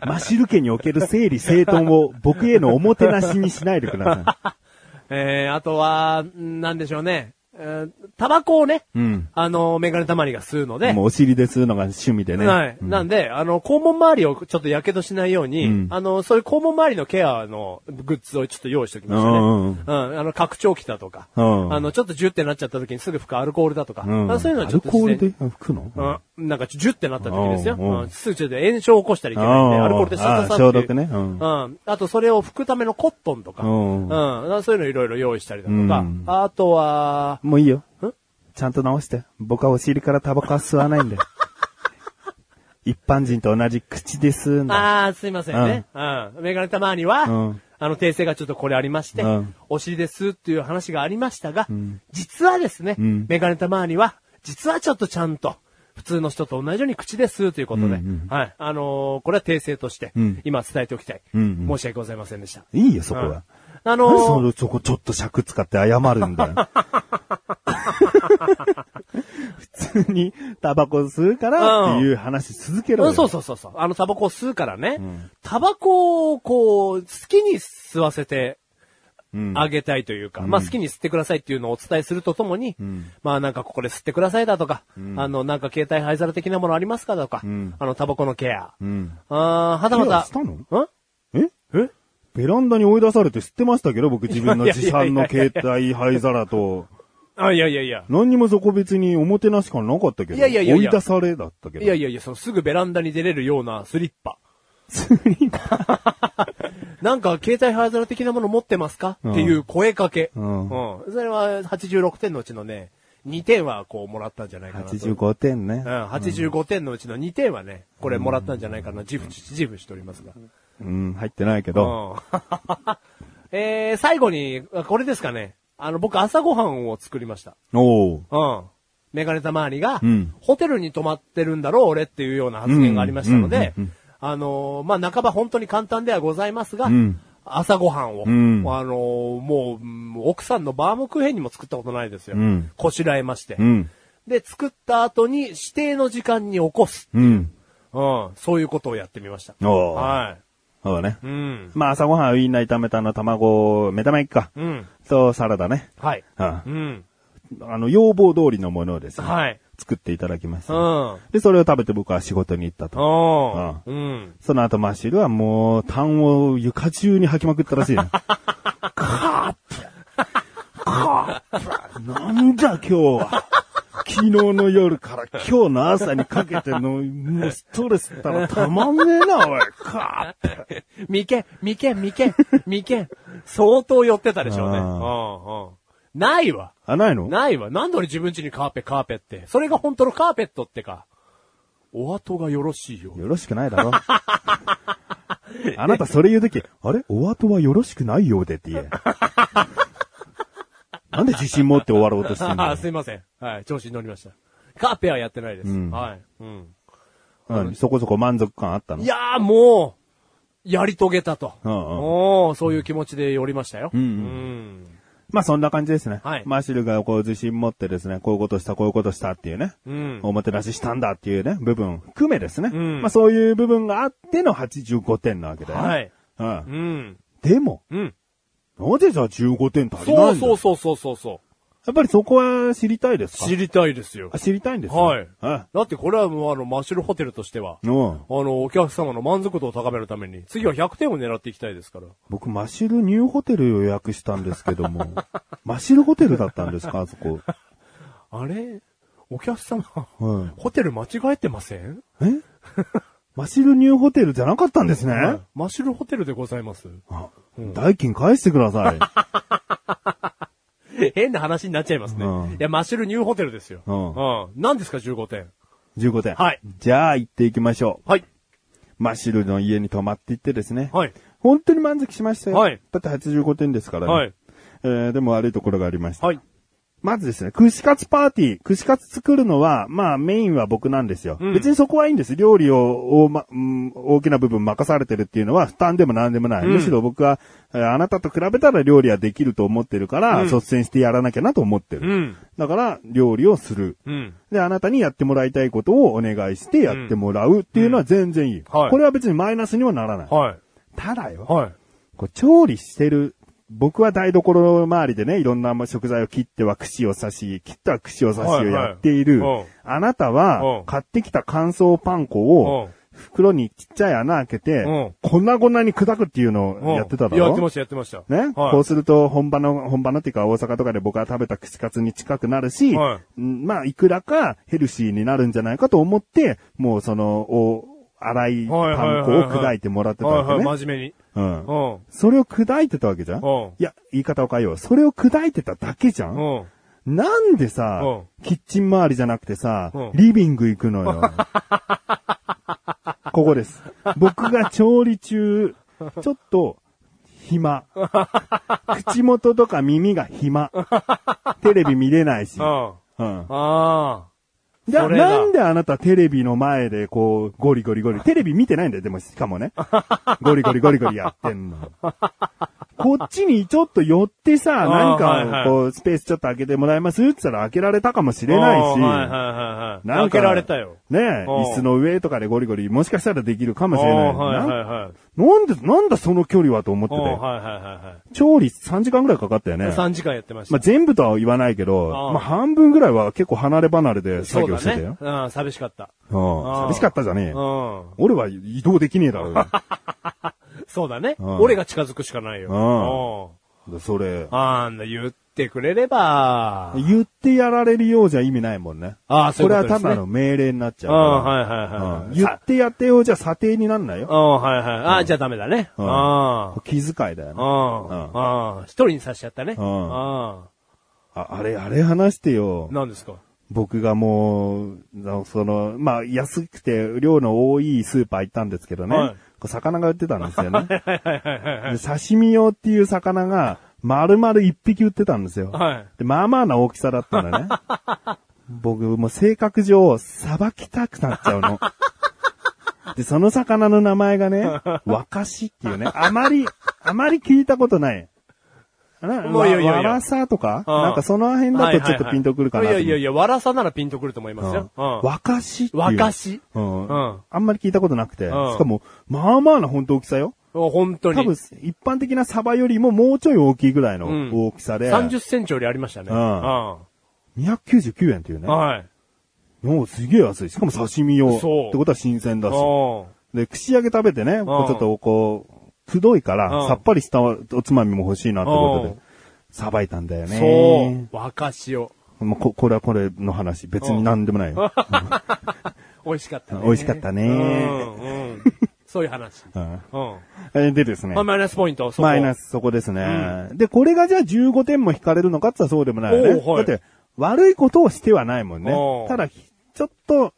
Speaker 3: マシル家における整理整頓を僕へのおもてなしにしないでくださ
Speaker 2: えー、あとは、んなんでしょうね、えータバコをね、
Speaker 3: い。うん。
Speaker 2: あの、メガネたまりが吸う ので、
Speaker 3: もうお尻で吸うのが趣味でね。
Speaker 2: はい。なんで、あの、肛門周りをちょっと火傷しないように、
Speaker 3: うん
Speaker 2: あの、そういう肛門周りのケアのグッズをちょっと用意しておきましたね。う
Speaker 3: う
Speaker 2: んん、あの、拡張器だとか、
Speaker 3: うん
Speaker 2: あの、ちょっとジュってなっちゃった時にすぐ吹くアルコールだとか、
Speaker 3: うん。
Speaker 2: あそういうのはちょっと
Speaker 3: アルコール
Speaker 2: 事前
Speaker 3: で
Speaker 2: に
Speaker 3: あ吹くの
Speaker 2: うん、なんか、ジュってなった時ですよ。
Speaker 3: うんうん
Speaker 2: うん、すぐちょっと炎症を起こしたりいけないんで、
Speaker 3: うん
Speaker 2: アルコールでサササってい
Speaker 3: あ消毒ねう
Speaker 2: うんん。あと、それを拭くためのコットンとか、
Speaker 3: う
Speaker 2: うんん。そういうのいろいろ用意したりだとか、
Speaker 3: うん
Speaker 2: あとは、
Speaker 3: もういいよ
Speaker 2: ん。
Speaker 3: ちゃんと直して。僕はお尻からタバコは吸わな いんで。一般人と同じ口で吸うんだ。
Speaker 2: ああ、すいませんね。うん。メガネたまには、
Speaker 3: うん
Speaker 2: あの、訂正がちょっとこれありまして、
Speaker 3: うん
Speaker 2: お尻ですっていう話がありましたが、実はですね、
Speaker 3: ん
Speaker 2: メガネたまには、実はちょっとちゃんと、普通の人と同じように口ですということで、はい。あのーこれは訂正として、
Speaker 3: ん
Speaker 2: 今伝えておきたい、
Speaker 3: うんうん
Speaker 2: 申し訳ございませんでした。
Speaker 3: いいよ、そこ
Speaker 2: う
Speaker 3: は
Speaker 2: ん。あの
Speaker 3: 何そ
Speaker 2: ー
Speaker 3: のそこちょっと尺使って謝るんだよ。普通にタバコ吸うからっていう話続けろ
Speaker 2: う
Speaker 3: よ。
Speaker 2: んそうそうそうそう。あの、タバコを吸うからね、タバコをこう、好きに吸わせて
Speaker 3: うん
Speaker 2: あげたいというか、まあ好きに吸ってくださいっていうのをお伝えするとともに、まあなんかここで吸ってくださいだとか、あの、なんか携帯灰皿的なものありますかとか、
Speaker 3: ん
Speaker 2: あの、タバコのケア。
Speaker 3: うん。
Speaker 2: あーはたま
Speaker 3: ケア
Speaker 2: た。
Speaker 3: したの
Speaker 2: ん
Speaker 3: え
Speaker 2: え
Speaker 3: ベランダに追い出されて吸ってましたけど、僕自分の持参の携帯灰皿と
Speaker 2: あ、いやいやいや。
Speaker 3: 何にもそこ別におもてなし感なかったけど。
Speaker 2: いやいやいやいや
Speaker 3: 追い出されだったけど。
Speaker 2: いやいやいや、そのすぐベランダに出れるようなスリッパ。 なんか、携帯ハザラ的なもの持ってますか、
Speaker 3: うん
Speaker 2: っていう声かけ、う
Speaker 3: うんん。
Speaker 2: それは86点のうちのね、2点はこうもらったんじゃないかなと。
Speaker 3: 85点ね
Speaker 2: う。ん、85点のうちの2点はね、これもらったんじゃないかな、自負し、自負しておりますが。
Speaker 3: うん、入ってないけ
Speaker 2: うん。
Speaker 3: ど。
Speaker 2: えー、最後に、これですかね。あの、僕朝ごはんを作りました。
Speaker 3: おう
Speaker 2: うん。メガネた周りが、
Speaker 3: うん
Speaker 2: ホテルに泊まってるんだろう、俺っていうような発言がありましたので、
Speaker 3: うんうんうん
Speaker 2: あのーまあ、半ば本当に簡単ではございますが、
Speaker 3: うん
Speaker 2: 朝ごはんを、
Speaker 3: うん
Speaker 2: あのーもううん、奥さんのバームクーヘンにも作ったことないですよ。
Speaker 3: うん
Speaker 2: こしらえまして、
Speaker 3: うん。
Speaker 2: で、作った後に指定の時間に起こす。
Speaker 3: うん。
Speaker 2: うん、そういうことをやってみました。
Speaker 3: おー
Speaker 2: は
Speaker 3: そうね
Speaker 2: い。う。ん。
Speaker 3: まあ朝ごはんはウインナー炒めたの卵、目玉焼きか。
Speaker 2: うん。
Speaker 3: と、サラダね。
Speaker 2: はい。
Speaker 3: うん
Speaker 2: うん。
Speaker 3: あの、要望通りのものをですね。
Speaker 2: はい。
Speaker 3: 作っていただきまし
Speaker 2: う
Speaker 3: た。
Speaker 2: ん。うん。
Speaker 3: で、それを食べて僕は仕事に行ったと。
Speaker 2: うん。
Speaker 3: その後マッシュルはもう、タンを床中に吐きまくったらし いな。カープカープなんだ今日は昨日の夜から今日の朝にかけての、もうストレスったらたまんねえな、おい。カープ
Speaker 2: 眉間、眉間、眉間、眉間。相当寄ってたでしょうね。
Speaker 3: あ
Speaker 2: うんうん。ないわ。
Speaker 3: あ、ないの
Speaker 2: ないわ。なんで俺自分家にカーペ、カーペって。それが本当のカーペットってか。お後がよろしいよ。
Speaker 3: よろしくないだろ。あなたそれ言うとき、あれお後はよろしくないようでって言え。なんで自信持って終わろうとしてん
Speaker 2: あ
Speaker 3: の
Speaker 2: あ、すいません。はい。調子に乗りました。カーペはやってないです。
Speaker 3: うん
Speaker 2: はい。うん。
Speaker 3: うん、そこそこ満足感あったの
Speaker 2: いやーもう、やり遂げたと。
Speaker 3: うんうん
Speaker 2: おーそういう気持ちで寄りましたよ。
Speaker 3: んう
Speaker 2: うん。
Speaker 3: まあそんな感じですね。
Speaker 2: はい
Speaker 3: マーシルがこう自信持ってですね、こういうことした、こういうことしたっていうね。
Speaker 2: うん。
Speaker 3: おもてなししたんだっていうね、部分含めですね。
Speaker 2: うん
Speaker 3: まあそういう部分があっての85点なわけだよね。
Speaker 2: はい。
Speaker 3: うん
Speaker 2: う。ん。
Speaker 3: でも、
Speaker 2: うん。
Speaker 3: なぜじゃあ15点足り
Speaker 2: そ
Speaker 3: ない
Speaker 2: うん
Speaker 3: だ
Speaker 2: そうそうそうそうそ
Speaker 3: やっぱりそこは知りたいです
Speaker 2: う。
Speaker 3: か
Speaker 2: 知りたいですよ
Speaker 3: あ。知りたいんですね
Speaker 2: はい。
Speaker 3: うん
Speaker 2: だってこれはもうあの、マッシュルホテルとしては、あ
Speaker 3: うん。
Speaker 2: の、お客様の満足度を高めるために、次は100点を狙っていきたいですから。
Speaker 3: 僕、マシルニューホテル予約したんですけ ども、マシルホテルだったんですかあそこ。
Speaker 2: あれお客様、
Speaker 3: はい
Speaker 2: ホテル間違えてません
Speaker 3: えマシルニューホテルじゃなかったんですね、
Speaker 2: はいマッシュルホテルでございます。
Speaker 3: あ代金返してください。
Speaker 2: 変な話になっちゃいますね。
Speaker 3: うん
Speaker 2: いや、マッシュルニューホテルですよ。
Speaker 3: うん
Speaker 2: うん。何ですか、15点。
Speaker 3: 15点。
Speaker 2: はい
Speaker 3: じゃあ、行っていきましょう。
Speaker 2: はい。
Speaker 3: マシルの家に泊まっていってですね。
Speaker 2: はい。
Speaker 3: 本当に満足しましたよ。
Speaker 2: はい
Speaker 3: だって85点ですからね。
Speaker 2: はい。
Speaker 3: えー、でも悪いところがありました。
Speaker 2: はい。
Speaker 3: まずですね、串カツパーティー。串カツ作るのは、まあメインは僕なんですよ。
Speaker 2: うん
Speaker 3: 別にそこはいいんです。料理を、おまうん大きな部分任されてるっていうのは負担でも何でもない。
Speaker 2: うん
Speaker 3: むしろ僕は、えーあなたと比べたら料理はできると思ってるから、
Speaker 2: うん
Speaker 3: 率先してやらなきゃなと思ってる。
Speaker 2: うん。
Speaker 3: だから、料理をする。
Speaker 2: うん。
Speaker 3: で、あなたにやってもらいたいことをお願いしてやってもらうっていうのは全然いい。
Speaker 2: はい
Speaker 3: これは別にマイナスにはならない。
Speaker 2: はい。
Speaker 3: ただよ、
Speaker 2: はい。
Speaker 3: こう調理してる。僕は台所周りでね、いろんな食材を切っては串を刺し、切ったは串を刺しをやっている。
Speaker 2: はいはいうん
Speaker 3: あなた
Speaker 2: うん
Speaker 3: は、買ってきた乾燥パン粉
Speaker 2: う
Speaker 3: を
Speaker 2: ん、
Speaker 3: 袋にちっちゃい穴開けて、
Speaker 2: うん
Speaker 3: 粉々に砕くっていうの
Speaker 2: うん
Speaker 3: をやってただろ
Speaker 2: やってました、やってました。
Speaker 3: ね、
Speaker 2: はい
Speaker 3: こうすると、本場の、本場のっていうか、大阪とかで僕が食べた串カツに近くなるし、
Speaker 2: は
Speaker 3: うんまあ、いくらかヘルシーになるんじゃないかと思って、もうその、お、粗い
Speaker 2: はいはい
Speaker 3: パン粉
Speaker 2: はい
Speaker 3: を
Speaker 2: はい
Speaker 3: 砕いてもらってた
Speaker 2: はい
Speaker 3: わ
Speaker 2: はい、
Speaker 3: けね。
Speaker 2: 真面目に。
Speaker 3: うん
Speaker 2: う。ん。
Speaker 3: それを砕いてたわけじゃん
Speaker 2: うん
Speaker 3: いや、言い方を変えよう。それを砕いてただけじゃん
Speaker 2: うん。
Speaker 3: なんでさ
Speaker 2: う、
Speaker 3: キッチン周りじゃなくてさ
Speaker 2: うん、
Speaker 3: リビング行く のよ。ここです。僕が調理中、ちょっと、 暇。口元とか耳が暇。テレビ見れないし。
Speaker 2: うん。
Speaker 3: うん。
Speaker 2: あ
Speaker 3: じゃあ
Speaker 2: それだ
Speaker 3: なんであなたテレビの前でこう、ゴリゴリゴリ、テレビ見てないんだよ、でもしかも ね。ゴリゴリゴリゴリやってんの。こっちにちょっと寄ってさ、
Speaker 2: ー
Speaker 3: なん
Speaker 2: はいは
Speaker 3: か
Speaker 2: い
Speaker 3: こう、スペースちょっと開けてもらえますって言ったら開けられたかもし
Speaker 2: あ。
Speaker 3: れない
Speaker 2: は
Speaker 3: し。
Speaker 2: いはいはいはい。
Speaker 3: なん
Speaker 2: 開
Speaker 3: か
Speaker 2: けられたよ。
Speaker 3: ねえ、
Speaker 2: おう
Speaker 3: 椅子の上とかでゴリゴリ、もしかしたらできるかもしれない。
Speaker 2: おーはいは
Speaker 3: ない
Speaker 2: はい。
Speaker 3: なんで、なんだその距離はと思って
Speaker 2: おー
Speaker 3: て。
Speaker 2: はいはいはいはい。
Speaker 3: 調理3時間ぐらいかかったよね。
Speaker 2: 3時間やってました。
Speaker 3: まあ、全部とは言わないけど、
Speaker 2: あー
Speaker 3: まあ、半分ぐらいは結構離れ離れで
Speaker 2: そ
Speaker 3: 作
Speaker 2: う
Speaker 3: 業
Speaker 2: だ
Speaker 3: してた
Speaker 2: ね
Speaker 3: よ。。
Speaker 2: うん、寂しかった。
Speaker 3: うん
Speaker 2: あー
Speaker 3: 寂しかったじゃね
Speaker 2: う
Speaker 3: えよ。
Speaker 2: ん。
Speaker 3: 俺は移動できねえだろうよ
Speaker 2: そうだね。
Speaker 3: うん
Speaker 2: 俺が近づくしかないよ。
Speaker 3: うん
Speaker 2: う
Speaker 3: それ。
Speaker 2: ん。あんな言っってくれれば、
Speaker 3: 言ってやられるようじゃ意味ないもんね。
Speaker 2: ああそういう
Speaker 3: こ
Speaker 2: こ
Speaker 3: れ
Speaker 2: と
Speaker 3: は
Speaker 2: ですね
Speaker 3: 単なる命令になっちゃう
Speaker 2: うん、
Speaker 3: から。
Speaker 2: はいはいはい。
Speaker 3: うん言ってやってようじゃ査定になんないよ。
Speaker 2: うん、はいはい。あ、じゃあダメだね。う。
Speaker 3: うんん
Speaker 2: うん。
Speaker 3: 気遣いだよね。
Speaker 2: うん。一人にさせちゃったね。
Speaker 3: うん
Speaker 2: うん。
Speaker 3: ああれ、あれ話してよ。
Speaker 2: 何ですか
Speaker 3: 僕がもう、なその、まあ、安くて量の多いスーパー行ったんですけどね。
Speaker 2: はい
Speaker 3: こう魚が売ってたんで すよね。で刺身用っていう魚が、丸々一匹売ってたんですよ。
Speaker 2: はい。
Speaker 3: で、まあまあな大きさだった のね。僕、もう性格上、さばきたくなっちゃうの。で、その魚の名前がね、 わかしっていうね、あまり、あまり聞いたことない。な
Speaker 2: もう
Speaker 3: わ
Speaker 2: いいよいいよ
Speaker 3: わらさとか
Speaker 2: うん
Speaker 3: なんかその辺だとちょっとピンとくるかなと
Speaker 2: はい
Speaker 3: 思
Speaker 2: はいはいいやいや
Speaker 3: って。
Speaker 2: いや、わらさならピンとくると思いますよ。うん。
Speaker 3: わかしっていう。
Speaker 2: わかし
Speaker 3: うん。
Speaker 2: うん
Speaker 3: あんまり聞いたことなくて。
Speaker 2: ん
Speaker 3: しかも、まあまあな本当大きさよ。
Speaker 2: 本当
Speaker 3: 多
Speaker 2: に。
Speaker 3: 分、一般的なサバよりももうちょい大きいぐらい
Speaker 2: うん
Speaker 3: の大きさで。
Speaker 2: 30センチよりありましたね。
Speaker 3: うん
Speaker 2: う
Speaker 3: 299円っていうね
Speaker 2: ん。。はい。
Speaker 3: もうすげえ安い。しかも刺身用。
Speaker 2: そう
Speaker 3: ってことは新鮮だし。
Speaker 2: う
Speaker 3: で、串揚げ食べてね、こうちょっとこう、くどいか
Speaker 2: うん
Speaker 3: ら、さっぱりしたおつまみも欲しいなってこと
Speaker 2: うん
Speaker 3: で、さばいたんだよ
Speaker 2: ん。
Speaker 3: ね。
Speaker 2: そう。若塩。
Speaker 3: う。まあ、こ、これはこれの話。別に何でもないよ。
Speaker 2: 美味しかったね。
Speaker 3: 美味しかったね
Speaker 2: うん。うん。そういう 話。
Speaker 3: う
Speaker 2: うん。
Speaker 3: んえでですね
Speaker 2: まあ。マイナスポイント、そこ
Speaker 3: マイナ。ス、そこですね。で、これがじゃあ15点も引かれるのかって言ったらそうでもないよね。
Speaker 2: おうはい
Speaker 3: だって、悪いことをしてはないもんね
Speaker 2: おう。
Speaker 3: ただ、ひちょっと、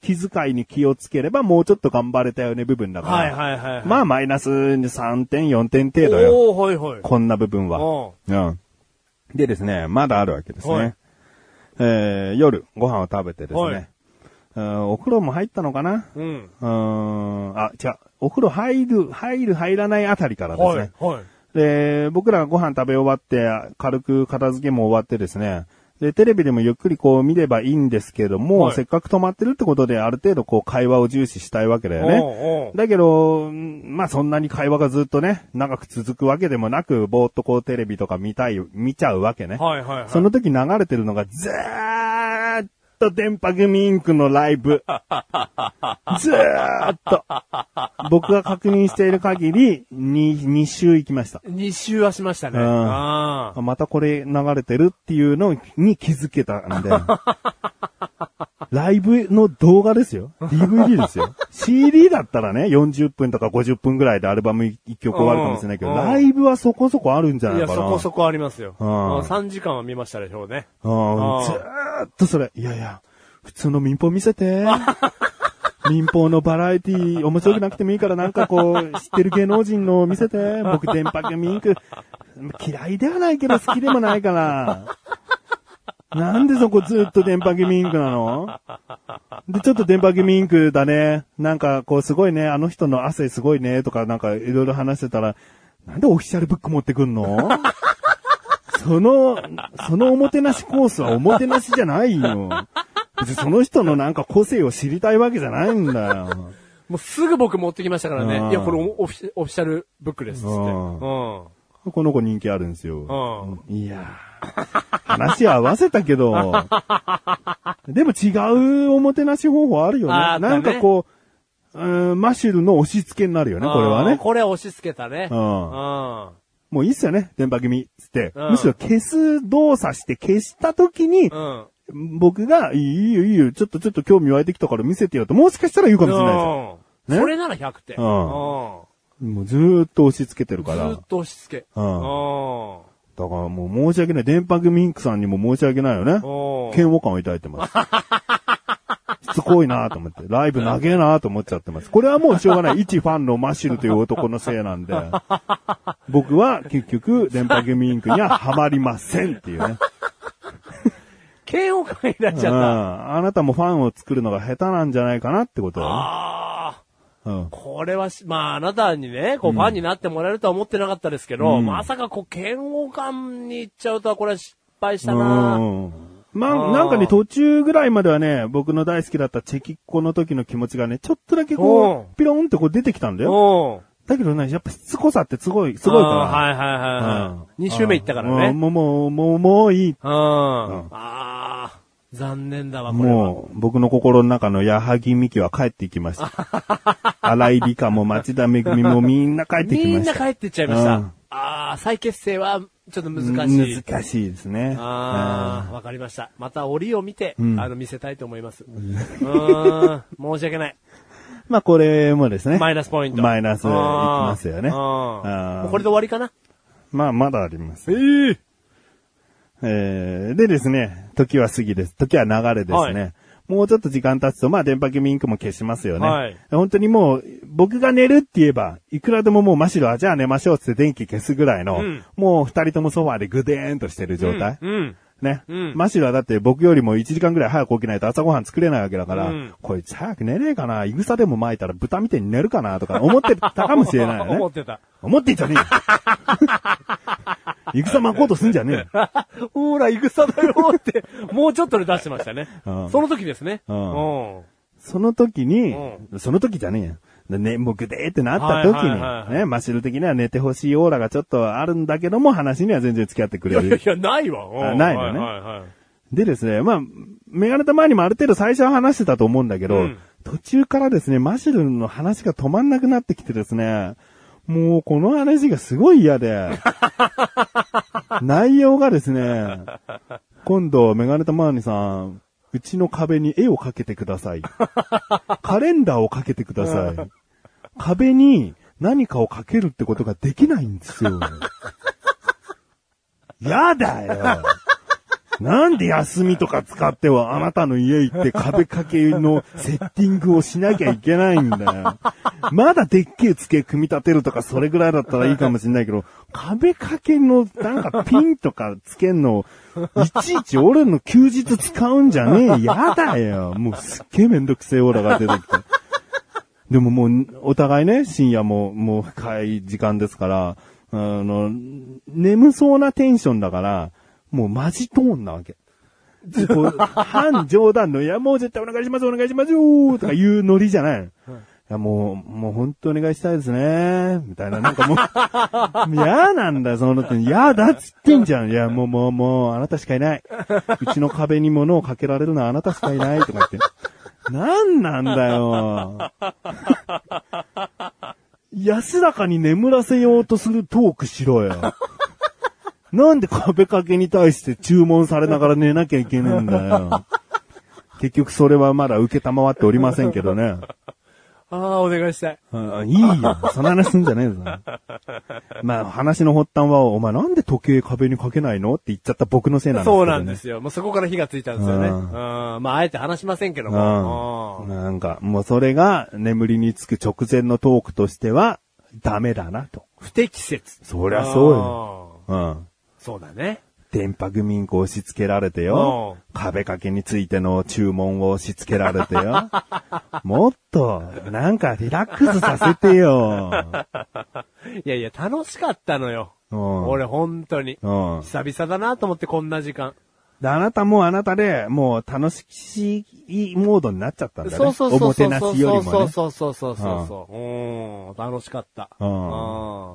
Speaker 3: ひ気遣いに気をつければ、もうちょっと頑張れたよね部分だから。
Speaker 2: はいはいはいはい。
Speaker 3: ま
Speaker 2: あ、
Speaker 3: あ、マイナス3点、4点程度よ。
Speaker 2: おー、はいはい。
Speaker 3: こんな部分は。
Speaker 2: う
Speaker 3: うん。でですね、まだあるわけですね。
Speaker 2: はい
Speaker 3: えー、夜、ご飯を食べてですね。
Speaker 2: はい。
Speaker 3: うんお風呂も入ったのかなん
Speaker 2: うん。
Speaker 3: うーん。あ、違う。お風呂入る、入る、入らないあたりからですね。
Speaker 2: はい、はい。
Speaker 3: で、僕らがご飯食べ終わって、軽く片付けも終わってですね。で、テレビでもゆっくりこう見ればいいんですけども、
Speaker 2: はい
Speaker 3: せっかく止まってるってことで、ある程度こう会話を重視したいわけだよね。
Speaker 2: おうおう
Speaker 3: だけど、うんまあそんなに会話がずっとね、長く続くわけでもなく、ぼーっとこうテレビとか見たい、見ちゃうわけね。
Speaker 2: はいはいはい。
Speaker 3: その時流れてるのが、ずーっと電波組インクのラ イブ。ずーっと。僕が確認している限り、2、2週行きました。
Speaker 2: 二周はしましたね。
Speaker 3: うん
Speaker 2: あ
Speaker 3: あまたこれ流れてるっていうのに気づけたんで。 ライブの動画ですよ。DVD ですよ。CD だったらね、40分とか50分ぐらいでアルバム1曲終わるかもしれないけど、
Speaker 2: うんうん
Speaker 3: ライブはそこそこあるんじゃ
Speaker 2: あ。い
Speaker 3: な
Speaker 2: や、
Speaker 3: いかな。
Speaker 2: そこそこありますよ。
Speaker 3: う
Speaker 2: うんん。3時間は見ましたでしょうね。
Speaker 3: うん
Speaker 2: うん
Speaker 3: ずーっとそれ、いやいや、普通の民放見せて。民放のバラエティ面白くなくてもいいからなんかこう、知ってる芸能人の見せて。僕、電波組インク、嫌いではないけど好きでもないから。なんでそこずっと電波組インクなので、ちょっと電波組インクだね。なんかこう、すごいね、あの人の汗すごいね、とかなんかいろいろ話してたら、なんでオフィシャルブック持ってくんのその、そのおもてなしコースはおもてなしじゃないよ。別にその人のなんか個性を知りたいわけじゃないんだよ。
Speaker 2: もうすぐ僕持ってきましたから
Speaker 3: う
Speaker 2: ね。
Speaker 3: ん
Speaker 2: いや、これオフィシオフィシャルブックですっつって。う
Speaker 3: うん
Speaker 2: ん。
Speaker 3: この子人気あるんですよ。
Speaker 2: う
Speaker 3: いやー話合わせたけど、でも違うおもてなし方法あるよね。
Speaker 2: あーあったね
Speaker 3: なんかこう、うんマシュルの押し付けになるよね、これは
Speaker 2: あー
Speaker 3: ね。
Speaker 2: これは押し付けたね。
Speaker 3: う
Speaker 2: うん。
Speaker 3: もういいっすよね、電波組っつって。
Speaker 2: うん
Speaker 3: むしろ消す動作して消した時に、
Speaker 2: うん。
Speaker 3: 僕が、いいよいいよ、ちょっとちょっと興味湧いてきたから見せてよと、もしかしたら言うかもしれないですよ。
Speaker 2: うん
Speaker 3: ね
Speaker 2: それなら100点。
Speaker 3: う
Speaker 2: う
Speaker 3: もうずーっと押し付けてるか
Speaker 2: ん。
Speaker 3: ら。だ
Speaker 2: ずっ
Speaker 3: か
Speaker 2: と押し付け。
Speaker 3: うん
Speaker 2: うん。
Speaker 3: らもう申し訳ない。電波組インクさんにも申し訳ないよね。
Speaker 2: うん
Speaker 3: 嫌悪感を抱いてます。 しつこいなと思って。ライブ長えなと思っちゃってます。これはもうしょうがない。一ファンのマシルという男のせいなんで。僕は結局、電波組インクにはハマりませんっていう ね。
Speaker 2: 嫌悪感になっち
Speaker 3: うん
Speaker 2: ゃった。
Speaker 3: あなたもファンを作るのが下手なんじゃないかなってことだ
Speaker 2: ああ。
Speaker 3: ね。うん
Speaker 2: これはし、まあ、あなたにね、こう、ファンになってもらえるとは思ってなかったですけど、
Speaker 3: うん
Speaker 2: まさか、こう、嫌悪感に行っちゃうとは、これは失敗した
Speaker 3: う
Speaker 2: な。
Speaker 3: んうん
Speaker 2: あ
Speaker 3: ま
Speaker 2: ー
Speaker 3: あ、なんかね、途中ぐらいまではね、僕の大好きだったチェキっ子の時の気持ちがね、ちょっとだけこ
Speaker 2: うん
Speaker 3: う、ピローンってこう出てきたんだ
Speaker 2: う
Speaker 3: よ。
Speaker 2: ん。
Speaker 3: だけどね、やっぱしつこさってすごい、すごい
Speaker 2: うんは
Speaker 3: か
Speaker 2: いはいはい
Speaker 3: ら。
Speaker 2: はい。2周目行ったから
Speaker 3: うん
Speaker 2: ね。
Speaker 3: もう、もう、もう、もういい。
Speaker 2: うん。ああー、残念だわ、これは。
Speaker 3: もう、僕の心の中の矢作美希は帰っていき ました。荒井理香も町田めぐみもみんな帰ってき
Speaker 2: みん
Speaker 3: まし
Speaker 2: な
Speaker 3: た。
Speaker 2: 帰ってっちゃいました。ああ、再結成はちょっと難しい。
Speaker 3: 難しいですね。
Speaker 2: ああ、わかりました。また折を見て、
Speaker 3: ん
Speaker 2: あの、見せたいと思います。うーん、申し訳 ない。
Speaker 3: うんまあこれもですね。
Speaker 2: マイナスポイント。
Speaker 3: マイナスいき
Speaker 2: あー
Speaker 3: ますよね
Speaker 2: あー
Speaker 3: あー
Speaker 2: もうこれで終わりかな
Speaker 3: まあまだあります。
Speaker 2: ええ
Speaker 3: えーでですね、時は過ぎです。時は流れですね。
Speaker 2: は
Speaker 3: もうちょっと時間経つと、まあ、電波組インクも消しますよね。
Speaker 2: はい
Speaker 3: 本当にもう、僕が寝るって言えば、いくらでももうマシロは、じゃあ寝ましょうっつって電気消すぐらいの、
Speaker 2: うん
Speaker 3: もう二人ともソファーでぐでーんとしてる状態。
Speaker 2: うん。
Speaker 3: ね。
Speaker 2: うん
Speaker 3: マシロはだって僕よりも1時間ぐらい早く起きないと朝ごはん作れないわけだから、
Speaker 2: うん
Speaker 3: こいつ早く寝ねえかな、イグサでも巻いたら豚みてえに寝るかなとか思ってたかもしれないよ ね。
Speaker 2: 思ってた。
Speaker 3: 思ってんじゃね えよ。イグサ巻こうとすんじゃねえよ。
Speaker 2: ほら、戦だよって、もうちょっとで出してましたね。
Speaker 3: うん
Speaker 2: その時ですね。
Speaker 3: うん
Speaker 2: うん
Speaker 3: その時に、
Speaker 2: う
Speaker 3: その時じゃねえよ。でね、もうぐでーってなった時に、
Speaker 2: はいはいはい
Speaker 3: ね、マシル的には寝てほしいオーラがちょっとあるんだけども、話には全然付き合ってく
Speaker 2: い
Speaker 3: れ
Speaker 2: やいやい。
Speaker 3: る
Speaker 2: や、ないわ。うん
Speaker 3: あないのね
Speaker 2: はいはいはい
Speaker 3: でですね、まあ、メガネた前にもある程度最初は話してたと思うんだけど、
Speaker 2: うん
Speaker 3: 途中からですね、マシルの話が止まんなくなってきてですね、もうこの話がすごい嫌 で、内容がですね、今度メガネたマーニさん、うちの壁に絵をかけてくだ さい。カレンダーをかけてください。壁に何かをかけるってことができないんです よ。やだよ。 なんで休みとか使ってはあなたの家行って壁掛けのセッティングをしなきゃいけないんだよ。まだでっけえ机組み立てるとかそれぐらいだったらいいかもしんないけど、壁掛けのなんかピンとかつけんの、いちいち俺の休日使うんじゃねえ。やだよ。もうすっげえめんどくせえオーラが出てきた。でももう、お互いね、深夜も、もう深い時間ですから、あの、眠そうなテンションだから、もうマジトーンなわけ。こう 半冗談の、いや、もう絶対お願いします、お願いしますよとかいうノリじゃない。いや、もう、もう本当お願いしたいですね。みたいな、なんかもう、 嫌なんだよ、そのって。嫌だっつってんじゃん。いや、もう、もう、もう、あなたしかいない。うちの壁に物をかけられるのはあなたしかいない。とか言って。なんなんだよ。安らかに眠らせようとするトークしろ よ。なんで壁掛けに対して注文されながら寝なきゃいけねえんだよ。結局それはまだ受けたまわっておりませんけどね。
Speaker 2: ああ、お願いしたい。
Speaker 3: うんいいよ。その話すんじゃねえぞ。まあ話の発端は、お前なんで時計壁にかけないのって言っちゃった僕のせいなんですけど、ね。
Speaker 2: そうなんですよ。もうそこから火がついたんですよね。
Speaker 3: う
Speaker 2: うんん。まあ、あえて話しませんけど
Speaker 3: う
Speaker 2: も。
Speaker 3: ん。
Speaker 2: うん
Speaker 3: なんか、もうそれが眠りにつく直前のトークとしては、ダメだなと。
Speaker 2: 不適切。
Speaker 3: そりゃそうよ。うん。
Speaker 2: そうだね。
Speaker 3: 電波組民押し付けられてよ
Speaker 2: うん。
Speaker 3: 壁掛けについての注文を押し付けられ てよ。もっと、なんかリラックスさせてよ。
Speaker 2: いやいや、楽しかったのよ。
Speaker 3: うん
Speaker 2: 俺、本当に。
Speaker 3: うん。
Speaker 2: 久々だなと思って、こんな時間。
Speaker 3: で、あなたもあなたで、もう楽しいモードになっちゃったんだね。
Speaker 2: そうそうそうそう。
Speaker 3: おもてなしよりもね。
Speaker 2: そうそうそうそうそう。うん。楽しかった。
Speaker 3: うん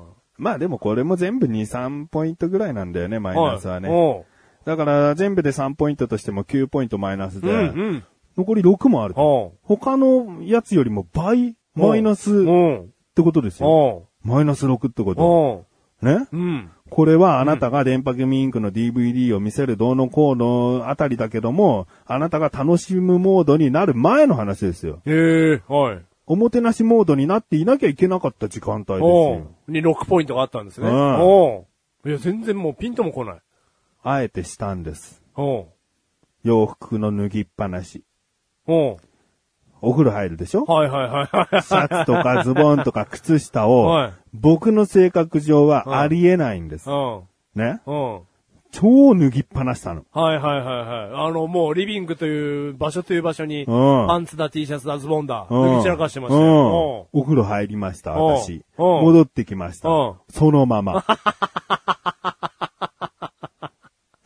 Speaker 2: うん
Speaker 3: まあでもこれも全部2、3ポイントぐらいなんだよね、マイナスはね。
Speaker 2: おう
Speaker 3: だから全部で3ポイントとしても9ポイントマイナスで、
Speaker 2: うんうん。
Speaker 3: 残り6もあると。
Speaker 2: おう
Speaker 3: 他のやつよりも倍マイナスっ
Speaker 2: うん。
Speaker 3: てことですよ。
Speaker 2: おう
Speaker 3: マイナス6ってこと。
Speaker 2: お
Speaker 3: ね
Speaker 2: ううん。
Speaker 3: これはあなたが電波組インクの DVD を見せるどうのこうのあたりだけども、あなたが楽しむモードになる前の話ですよ。
Speaker 2: へえ、はい。
Speaker 3: おもてなしモードになっていなきゃいけなかった時間帯です
Speaker 2: お
Speaker 3: よ
Speaker 2: う。に6ポイントがあったんですね。
Speaker 3: うん
Speaker 2: おういや、全然もうピンとも来ない。
Speaker 3: あえてしたんです。
Speaker 2: おう
Speaker 3: 洋服の脱ぎっぱなし。
Speaker 2: お
Speaker 3: お風呂入るでしょ
Speaker 2: うはいはいはいはい。
Speaker 3: シャツとかズボンとか靴下を、
Speaker 2: はい
Speaker 3: 僕の性格上はありえないんです。
Speaker 2: うん。
Speaker 3: ね。
Speaker 2: うん。
Speaker 3: 超脱ぎっぱなしなの。
Speaker 2: はいはいはいはい。あの、もうリビングという場所という場所に、
Speaker 3: うん
Speaker 2: パンツだ T シャツだズボンだ、
Speaker 3: うん
Speaker 2: 脱ぎ散らかしてまし
Speaker 3: う
Speaker 2: た
Speaker 3: ん
Speaker 2: よ。
Speaker 3: お風呂入りました、
Speaker 2: うん
Speaker 3: 私。
Speaker 2: うん
Speaker 3: 戻ってきました
Speaker 2: うん。
Speaker 3: その まま。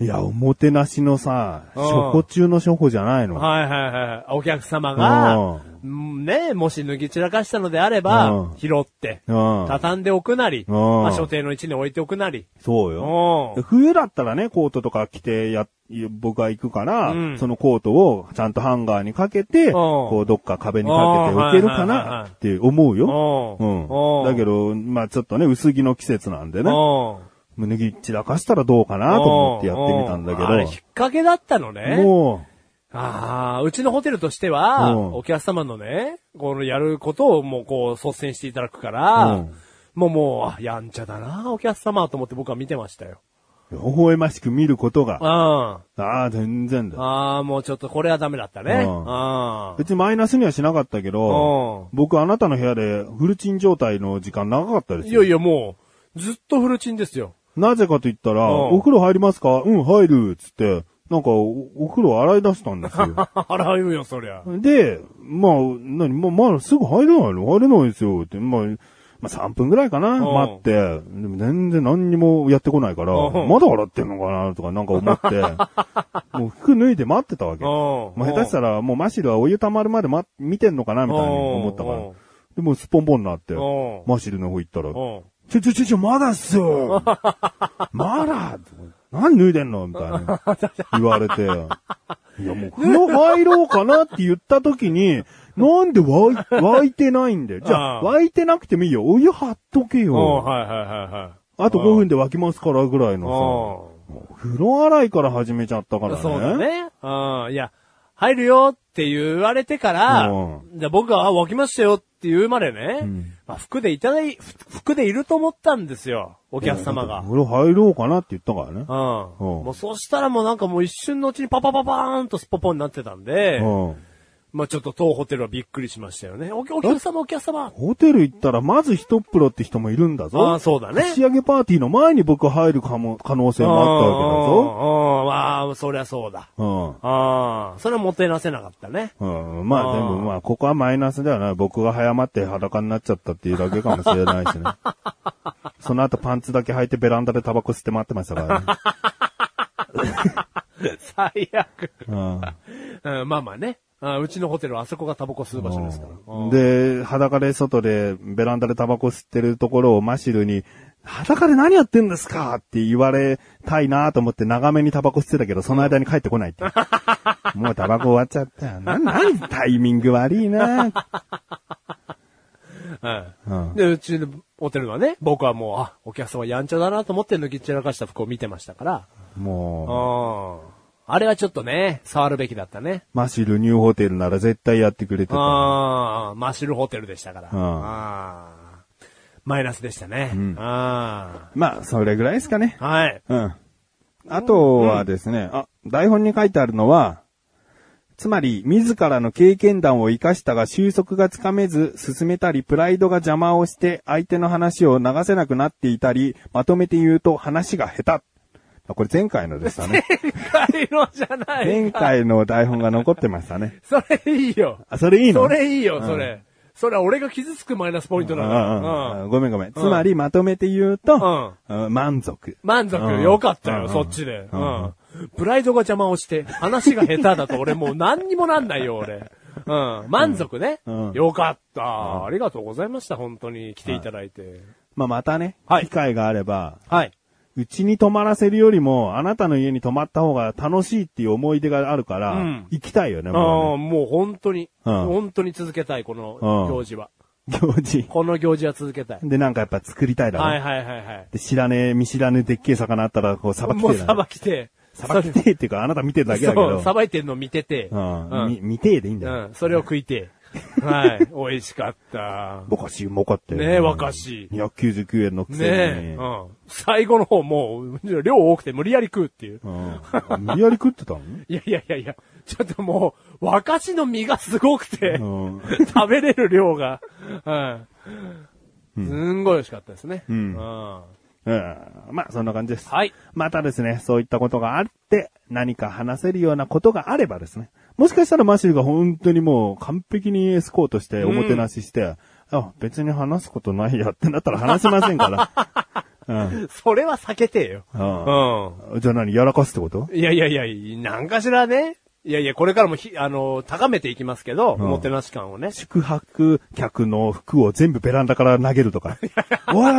Speaker 3: いや、おもてなしのさ、
Speaker 2: うん
Speaker 3: 初歩中の初歩じゃないの。
Speaker 2: はいはいはい。お客様が、
Speaker 3: う
Speaker 2: うんね、もし脱ぎ散らかしたのであれば、
Speaker 3: うん
Speaker 2: 拾って、
Speaker 3: うん
Speaker 2: 畳んでおくなり、
Speaker 3: うん
Speaker 2: まあ、所定の位置に置いておくなり、
Speaker 3: そう
Speaker 2: う
Speaker 3: よ。
Speaker 2: ん
Speaker 3: で冬だったらね、コートとか着てや、僕は行くから、
Speaker 2: うん
Speaker 3: そのコートをちゃんとハンガーにかけて、こうどっか壁にかけて置けるか
Speaker 2: うんはいはいはいは
Speaker 3: ないって思う
Speaker 2: う
Speaker 3: よ。
Speaker 2: ん
Speaker 3: うん。だけど、まあちょっとね、薄着の季節なんでね、
Speaker 2: ど
Speaker 3: 脱ぎ散らかしたらどうかなと思ってやってみたんだ
Speaker 2: あれ引っ
Speaker 3: け
Speaker 2: 掛けだったのね。
Speaker 3: ど、も
Speaker 2: ああ、うちのホテルとしては、
Speaker 3: うん
Speaker 2: お客様のね、このやることをもうこう率先していただくから、
Speaker 3: うん
Speaker 2: もうもう、あ、やんちゃだな、お客様と思って僕は見てましたよ。
Speaker 3: う、微笑ましく見ること
Speaker 2: うん。
Speaker 3: が、
Speaker 2: あ
Speaker 3: ああ、全然だ。
Speaker 2: あ、もうちょっとこれはダメだったね。
Speaker 3: うん
Speaker 2: あ
Speaker 3: 別にマイナスにはしなかったけ
Speaker 2: うん
Speaker 3: ど、僕あなたの部屋でフルチン状態の時間長かったで
Speaker 2: あ。
Speaker 3: す
Speaker 2: い
Speaker 3: よ
Speaker 2: やい。やもう、ずっとフルチンですよ。
Speaker 3: なぜかと言ったら、
Speaker 2: うん
Speaker 3: お風呂入りますかうん、入る。つって、なんかお、お風呂洗い出したんですよ。
Speaker 2: 払うよ、そりゃ。
Speaker 3: で、まあ、なに、まあ、まあ、すぐ入れないの入れないですよ。って、まあ、まあ、3分ぐらいか
Speaker 2: ん
Speaker 3: な、待って。でも全然何にもやってこないから、
Speaker 2: うん
Speaker 3: まだ洗ってんのかなとかなんか 思って、もう服脱いで待ってたわけ。
Speaker 2: うん
Speaker 3: まあ、下手したら、もうマシルはお湯溜まるまで、ま、見てんのかなみたいに思ったから。
Speaker 2: うん
Speaker 3: で、もうすっぽんぽんになって
Speaker 2: うん、
Speaker 3: マシルの方行ったら、
Speaker 2: うん。
Speaker 3: ちょちょちょちょ、まだっす よまだ何脱いでんのみたい な。言われて。いやもう、風呂入ろうかなって言った時に、なんで湧い湧いてないんだよ。じゃ
Speaker 2: あ
Speaker 3: あ、
Speaker 2: あ
Speaker 3: 湧いてなくてもいいよ。お湯張っとけ
Speaker 2: うん、
Speaker 3: よ。
Speaker 2: はいはいはいはい。
Speaker 3: あと5分で沸きますからぐらいの
Speaker 2: う
Speaker 3: さ。もう風呂洗いから始めちゃったからね。
Speaker 2: そうだね。うん。いや、入るよって言われてから
Speaker 3: う、
Speaker 2: じゃあ僕は、あ、湧きましたよって言うまでね、
Speaker 3: うん
Speaker 2: まあ、服でいただい、ふ服でいると思ったんですよ。お客様が。うん。
Speaker 3: 風呂入ろうかなって言ったからね。うん
Speaker 2: もうそしたらもうなんかもう一瞬のうちにパパパパーンとスポポンになってたんで、
Speaker 3: うん
Speaker 2: まあちょっと当ホテルはびっくりしましたよね。おお客様お客様
Speaker 3: ホテル行ったら、まず一プロって人もいるんだぞ。
Speaker 2: ああそうだね
Speaker 3: 仕上げパーティーの前に僕入るかも、可能性もあっ
Speaker 2: う
Speaker 3: たわ
Speaker 2: んうん、まあ、そりゃそうだ。
Speaker 3: けだぞ。
Speaker 2: ああ、それはもてなせなかったね。
Speaker 3: うん。うん。ま
Speaker 2: あ
Speaker 3: あ
Speaker 2: あ
Speaker 3: でもまあ、ここはマイナスではない。僕が早まって裸になっちゃったっていうだけかもしれない しね。その後パンツだけ履いてベランダでタバコ吸って待ってましたからね。
Speaker 2: 最悪。
Speaker 3: うん
Speaker 2: うん、まあまあね。あうちのホテル はあそこがタバコ吸う場所ですから。うん
Speaker 3: で、裸で外でベランダでタバコ吸ってるところをマシルに、裸で何やってんですかって言われたいなと思って長めにタバコ吸ってたけど、その間に帰ってこな いっていう。もうタバコ終わっちゃったよ。な、なんでタイミング悪 いな
Speaker 2: う
Speaker 3: うん
Speaker 2: ん。で、うちのホテルはね、僕はもう、あ、お客様やんちゃだなと思って脱ぎ散らかした服を見てましたから。う
Speaker 3: もう、
Speaker 2: ん。あれはちょっとね、触るべきだったね。
Speaker 3: マシルニューホテルなら絶対やってくれてた。
Speaker 2: ああ、マシルホテルでしたから。
Speaker 3: うん
Speaker 2: あーマイナスでしたね。
Speaker 3: ん
Speaker 2: あ
Speaker 3: まあ、それぐらいですかね。
Speaker 2: あ。 はい。
Speaker 3: うん。あとはですね、あ、台本に書いてあるのは、つまり、自らの経験談を生かしたが収束がつかめず、進めたり、プライドが邪魔をして、相手の話を流せなくなっていたり、まとめて言うと話が下手。あこれ前回のでしたね。
Speaker 2: 回のじゃない。
Speaker 3: 前回の台本が残ってましたね。
Speaker 2: それいいよ。
Speaker 3: あ、それいいの
Speaker 2: それいいよ、
Speaker 3: うん
Speaker 2: それ。それは俺が傷つくマイナスポイント
Speaker 3: う
Speaker 2: なん
Speaker 3: ん
Speaker 2: だ
Speaker 3: うん
Speaker 2: う
Speaker 3: うんん。ごめんごめん。つまり、まとめて言うと、うん満足。
Speaker 2: 満足、
Speaker 3: うん
Speaker 2: よかった
Speaker 3: う
Speaker 2: よ、
Speaker 3: ん
Speaker 2: そっちで。う
Speaker 3: うん
Speaker 2: ん。プライドが邪魔をして、話が下手だと俺もう何にもなんないよ、俺。うん。満足ね。
Speaker 3: うん
Speaker 2: よかった。ありがとうございました、本当に。来ていただいて。
Speaker 3: まあ、またね、
Speaker 2: はい
Speaker 3: 機会があれば、
Speaker 2: はい。
Speaker 3: うちに泊まらせるよりも、あなたの家に泊まった方が楽しいっていう思い出があるから、
Speaker 2: うん
Speaker 3: 行きたいよね、
Speaker 2: ああ、
Speaker 3: も
Speaker 2: もう本当に、
Speaker 3: うん
Speaker 2: 本当に続けたい、この
Speaker 3: うん
Speaker 2: 行事は。
Speaker 3: うね。行事。
Speaker 2: この行事は続けたい。
Speaker 3: で、なんかやっぱ作りたいだろ。
Speaker 2: はいはいはいはい。
Speaker 3: で、知らねえ、見知らねえでっけえ魚あったら、こう、さばきて
Speaker 2: もう
Speaker 3: え
Speaker 2: さ
Speaker 3: だ
Speaker 2: ば
Speaker 3: ろ。
Speaker 2: きて。
Speaker 3: さばきてえっていうか、あなた見てるだけだけ
Speaker 2: そう、
Speaker 3: ど。
Speaker 2: さばいてんの見てて。
Speaker 3: うん、
Speaker 2: うん
Speaker 3: み見てえでいいんだよ。
Speaker 2: うん、それを食いて。 はい。美味しかった。
Speaker 3: おかしい、もかったよ。
Speaker 2: ねえ、若しい。
Speaker 3: 299円のく
Speaker 2: ね
Speaker 3: せに。
Speaker 2: え、うん。最後の方もう、量多くて無理やり食うっていう。
Speaker 3: うん。無理やり食ってたの
Speaker 2: いやいやいやいや、ちょっともう、若しの身がすごくて、
Speaker 3: うん。
Speaker 2: 食べれる量が、うん。すんごい美味しかったですね。
Speaker 3: ん
Speaker 2: は
Speaker 3: うんまあ、そんな感じです。
Speaker 2: い。
Speaker 3: またですね、そういったことがあって、何か話せるようなことがあればですね、もしかしたらマシルが本当にもう完璧にエスコートして、おもてなしして、あ、別に話すことないやってなったら話しませんから。うん
Speaker 2: それは避けてよ。
Speaker 3: うん
Speaker 2: う
Speaker 3: じゃあ何、やらかすってこと
Speaker 2: ん。いやいやいや、なんかしらね、いやいや、これからもひ、あの、高めていきますけど、おもてなし感をね。
Speaker 3: 宿泊客の服を全部ベランダから投げる とか。おい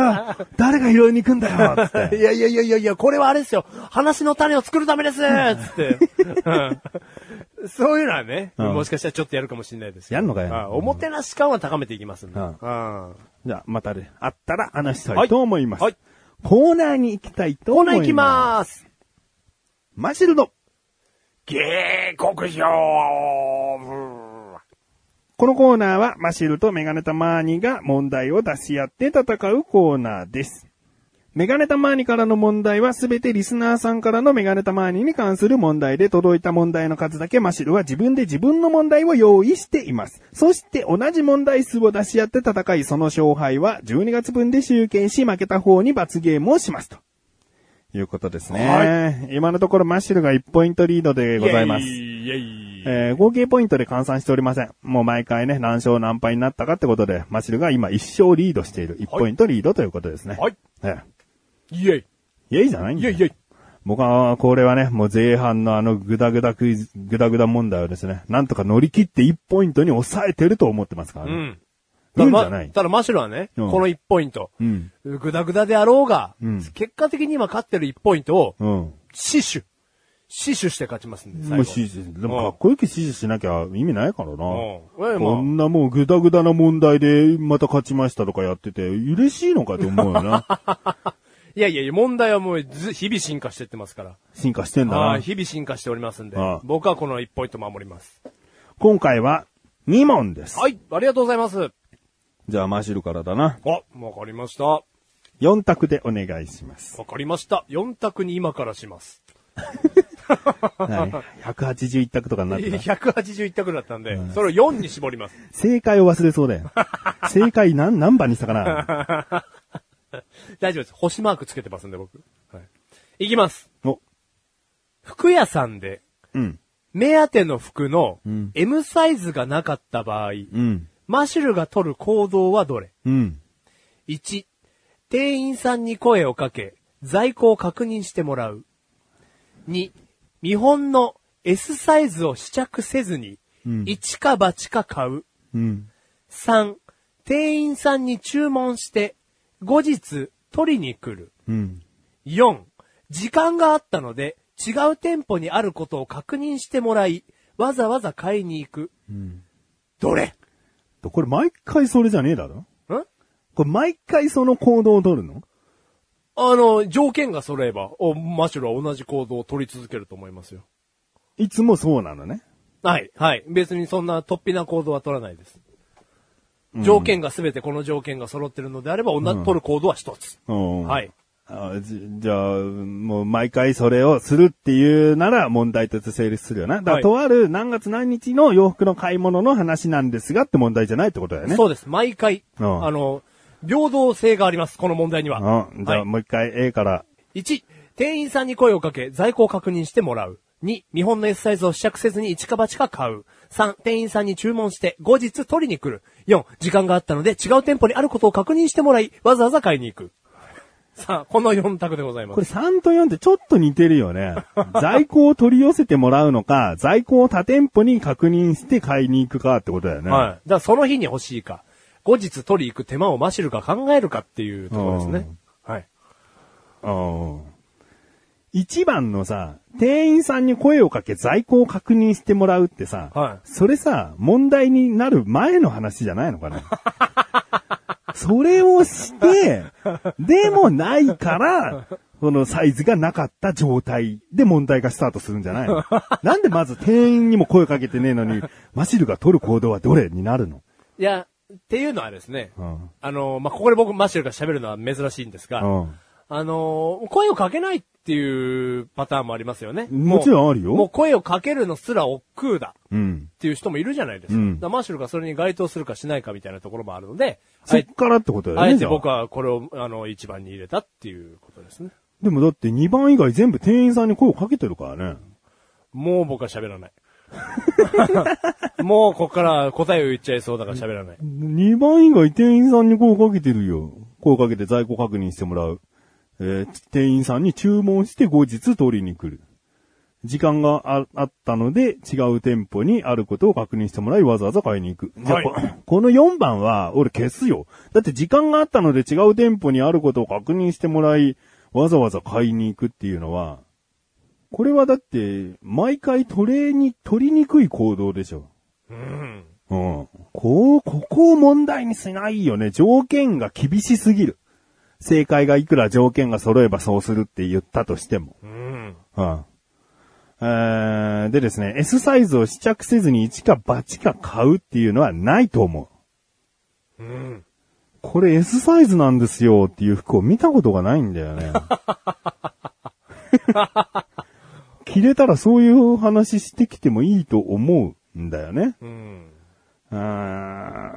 Speaker 3: 誰が拾いに行くんだよつって
Speaker 2: いやいやいやいやいや、これはあれですよ。話の種を作るためですつって。 うんそういうのはね、
Speaker 3: うん
Speaker 2: もしかしたらちょっとやるかもしれないですけど
Speaker 3: やんのかよ
Speaker 2: あおもてなし感は高めていきますんで。
Speaker 3: うん
Speaker 2: うん
Speaker 3: じゃあ、またね、あったら話したいと思います。
Speaker 2: はい
Speaker 3: コーナーに行きたいと
Speaker 2: コー
Speaker 3: 思
Speaker 2: ナ
Speaker 3: います。
Speaker 2: ー行きまーす。
Speaker 3: す。マシルの。
Speaker 2: 下克上
Speaker 3: このコーナーは、マシルとメガネタマーニが問題を出し合って戦うコーナーです。メガネタマーニからの問題はすべてリスナーさんからのメガネタマーニに関する問題で届いた問題の数だけマシルは自分で自分の問題を用意しています。そして同じ問題数を出し合って戦い、その勝敗は12月分で集計し負けた方に罰ゲームをしますと。いうことですね。今のところマシルが1ポイントリードでございます。
Speaker 2: イエイイエイ
Speaker 3: えー合計ポイントで換算しておりません。もう毎回ね、何勝何敗になったかってことで、マシルが今1勝リードしている。1ポイントリードということですね。
Speaker 2: はい。
Speaker 3: え
Speaker 2: イエイ
Speaker 3: えイェイじゃないん
Speaker 2: イ
Speaker 3: だ
Speaker 2: エ
Speaker 3: よ
Speaker 2: イイエイ
Speaker 3: 僕は、これはね、もう前半のあのグダグダクイズ、グダグダ問題をですね、なんとか乗り切って1ポイントに抑えてると思ってますから
Speaker 2: う
Speaker 3: ね。
Speaker 2: ん。
Speaker 3: 運じ
Speaker 2: ま
Speaker 3: ゃない。
Speaker 2: ただマシュルはね、
Speaker 3: うん
Speaker 2: この1ポイント、
Speaker 3: うん。
Speaker 2: ぐだぐだであろうが、
Speaker 3: うん
Speaker 2: 結果的に今勝ってる1ポイントを、
Speaker 3: うん。
Speaker 2: 死守。死守して勝ちますんで、最後。
Speaker 3: もう指示、でもかっこよく指示しなきゃ意味ないからな。
Speaker 2: うんうんええまあ
Speaker 3: こんなもうグダグダな問題でまた勝ちましたとかやってて、嬉しいのかと思う よな。
Speaker 2: いやいやいや、問題はもうず日々進化してってますから。
Speaker 3: 進化してんだ
Speaker 2: は、。
Speaker 3: ない
Speaker 2: 日々進化しておりますんで
Speaker 3: ああ。
Speaker 2: 僕はこの1ポイント守ります。
Speaker 3: 今回は2問です。
Speaker 2: はい、ありがとうございます。
Speaker 3: じゃあマシルからだな。
Speaker 2: あ、わかりました。わ
Speaker 3: 4択でお願い します。
Speaker 2: かりました。4択に今からします。
Speaker 3: はい。181択とかになっ てた。
Speaker 2: 181択だったんで、それを4に絞ります。
Speaker 3: 正解を忘れそうだよ。正解何、何番にしたかな
Speaker 2: 大丈夫です。星マークつけてますんで、僕。はい。いきます。
Speaker 3: お、
Speaker 2: 服屋さんで、
Speaker 3: うん、
Speaker 2: 目当ての服の
Speaker 3: ん
Speaker 2: M サイズがなかった場合、
Speaker 3: うん、
Speaker 2: マシュルが取る行動はどれ
Speaker 3: うん。
Speaker 2: 1、店員さんに声をかけ、在庫を確認してもらう。2、見本の S サイズを試着せずに、
Speaker 3: ん
Speaker 2: 一か八か買う。
Speaker 3: うん。
Speaker 2: 3、店員さんに注文して、後日取りに来る。
Speaker 3: うん。
Speaker 2: 4、時間があったので、違う店舗にあることを確認してもらい、わざわざ買いに行く。どれ
Speaker 3: とこれ毎回それじゃねえだろ
Speaker 2: ん
Speaker 3: これ毎回その行動を取るの
Speaker 2: あの、条件が揃えば、おマシュルは同じ行動を取り続けると思いますよ。
Speaker 3: いつもそうなのね。
Speaker 2: はい、はい。別にそんな突飛な行動は取らないです。条件が全てこの条件が揃ってるのであれば、同じ取る行動は一つ。
Speaker 3: うん
Speaker 2: はい。
Speaker 3: あじじゃあ、もう毎回それをするっていうなら問題として成立するよな。だか
Speaker 2: は
Speaker 3: ら
Speaker 2: い
Speaker 3: とある何月何日の洋服の買い物の話なんですがって問題じゃないってことだよね。
Speaker 2: そうです。毎回、
Speaker 3: うん
Speaker 2: あの、平等性があります、この問題には。
Speaker 3: うん。じゃ
Speaker 2: は
Speaker 3: あ
Speaker 2: い
Speaker 3: もう一回 A から。
Speaker 2: 1、店員さんに声をかけ、在庫を確認してもらう。2、見本の S サイズを試着せずに一か八か買う。3、店員さんに注文して、後日取りに来る。4、時間があったので違う店舗にあることを確認してもらい、わざわざ買いに行く。さあ、この4択でございます
Speaker 3: これ。3と4ってちょっと似てるよ ね。在庫を取り寄せてもらうのか、在庫を他店舗に確認して買いに行くかってことだよね。
Speaker 2: はい。だからその日に欲しいか、後日取り行く手間をマシルが考えるかっていうところですね。はい。
Speaker 3: うん。一番のさ、店員さんに声をかけ在庫を確認してもらうってさ、
Speaker 2: はい
Speaker 3: それさ、問題になる前の話じゃないの かなそれをして、でもないから、このサイズがなかった状態で問題がスタートするんじゃな いのなんでまず店員にも声かけてねえのに、マシルが取る行動はどれになるの
Speaker 2: いや、っていうのはですね、
Speaker 3: うん
Speaker 2: あの、まあ、ここで僕マシルが喋るのは珍しいんですが、
Speaker 3: うん
Speaker 2: あの、声をかけないっていうパターンもありますよね。
Speaker 3: もちろんあるよ
Speaker 2: もうもう声をかけるのすら億劫だ。
Speaker 3: うん。
Speaker 2: っていう人もいるじゃないですか。
Speaker 3: うん
Speaker 2: だからマシュルがそれに該当するかしないかみたいなところもあるので、あ
Speaker 3: そっ
Speaker 2: え
Speaker 3: からってことだよ
Speaker 2: あ
Speaker 3: ね。
Speaker 2: え
Speaker 3: じ
Speaker 2: て
Speaker 3: ゃあ
Speaker 2: 僕はこれを、あの、一番に入れたっていうことですね。
Speaker 3: でもだって2番以外全部店員さんに声をかけてるからね。
Speaker 2: もう僕は喋らない。 もうここから答えを言っちゃいそうだから喋らない。
Speaker 3: 2番以外店員さんに声かけてるよ。声かけて在庫確認してもらう。えー店員さんに注文して後日取りに来る。時間がああったので、違う店舗にあることを確認してもらい、わざわざ買いに行く。じゃ
Speaker 2: は
Speaker 3: あ、
Speaker 2: い
Speaker 3: ここの4番は、俺消すよ。だって時間があったので違う店舗にあることを確認してもらい、わざわざ買いに行くっていうのは、これはだって、毎回取れに、取りにくい行動でしょ。
Speaker 2: うん。
Speaker 3: うん。こう、ここを問題にしないよね。条件が厳しすぎる。正解がいくら条件が揃えばそうするって言ったとしても。
Speaker 2: うん。
Speaker 3: うん。えーでですね、S サイズを試着せずに一か八か買うっていうのはないと思う。
Speaker 2: うん。
Speaker 3: これ S サイズなんですよっていう服を見たことがないんだよ ね。着れたらそういう話してきてもいいと思うんだよね。
Speaker 2: うん。
Speaker 3: うーん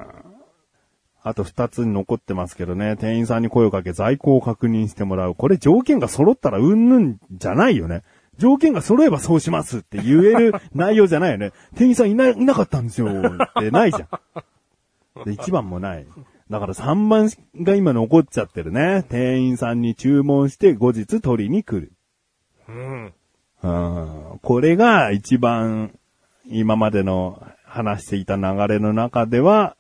Speaker 3: あと二つ残ってますけどね。店員さんに声をかけ在庫を確認してもらう。これ条件が揃ったらうんぬんじゃないよね。条件が揃えばそうしますって言える 内容じゃないよね。店員さんいない、いなかったんですよってないじゃん。で、一番もない。だから三番が今残っちゃってるね。店員さんに注文して後日取りに来る。
Speaker 2: うん。
Speaker 3: うんこれが一番今までの話していた流れの中では、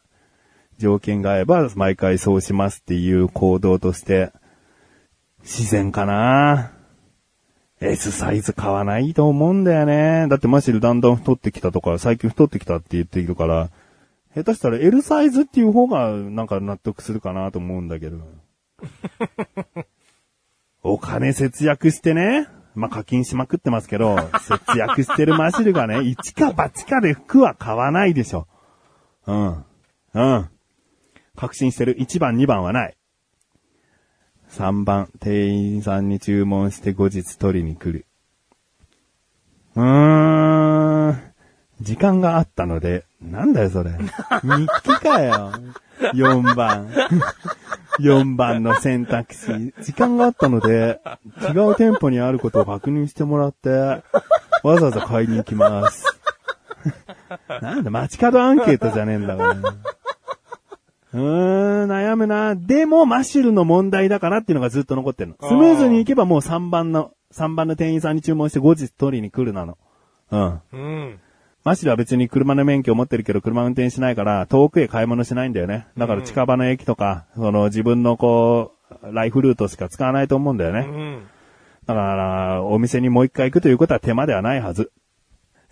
Speaker 3: 条件が合えば毎回そうしますっていう行動として、自然かな S サイズ買わないと思うんだよね。だってマシルだんだん太ってきたとか、最近太ってきたって言っているから、下手したら L サイズっていう方がなんか納得するかなと思うんだけど。お金節約してね。まあ、課金しまくってますけど、節約してるマシルがね、一か八かで服は買わないでしょ。うん。うん。確信してる。1番、2番はない。3番、店員さんに注文して後日取りに来る。うーん。時間があったので、なんだよそれ。日記かよ。4番。4番の選択肢。時間があったので、違う店舗にあることを確認してもらって、わざわざ買いに行きます。なんだ、街角アンケートじゃねえんだから。うーん、悩むな。でも、マシュルの問題だからっていうのがずっと残ってるの。スムーズに行けばもう3番の、3番の店員さんに注文して後日取りに来るなの。うん。
Speaker 2: うん。
Speaker 3: マシルは別に車の免許を持ってるけど車運転しないから遠くへ買い物しないんだよね。だから近場の駅とか、その自分のこう、ライフルートしか使わないと思うんだよね。
Speaker 2: うん。
Speaker 3: だから、お店にもう一回行くということは手間ではないはず。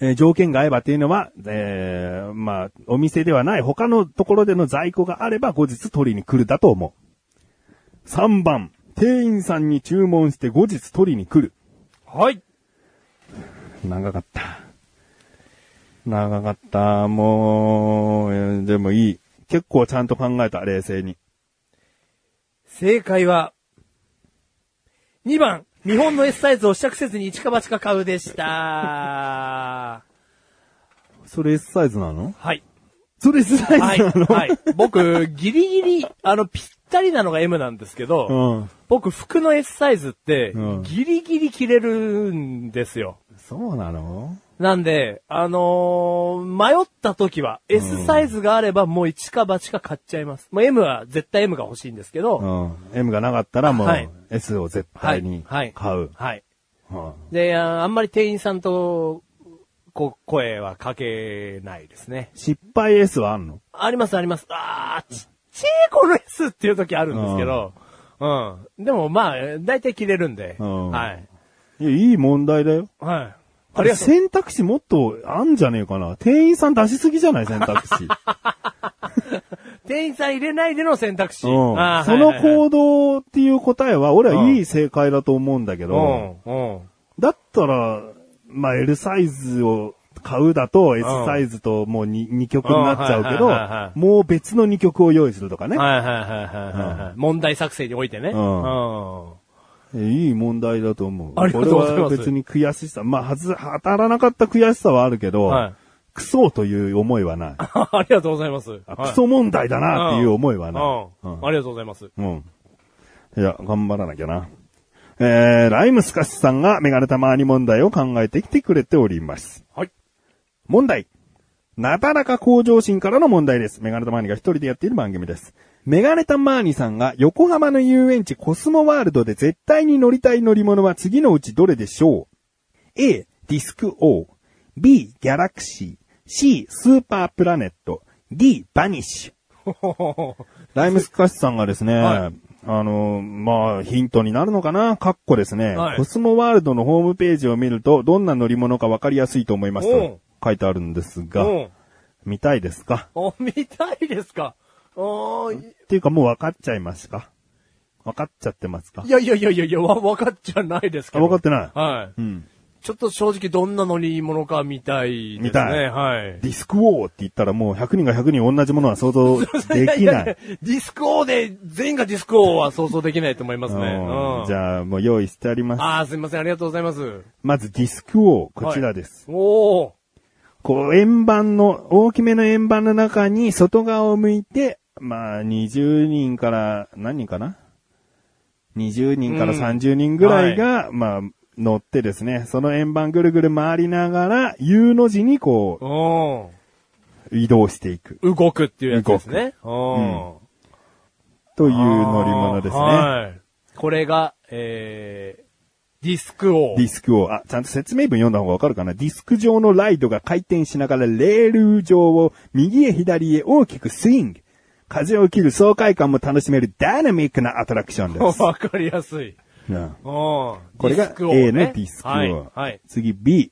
Speaker 3: えー条件が合えばっていうのは、えーまあ、お店ではない他のところでの在庫があれば後日取りに来るだと思う。3番、店員さんに注文して後日取りに来る。
Speaker 2: はい。
Speaker 3: 長かった。長かった。もうえー、でもいい。結構ちゃんと考えた、冷静に。
Speaker 2: 正解は、2番、日本の S サイズを試着せずに一か八か買うで した。
Speaker 3: それ S サイズなの
Speaker 2: はい。
Speaker 3: それ S サイ
Speaker 2: はい。
Speaker 3: ズなの、
Speaker 2: はい。僕、ギリギリ、あの、ぴったりなのが M なんですけど、
Speaker 3: うん。
Speaker 2: 僕、服の S サイズって
Speaker 3: うん、
Speaker 2: ギリギリ着れるんですよ。
Speaker 3: そうなの
Speaker 2: なんで、あのー迷った時は、S サイズがあればもう1か8か買っちゃいます。もう M は、絶対 M が欲しいんですけど、
Speaker 3: うん。M がなかったらもう
Speaker 2: はい
Speaker 3: S を絶
Speaker 2: は
Speaker 3: 対
Speaker 2: い。は
Speaker 3: に買。。
Speaker 2: いうはい。
Speaker 3: うん
Speaker 2: で、ああんまり店員さんと、こう、声はかけないですね。
Speaker 3: 失敗 S はあんの
Speaker 2: ありますあります。あー、ちっちゃいこの S っていう時あるんですけど、うん。でもまあ、大体切れるんで、
Speaker 3: うん
Speaker 2: はい。
Speaker 3: いや、いい問題だよ。
Speaker 2: はい。
Speaker 3: あれ選択肢もっとあんじゃねえかな。店員さん出しすぎじゃない選択 肢。
Speaker 2: 店員さん入れないでの選択肢。
Speaker 3: うん
Speaker 2: あー
Speaker 3: そ
Speaker 2: は
Speaker 3: の
Speaker 2: いはいはい
Speaker 3: 行動っていう答えは、俺はいい正解だと思うんだけど、
Speaker 2: うん、うん。
Speaker 3: だったら、まあ、L サイズを買うだと S サイズともう 2, 二曲になっちゃうけ
Speaker 2: う
Speaker 3: ど
Speaker 2: んはいはいはいは、い
Speaker 3: もう別の2曲を用意するとかね。
Speaker 2: はいはいはいはいはい。問題作成においてね。
Speaker 3: うん
Speaker 2: うん
Speaker 3: いい問題だと思う。
Speaker 2: ありがとうございます
Speaker 3: これは別に悔しさ、まあ、はず、当たらなかった悔しさはあるけど、
Speaker 2: はい
Speaker 3: クソという思いはない。
Speaker 2: ありがとうございます。
Speaker 3: あ
Speaker 2: はい
Speaker 3: クソ問題だなっていう思いはない。
Speaker 2: うんうんありがとうございます。
Speaker 3: うん。いや、頑張らなきゃな。えー、ライムスカシさんがメガネたまわり問題を考えてきてくれております。
Speaker 2: はい。
Speaker 3: 問題。なだらか向上心からの問題です。メガネたまわりが一人でやっている番組です。メガネたまわりさんが横浜の遊園地コスモワールドで絶対に乗りたい乗り物は次のうちどれでしょう ?A、ディスク O、B、ギャラクシー、C、スーパープラネット、D、バニッシュ。ライムスカシさんがですね、
Speaker 2: はい
Speaker 3: あの、まあ、ヒントになるのかなカッコですね、
Speaker 2: はい
Speaker 3: コスモワールドのホームページを見ると、どんな乗り物かわかりやすいと思います
Speaker 2: う
Speaker 3: と
Speaker 2: ん
Speaker 3: 書いてあるんですが、
Speaker 2: うん。
Speaker 3: 見たいですか
Speaker 2: お、見たいですかおーい
Speaker 3: っていうかもう分かっちゃいますか分かっちゃってますか
Speaker 2: いやいやいやいやいや、わ、わかっちゃないですけ
Speaker 3: あ
Speaker 2: ど。
Speaker 3: 分かってない。
Speaker 2: はい。
Speaker 3: うん。
Speaker 2: ちょっと正直どんな乗り物か見たいですね。
Speaker 3: 見たい
Speaker 2: はい。
Speaker 3: ディスクウォーって言ったらもう100人が100人同じものは想 像でき
Speaker 2: やや
Speaker 3: な
Speaker 2: やデ
Speaker 3: い。
Speaker 2: ィスク王で、全員がディスク王は想像できないと思いますね。
Speaker 3: う
Speaker 2: うんん。
Speaker 3: じゃあもう用意してあります。
Speaker 2: ああ、すいません、ありがとうございます。
Speaker 3: まずディスクウォー、こちらです。
Speaker 2: おお。
Speaker 3: こう円盤の、大きめの円盤の中に外側を向いて、まあ20人から、何人かな ?20 人から
Speaker 2: うん
Speaker 3: 30人ぐらいが、まあ乗ってですね、その円盤ぐるぐる回りながら U の字にこ
Speaker 2: お
Speaker 3: う移動していく
Speaker 2: ー動くっていうやつですね。
Speaker 3: ん
Speaker 2: お
Speaker 3: という
Speaker 2: ー
Speaker 3: 乗り物ですね。
Speaker 2: はい。これが、えー、ディスク王。
Speaker 3: ディスクを、あ、ちゃんと説明文読んだ方がわかるかな。ディスク上のライドが回転しながらレール上を右へ左へ大きくスイング。風を切る爽快感も楽しめるダイナミックなアトラクションで す。
Speaker 2: わかりやすい。
Speaker 3: うん
Speaker 2: おー
Speaker 3: こ
Speaker 2: デ
Speaker 3: れが
Speaker 2: ィスク王
Speaker 3: A のディスクを。
Speaker 2: はい。はい。
Speaker 3: 次 B。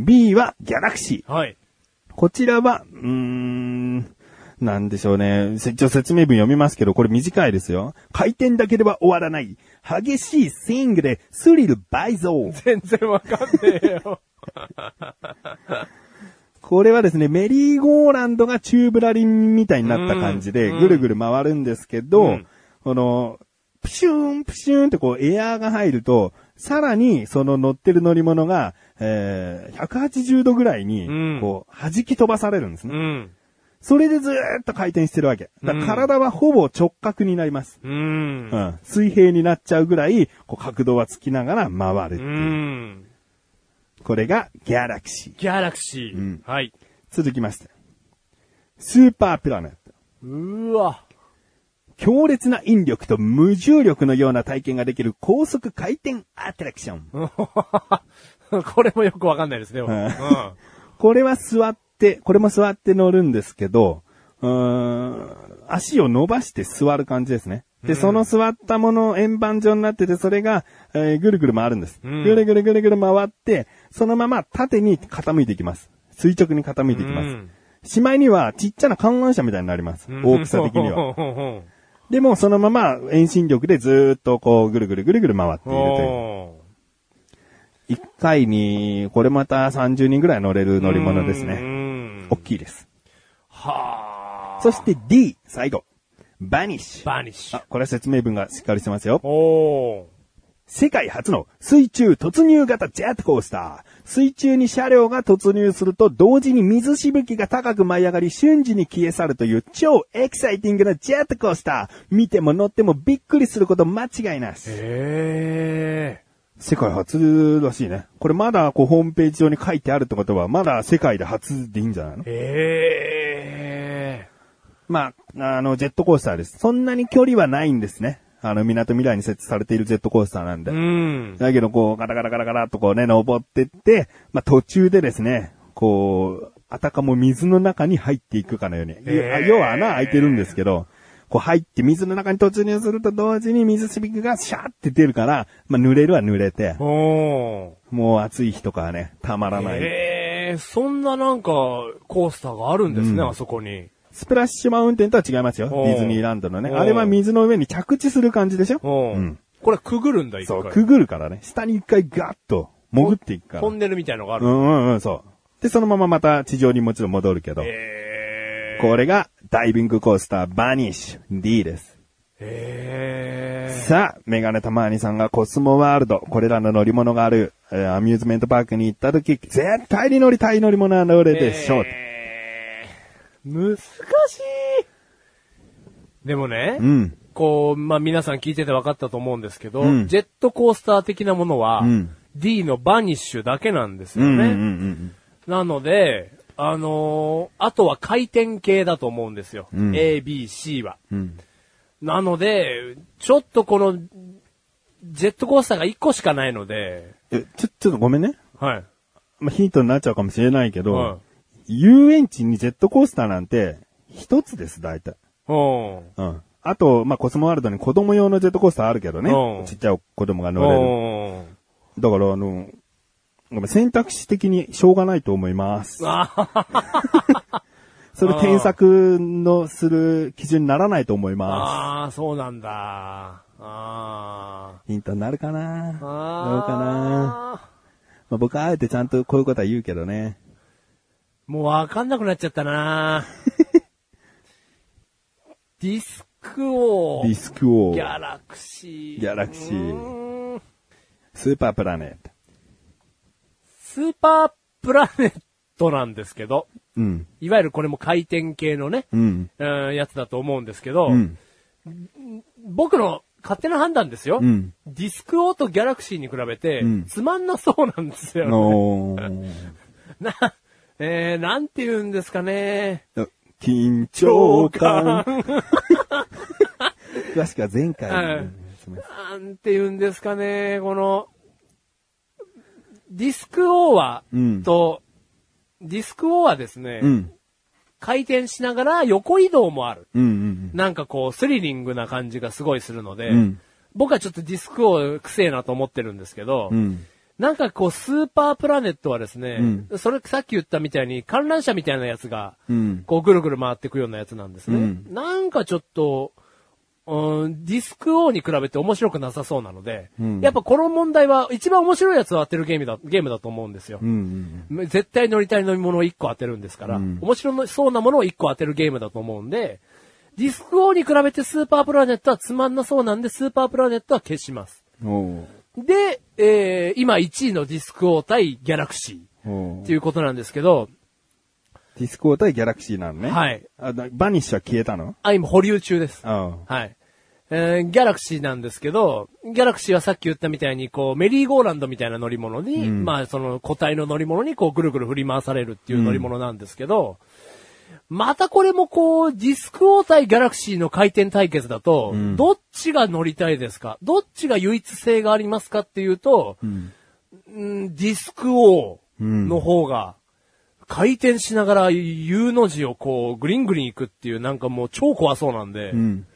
Speaker 3: B はギャラクシ
Speaker 2: はい。
Speaker 3: ー。こちらは、うーん、なんでしょうね。一応説明文読みますけど、これ短いですよ。回転だけでは終わらない。激しいスイングでスリル倍増。
Speaker 2: 全然わかんねえよ。
Speaker 3: これはですね、メリーゴーランドがチューブラリンみたいになった感じで、
Speaker 2: うん
Speaker 3: ぐるぐる回るんですけど、
Speaker 2: うん
Speaker 3: この、プシューン、プシューンってこうエアーが入ると、さらにその乗ってる乗り物が、えー、180度ぐらいに
Speaker 2: うん、
Speaker 3: こう、弾き飛ばされるんですね。
Speaker 2: うん。
Speaker 3: それでずーっと回転してるわけ。だから体はほぼ直角になります。
Speaker 2: う。
Speaker 3: うんん。水平になっちゃうぐらい、こう角度はつきながら回るって
Speaker 2: う
Speaker 3: いう。
Speaker 2: ん。
Speaker 3: これがギャラクシー。
Speaker 2: ギャラクシー。
Speaker 3: うん
Speaker 2: はい。
Speaker 3: 続きまして。スーパープラネット。
Speaker 2: うーわ。
Speaker 3: 強烈な引力と無重力のような体験ができる高速回転アトラクション。
Speaker 2: これもよくわかんないですね。
Speaker 3: ん
Speaker 2: うん
Speaker 3: これは座って、これも座って乗るんですけど、うーん、足を伸ばして座る感じですね。で、その座ったものを円盤状になってて、それが、えーぐるぐる回るんです。
Speaker 2: うん
Speaker 3: ぐるぐるぐるぐる回って、そのまま縦に傾いていきます。垂直に傾いていきます。
Speaker 2: うん
Speaker 3: しまいには、ちっちゃな観覧車みたいになります。大きさ的 には。
Speaker 2: は。
Speaker 3: でも、そのまま遠心力でずーっとこう、ぐるぐるぐるぐる回っているという。
Speaker 2: お
Speaker 3: 一回に、これまた30人ぐらい乗れる
Speaker 2: ー
Speaker 3: 乗り物です
Speaker 2: う
Speaker 3: ね。
Speaker 2: ん
Speaker 3: 大きいです。
Speaker 2: はあ。
Speaker 3: そして D、最後。バニッシュ。
Speaker 2: バニッシュ
Speaker 3: あ。、これは説明文がしっかりしてますよ。
Speaker 2: おー
Speaker 3: 世界初の水中突入型ジェットコースター。水中に車両が突入すると同時に水しぶきが高く舞い上がり瞬時に消え去るという超エキサイティングなジェットコースター。見ても乗ってもびっくりすること間違いなし。
Speaker 2: え
Speaker 3: 世界初らしいね。これまだこうホームページ上に書いてあるってことはまだ世界で初でいいんじゃないの
Speaker 2: え。ええ。
Speaker 3: まあ、あの、ジェットコースターです。そんなに距離はないんですね。あの、港未来に設置されているジェットコースターなんで。
Speaker 2: うん。
Speaker 3: だけど、こう、ガラガラガラガラっとこうね、登ってって、まあ、途中でですね、こう、あたかも水の中に入っていくかのように。
Speaker 2: へー
Speaker 3: 要は穴開いてるんですけど、こう入って水の中に突入すると同時に水しびきがシャーって出るから、まあ、濡れるは濡れて、
Speaker 2: おー
Speaker 3: もう暑い日とかはね、たまらない。
Speaker 2: ええ、そんななんか、コースターがあるんですね、あそこに。
Speaker 3: スプラッシュマウンテンとは違いますよ。デ
Speaker 2: おう
Speaker 3: ィズニーランドのね。
Speaker 2: おう
Speaker 3: あれは水の上に着地する感じでしょ
Speaker 2: おー
Speaker 3: うん
Speaker 2: これくぐるんだ、一
Speaker 3: そ
Speaker 2: 回。
Speaker 3: う、くぐるからね。下に一回ガッと潜っていくから。
Speaker 2: ト
Speaker 3: うん
Speaker 2: ンネルみたいのがあ
Speaker 3: う
Speaker 2: る。
Speaker 3: んうん、そう。で、そのまままた地上にもちろん戻るけど。
Speaker 2: ええ。
Speaker 3: これがダイビングコースターバニッシュ D です。
Speaker 2: え
Speaker 3: さあ、メガネたまわにさんがコスモワールド、これらの乗り物がある、えーアミューズメントパークに行った時、絶対に乗りたい乗り物はどれ
Speaker 2: え。
Speaker 3: でしょ
Speaker 2: え
Speaker 3: う、
Speaker 2: え難しい。でもね。
Speaker 3: うん。
Speaker 2: こう、まあ、皆さん聞いてて分かったと思うんですけど、
Speaker 3: うん
Speaker 2: ジェットコースター的なものは、
Speaker 3: うん
Speaker 2: D のバニッシュだけなんです
Speaker 3: う
Speaker 2: よ
Speaker 3: んうん
Speaker 2: ね。
Speaker 3: うんうん。
Speaker 2: なので、あのーあとは回転系だと思うんですよ。
Speaker 3: ん
Speaker 2: A, B, C は。
Speaker 3: うん
Speaker 2: なので、ちょっとこの、ジェットコースターが1個しかないので、
Speaker 3: え、ちょ、ちょっとごめんね。
Speaker 2: はい。
Speaker 3: まあ、ヒントになっちゃうかもしれないけど、
Speaker 2: は
Speaker 3: 遊園地にジェットコースターなんて、一つです、大体。
Speaker 2: おー
Speaker 3: うん。あと、まあ、コスモワールドに子供用のジェットコースターあるけど
Speaker 2: う
Speaker 3: ね
Speaker 2: ん。
Speaker 3: ちっちゃい子供が乗れる。
Speaker 2: おー
Speaker 3: だから、あの、ごめん選択肢的にしょうがないと思います。
Speaker 2: あ
Speaker 3: それ添削のする基準にならないと思いま
Speaker 2: あー、そうなんだ。ああ。
Speaker 3: す。ヒントになるかなどうか
Speaker 2: あ
Speaker 3: な、
Speaker 2: あ。
Speaker 3: まあ、僕はあえてちゃんとこういうことは言うけどね。
Speaker 2: もうわかんなくなっちゃった なディスク王。
Speaker 3: ディスク王
Speaker 2: ギ、ャラクシー。
Speaker 3: ギャラクシー
Speaker 2: うーん
Speaker 3: スーパープラネット。
Speaker 2: スーパープラネットなんですけど、
Speaker 3: うん。
Speaker 2: いわゆるこれも回転系のね、
Speaker 3: うん。
Speaker 2: うん、やつだと思うんですけど、
Speaker 3: うん。
Speaker 2: 僕の勝手な判断ですよ。
Speaker 3: うん
Speaker 2: ディスク王とギャラクシーに比べて、
Speaker 3: うん
Speaker 2: つまんなそうなんですよ、
Speaker 3: おー。
Speaker 2: な、えー、なんて言うんですかね。
Speaker 3: 緊張感。 詳しくは前回の
Speaker 2: はい
Speaker 3: ね。すみま
Speaker 2: なんて言うんですかね。この、ディスク王は、
Speaker 3: うん
Speaker 2: と、ディスク王はですね、
Speaker 3: せんうん。
Speaker 2: 回転しながら横移動もある。
Speaker 3: うんうん
Speaker 2: なんかこう、スリリングな感じがすごいするので、
Speaker 3: うん
Speaker 2: 僕はちょっとディスク王くせえなと思ってるんですけど、
Speaker 3: うん。うん。
Speaker 2: なんかこう、スーパープラネットはですね、
Speaker 3: う
Speaker 2: それさっき言ったみたいに観覧車みたいなやつが、
Speaker 3: うん。
Speaker 2: こうぐるぐる回っていくようなやつなんですね。
Speaker 3: うん
Speaker 2: なんかちょっと、うん、ディスク王に比べて面白くなさそうなので、
Speaker 3: うん
Speaker 2: やっぱこの問題は一番面白いやつを当てるゲームだ、ゲームだと思うんですよ。
Speaker 3: うん。
Speaker 2: 絶対乗りたい乗り物を1個当てるんですから、
Speaker 3: うん
Speaker 2: 面白そうなものを1個当てるゲームだと思うんで、ディスク王に比べてスーパープラネットはつまんなそうなんで、スーパープラネットは消します。
Speaker 3: お
Speaker 2: で、えー、今1位のディスク王対ギャラクシ
Speaker 3: ーお
Speaker 2: ー
Speaker 3: ー
Speaker 2: っていうことなんですけど、
Speaker 3: ディスコー対ギャラクシーなのね。
Speaker 2: はい。
Speaker 3: あだバニッシュは消えたの
Speaker 2: あ、今保留中です。
Speaker 3: あ
Speaker 2: はい。えー、ギャラクシーなんですけど、ギャラクシーはさっき言ったみたいに、こう、メリーゴーランドみたいな乗り物に、
Speaker 3: うん
Speaker 2: まあ、その、個体の乗り物に、こう、ぐるぐる振り回されるっていう乗り物なんですけど、またこれもこう、ディスク王対ギャラクシーの回転対決だと、
Speaker 3: うん
Speaker 2: どっちが乗りたいですかどっちが唯一性がありますかっていうと、
Speaker 3: あ。うん。
Speaker 2: うんディスク王の方が、回転しながら U の字をこう、グリングリン行くっていう、なんかもう超怖そうなんで、
Speaker 3: うん。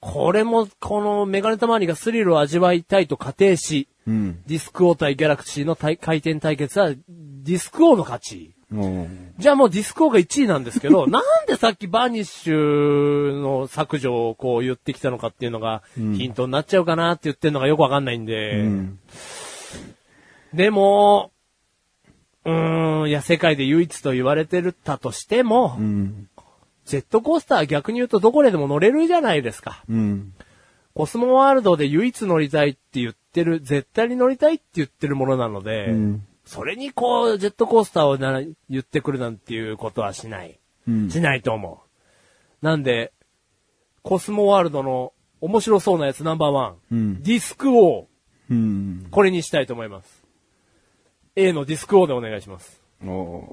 Speaker 2: これも、このメガネたまわりがスリルを味わいたいと仮定し、
Speaker 3: うん。
Speaker 2: ディスク王対ギャラクシーの対回転対決は、ディスク王の勝ち。
Speaker 3: おー
Speaker 2: じゃあもうディスク王が1位なんですけ ど、なんでさっきバニッシュの削除をこう言ってきたのかっていうのが、ヒントになっちゃうかなって言ってるのがよくわかんないんで、
Speaker 3: うん。
Speaker 2: でも、うーん、いや、世界で唯一と言われてるったとしても、
Speaker 3: うん。
Speaker 2: ジェットコースターは逆に言うとどこででも乗れるじゃないですか。
Speaker 3: うん。
Speaker 2: コスモワールドで唯一乗りたいって言ってる、絶対に乗りたいって言ってるものなので、
Speaker 3: うん
Speaker 2: それにこう、ジェットコースターをな言ってくるなんていうことはしない。
Speaker 3: うん
Speaker 2: しないと思う。なんで、コスモワールドの面白そうなやつナンバーワン、
Speaker 3: うん
Speaker 2: ディスク王、
Speaker 3: うん。
Speaker 2: これにしたいと思います。A のディスク王でお願いします。
Speaker 3: お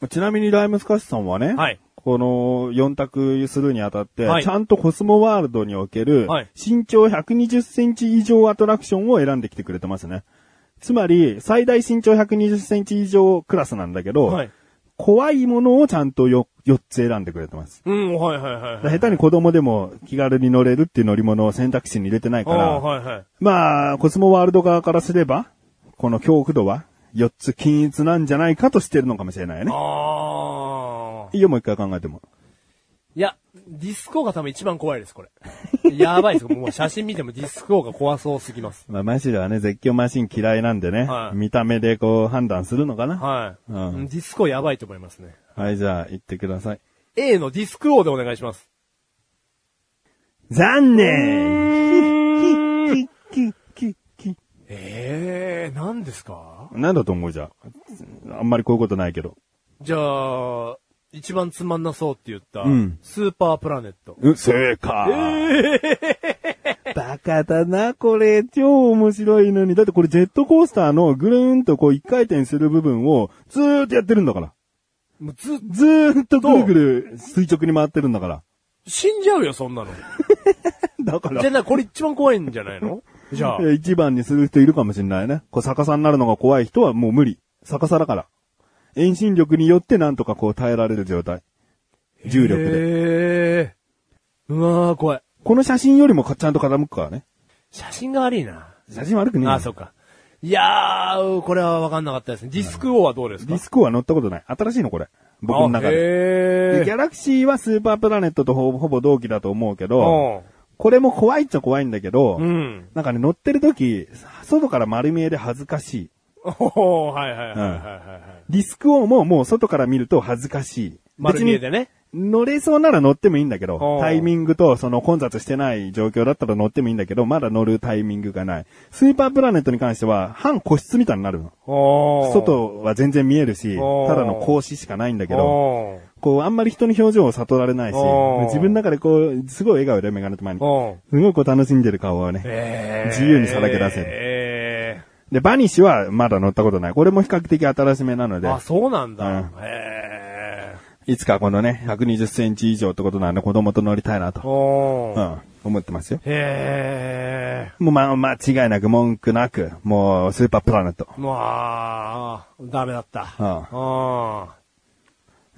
Speaker 3: ーちなみにライムスカッシュさんはね、
Speaker 2: はい
Speaker 3: この4択するにあたって、
Speaker 2: はい
Speaker 3: ちゃんとコスモワールドにおける
Speaker 2: はい、
Speaker 3: 身長120センチ以上アトラクションを選んできてくれてますね。つまり、最大身長120センチ以上クラスなんだけど、
Speaker 2: はい
Speaker 3: 怖いものをちゃんと 4, つ選んでくれてます。
Speaker 2: うん、はいはいはい、
Speaker 3: だから
Speaker 2: はい。
Speaker 3: 下手に子供でも気軽に乗れるっていう乗り物を選択肢に入れてない
Speaker 2: あ
Speaker 3: から、
Speaker 2: あはいはい。
Speaker 3: まあ、コスモワールド側からすれば、この恐怖度は4つ均一なんじゃないかとしてるのかもしれないね。
Speaker 2: ああ。
Speaker 3: いいよ、もう一回考えても。
Speaker 2: いや、ディスク王が多分一番怖いです、これ。 やばいです。もう写真見てもディスク王が怖そうすぎます。
Speaker 3: まあ、マシルはね、絶叫マシン嫌いなんでね、
Speaker 2: はい
Speaker 3: 見た目でこう判断するのかな。は
Speaker 2: はい。
Speaker 3: うん
Speaker 2: ディスク王やばいと思いますね。
Speaker 3: い、じゃあ、行ってください。
Speaker 2: A のディスク王でお願いします。
Speaker 3: 残 念キッキッキッキッキッ
Speaker 2: ええー、何ですか
Speaker 3: なんだと思うじゃあ。あんまりこういうことないけど。
Speaker 2: じゃあ、一番つまんなそうって言った、
Speaker 3: うん
Speaker 2: スーパープラネット。
Speaker 3: うん、正解、 バカだな、これ。超面白いのに。だってこれジェットコースターのぐるーんとこう一回転する部分をずーっとやってるんだから。
Speaker 2: もうず、
Speaker 3: ずーっとぐるぐる垂直に回ってるんだから。
Speaker 2: 死んじゃうよ、そんなの。
Speaker 3: だか
Speaker 2: じゃあ
Speaker 3: ら、
Speaker 2: な、これ一番怖いんじゃないのじゃあ
Speaker 3: えー一番にする人いるかもしれないね。こう逆さになるのが怖い人はもう無理。逆さだから。遠心力によってなんとかこう耐えられる状態。重力で。
Speaker 2: で。うわー、怖い。
Speaker 3: この写真よりもかちゃんと傾くからね。
Speaker 2: 写真が悪いな。
Speaker 3: 写真悪くねえよ
Speaker 2: あ、そっか。いやー、これは分かんなかったですね。ディスク王はどうですか
Speaker 3: ディスコは乗ったことない。新しいのこれ。僕の中で。
Speaker 2: で
Speaker 3: でギャラクシーはスーパープラネットとほぼほぼ同期だと思うけど、
Speaker 2: う
Speaker 3: これも怖いっちゃ怖いんだけど、
Speaker 2: ん。
Speaker 3: なんかね、乗ってる時、外から丸見えで恥ずかしい。
Speaker 2: おーはいはいはいはいはい。
Speaker 3: ディスク王ももう外から見ると恥ずかしい。
Speaker 2: 丸見えでね。
Speaker 3: 別に乗れそうなら乗ってもいいんだけど
Speaker 2: お、う
Speaker 3: タイミングとその混雑してない状況だったら乗ってもいいんだけど、まだ乗るタイミングがない。スーパープラネットに関しては、半個室みたいになるの。
Speaker 2: おー
Speaker 3: 外は全然見えるし、
Speaker 2: おう
Speaker 3: ただの格子しかないんだけど、
Speaker 2: おー
Speaker 3: こう、あんまり人の表情を悟られないし
Speaker 2: おう、
Speaker 3: 自分の中でこう、すごい笑顔でメガネと前に、
Speaker 2: おー
Speaker 3: すごいこう楽しんでる顔はね。
Speaker 2: えー
Speaker 3: 自由にさらけ出せる
Speaker 2: え
Speaker 3: で、バニッシュはまだ乗ったことない。これも比較的新しめなの
Speaker 2: ー
Speaker 3: で、
Speaker 2: あ、そうなんだ。
Speaker 3: うん
Speaker 2: え
Speaker 3: いつかこのね、120センチ以上ってことなんで子供と乗りたいな
Speaker 2: ー
Speaker 3: と、
Speaker 2: お
Speaker 3: う
Speaker 2: ー
Speaker 3: ん、思ってますよ。
Speaker 2: え
Speaker 3: もうま、間違いなく文句なく、もうスーパープラネット。
Speaker 2: ーまあ、ダメだった。
Speaker 3: うん
Speaker 2: あ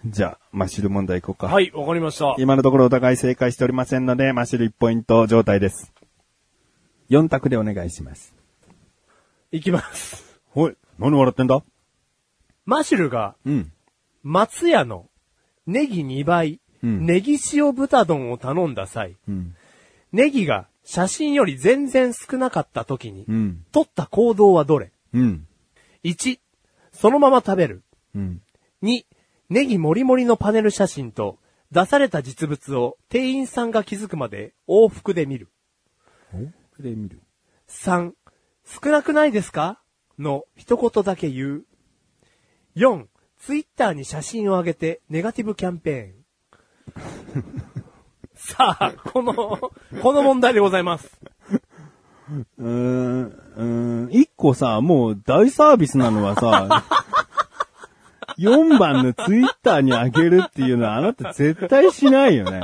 Speaker 3: じゃあ、マッシュル問題いこうか。
Speaker 2: はい、わかりました。
Speaker 3: 今のところお互い正解しておりませんので、マッシュル1ポイント状態です。4択でお願いします。
Speaker 2: いきます。
Speaker 3: おい、何笑ってんだ
Speaker 2: マシュルが、
Speaker 3: うん。
Speaker 2: 松屋のネギ2倍、
Speaker 3: うん
Speaker 2: ネギ塩豚丼を頼んだ際、
Speaker 3: うん。
Speaker 2: ネギが写真より全然少なかった時に、
Speaker 3: うん。
Speaker 2: 取った行動はどれ
Speaker 3: うん。
Speaker 2: ?1、そのまま食べる。
Speaker 3: うん。
Speaker 2: 2、ネギもりもりのパネル写真と、出された実物を店員さんが気づくまで往復で見る。
Speaker 3: で見る。
Speaker 2: 3、少なくないですかの一言だけ言う。4、ツイッターに写真を上げてネガティブキャンペーン。 さあ、この、この問題でございます。
Speaker 3: うーん、うーん、一個さ、もう大サービスなのはさ、4番のツイッターにあげるっていうのはあなた絶対しないよね。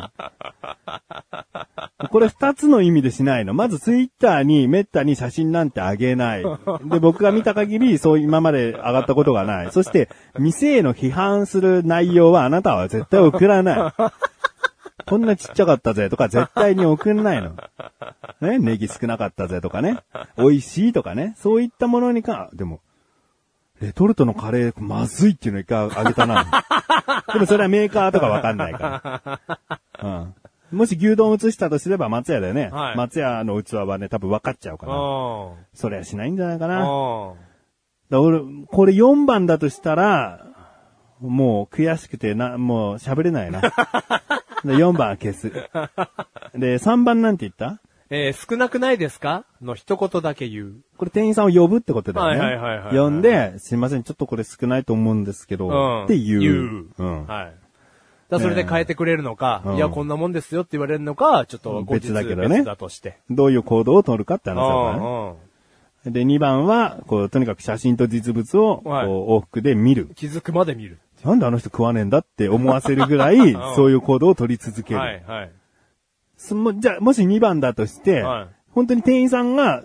Speaker 3: これ二つの意味でしないの。まずツイッターにめったに写真なんてあげない。で、僕が見た限りそう今まで上がったことがない。そして、店への批判する内容はあなたは絶対送らない。こんなちっちゃかったぜとか絶対に送んないの。ね、ネギ少なかったぜとかね、美味しいとかね、そういったものにか、でも、レトルトのカレーまずいっていうの一回あげたな。でもそれはメーカーとかわかんないから。うん。もし牛丼移したとすれば松屋だよね。
Speaker 2: はい
Speaker 3: 松屋の器はね、多分分かっちゃうから。
Speaker 2: あ
Speaker 3: それはしないんじゃないか
Speaker 2: あ
Speaker 3: な。だ俺、これ4番だとしたら、もう悔しくてな、もう喋 れないな。で4番は消す。で、3番なんて言った
Speaker 2: えー少なくないですかの一言だけ言う。
Speaker 3: これ店員さんを呼ぶってことだよね。
Speaker 2: はいはいはいはい
Speaker 3: 呼んで、すいません、ちょっとこれ少ないと思うんですけど、
Speaker 2: うん
Speaker 3: って言う。
Speaker 2: う。
Speaker 3: ん。
Speaker 2: はい。だからそれで変えてくれるのか、
Speaker 3: うん
Speaker 2: いや、こんなもんですよって言われるのか、ちょっと後日
Speaker 3: 別だけどね
Speaker 2: 別だとして。
Speaker 3: どういう行動を取るかって
Speaker 2: う
Speaker 3: 話だからね。
Speaker 2: んうん
Speaker 3: で、2番は、こう、とにかく写真と実物を、こう
Speaker 2: はい
Speaker 3: 往復で見る。
Speaker 2: 気づくまで見る。
Speaker 3: なんであの人食わねえんだって思わせる ぐらい、そういう行動を取り続ける。
Speaker 2: はい、はい。
Speaker 3: すもじゃあ、もし2番だとして、
Speaker 2: はい
Speaker 3: 本当に店員さんが、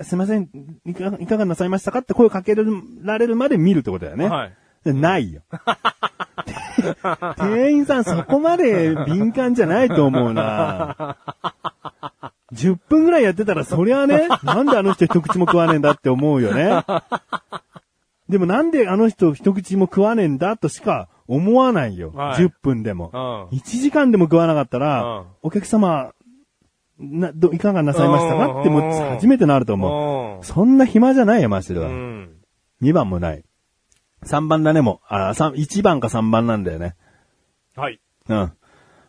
Speaker 3: すいません、いかいかがなさいましたかって声かけられるまで見るってことだよね。
Speaker 2: はい
Speaker 3: でな いよ。店員さんそこまで敏感じゃないと思うな。10分ぐらいやってたらそりゃね、なんであの人一口も食わねえんだって思うよね。でもなんであの人一口も食わねえんだとしか思わないよ。
Speaker 2: はい
Speaker 3: 10分でも。
Speaker 2: う
Speaker 3: 1時間でも食わなかったら、
Speaker 2: うん
Speaker 3: お客様、な、ど、いかがなさいましたかってもう
Speaker 2: うん
Speaker 3: 初めてなると思
Speaker 2: も
Speaker 3: う。そんな暇じゃないよ、マジで
Speaker 2: う
Speaker 3: は。
Speaker 2: ん。
Speaker 3: 2番もない。3番だね、もう。あ、三1番か3番なんだよね。
Speaker 2: はい。
Speaker 3: うん。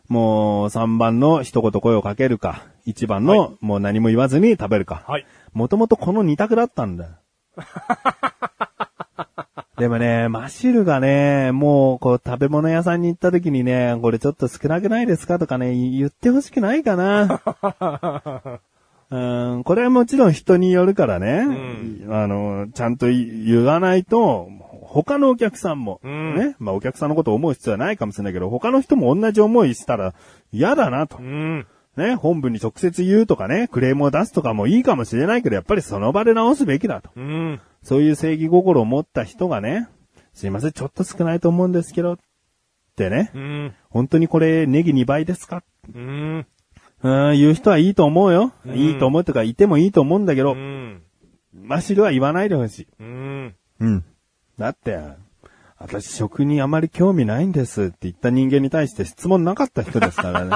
Speaker 3: もう、3番の一言声をかけるか、1番の、もう何も言わずに食べるか。
Speaker 2: はい。
Speaker 3: もともとこの2択だったんだよ。 でもね、マシルがね、もう、こう、食べ物屋さんに行った時にね、これちょっと少なくないですかとかね、言ってほしくないか な。うん、これはもちろん人によるからね、あの、ちゃんと言わないと、他のお客さんも、
Speaker 2: うん
Speaker 3: ね、まあお客さんのことを思う必要はないかもしれないけど、他の人も同じ思いしたら嫌だなと
Speaker 2: う。ん。
Speaker 3: ね、本部に直接言うとかね、クレームを出すとかもいいかもしれないけど、やっぱりその場で直すべきだと。
Speaker 2: うん。
Speaker 3: そういう正義心を持った人がね、すいません、ちょっと少ないと思うんですけど、ってね、
Speaker 2: うん。
Speaker 3: 本当にこれネギ2倍ですか
Speaker 2: うん。
Speaker 3: うーん、言う人はいいと思うよ。
Speaker 2: ん
Speaker 3: いいと思うとか、いてもいいと思うんだけ
Speaker 2: う
Speaker 3: ど、
Speaker 2: ん。
Speaker 3: マシルは言わないでほしい。
Speaker 2: うん。
Speaker 3: うん。だって、私食にあまり興味ないんですって言った人間に対して質問なかった人ですからね。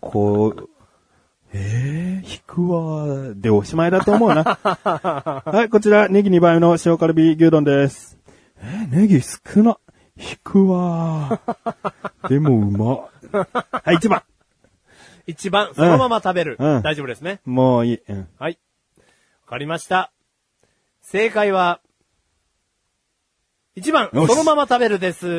Speaker 3: こう、えー、引くわーでおしまいだと思うな。はい、こちら、ネギ2倍の塩カルビ牛丼です。えー、ネギ少な。引くわーでもうま。はい、1番。
Speaker 2: 一番、そのまま食べる。
Speaker 3: うん
Speaker 2: 大丈夫ですね。
Speaker 3: もういい。うん
Speaker 2: はい。わかりました。正解は、一番、
Speaker 3: よし
Speaker 2: そのまま食べるです。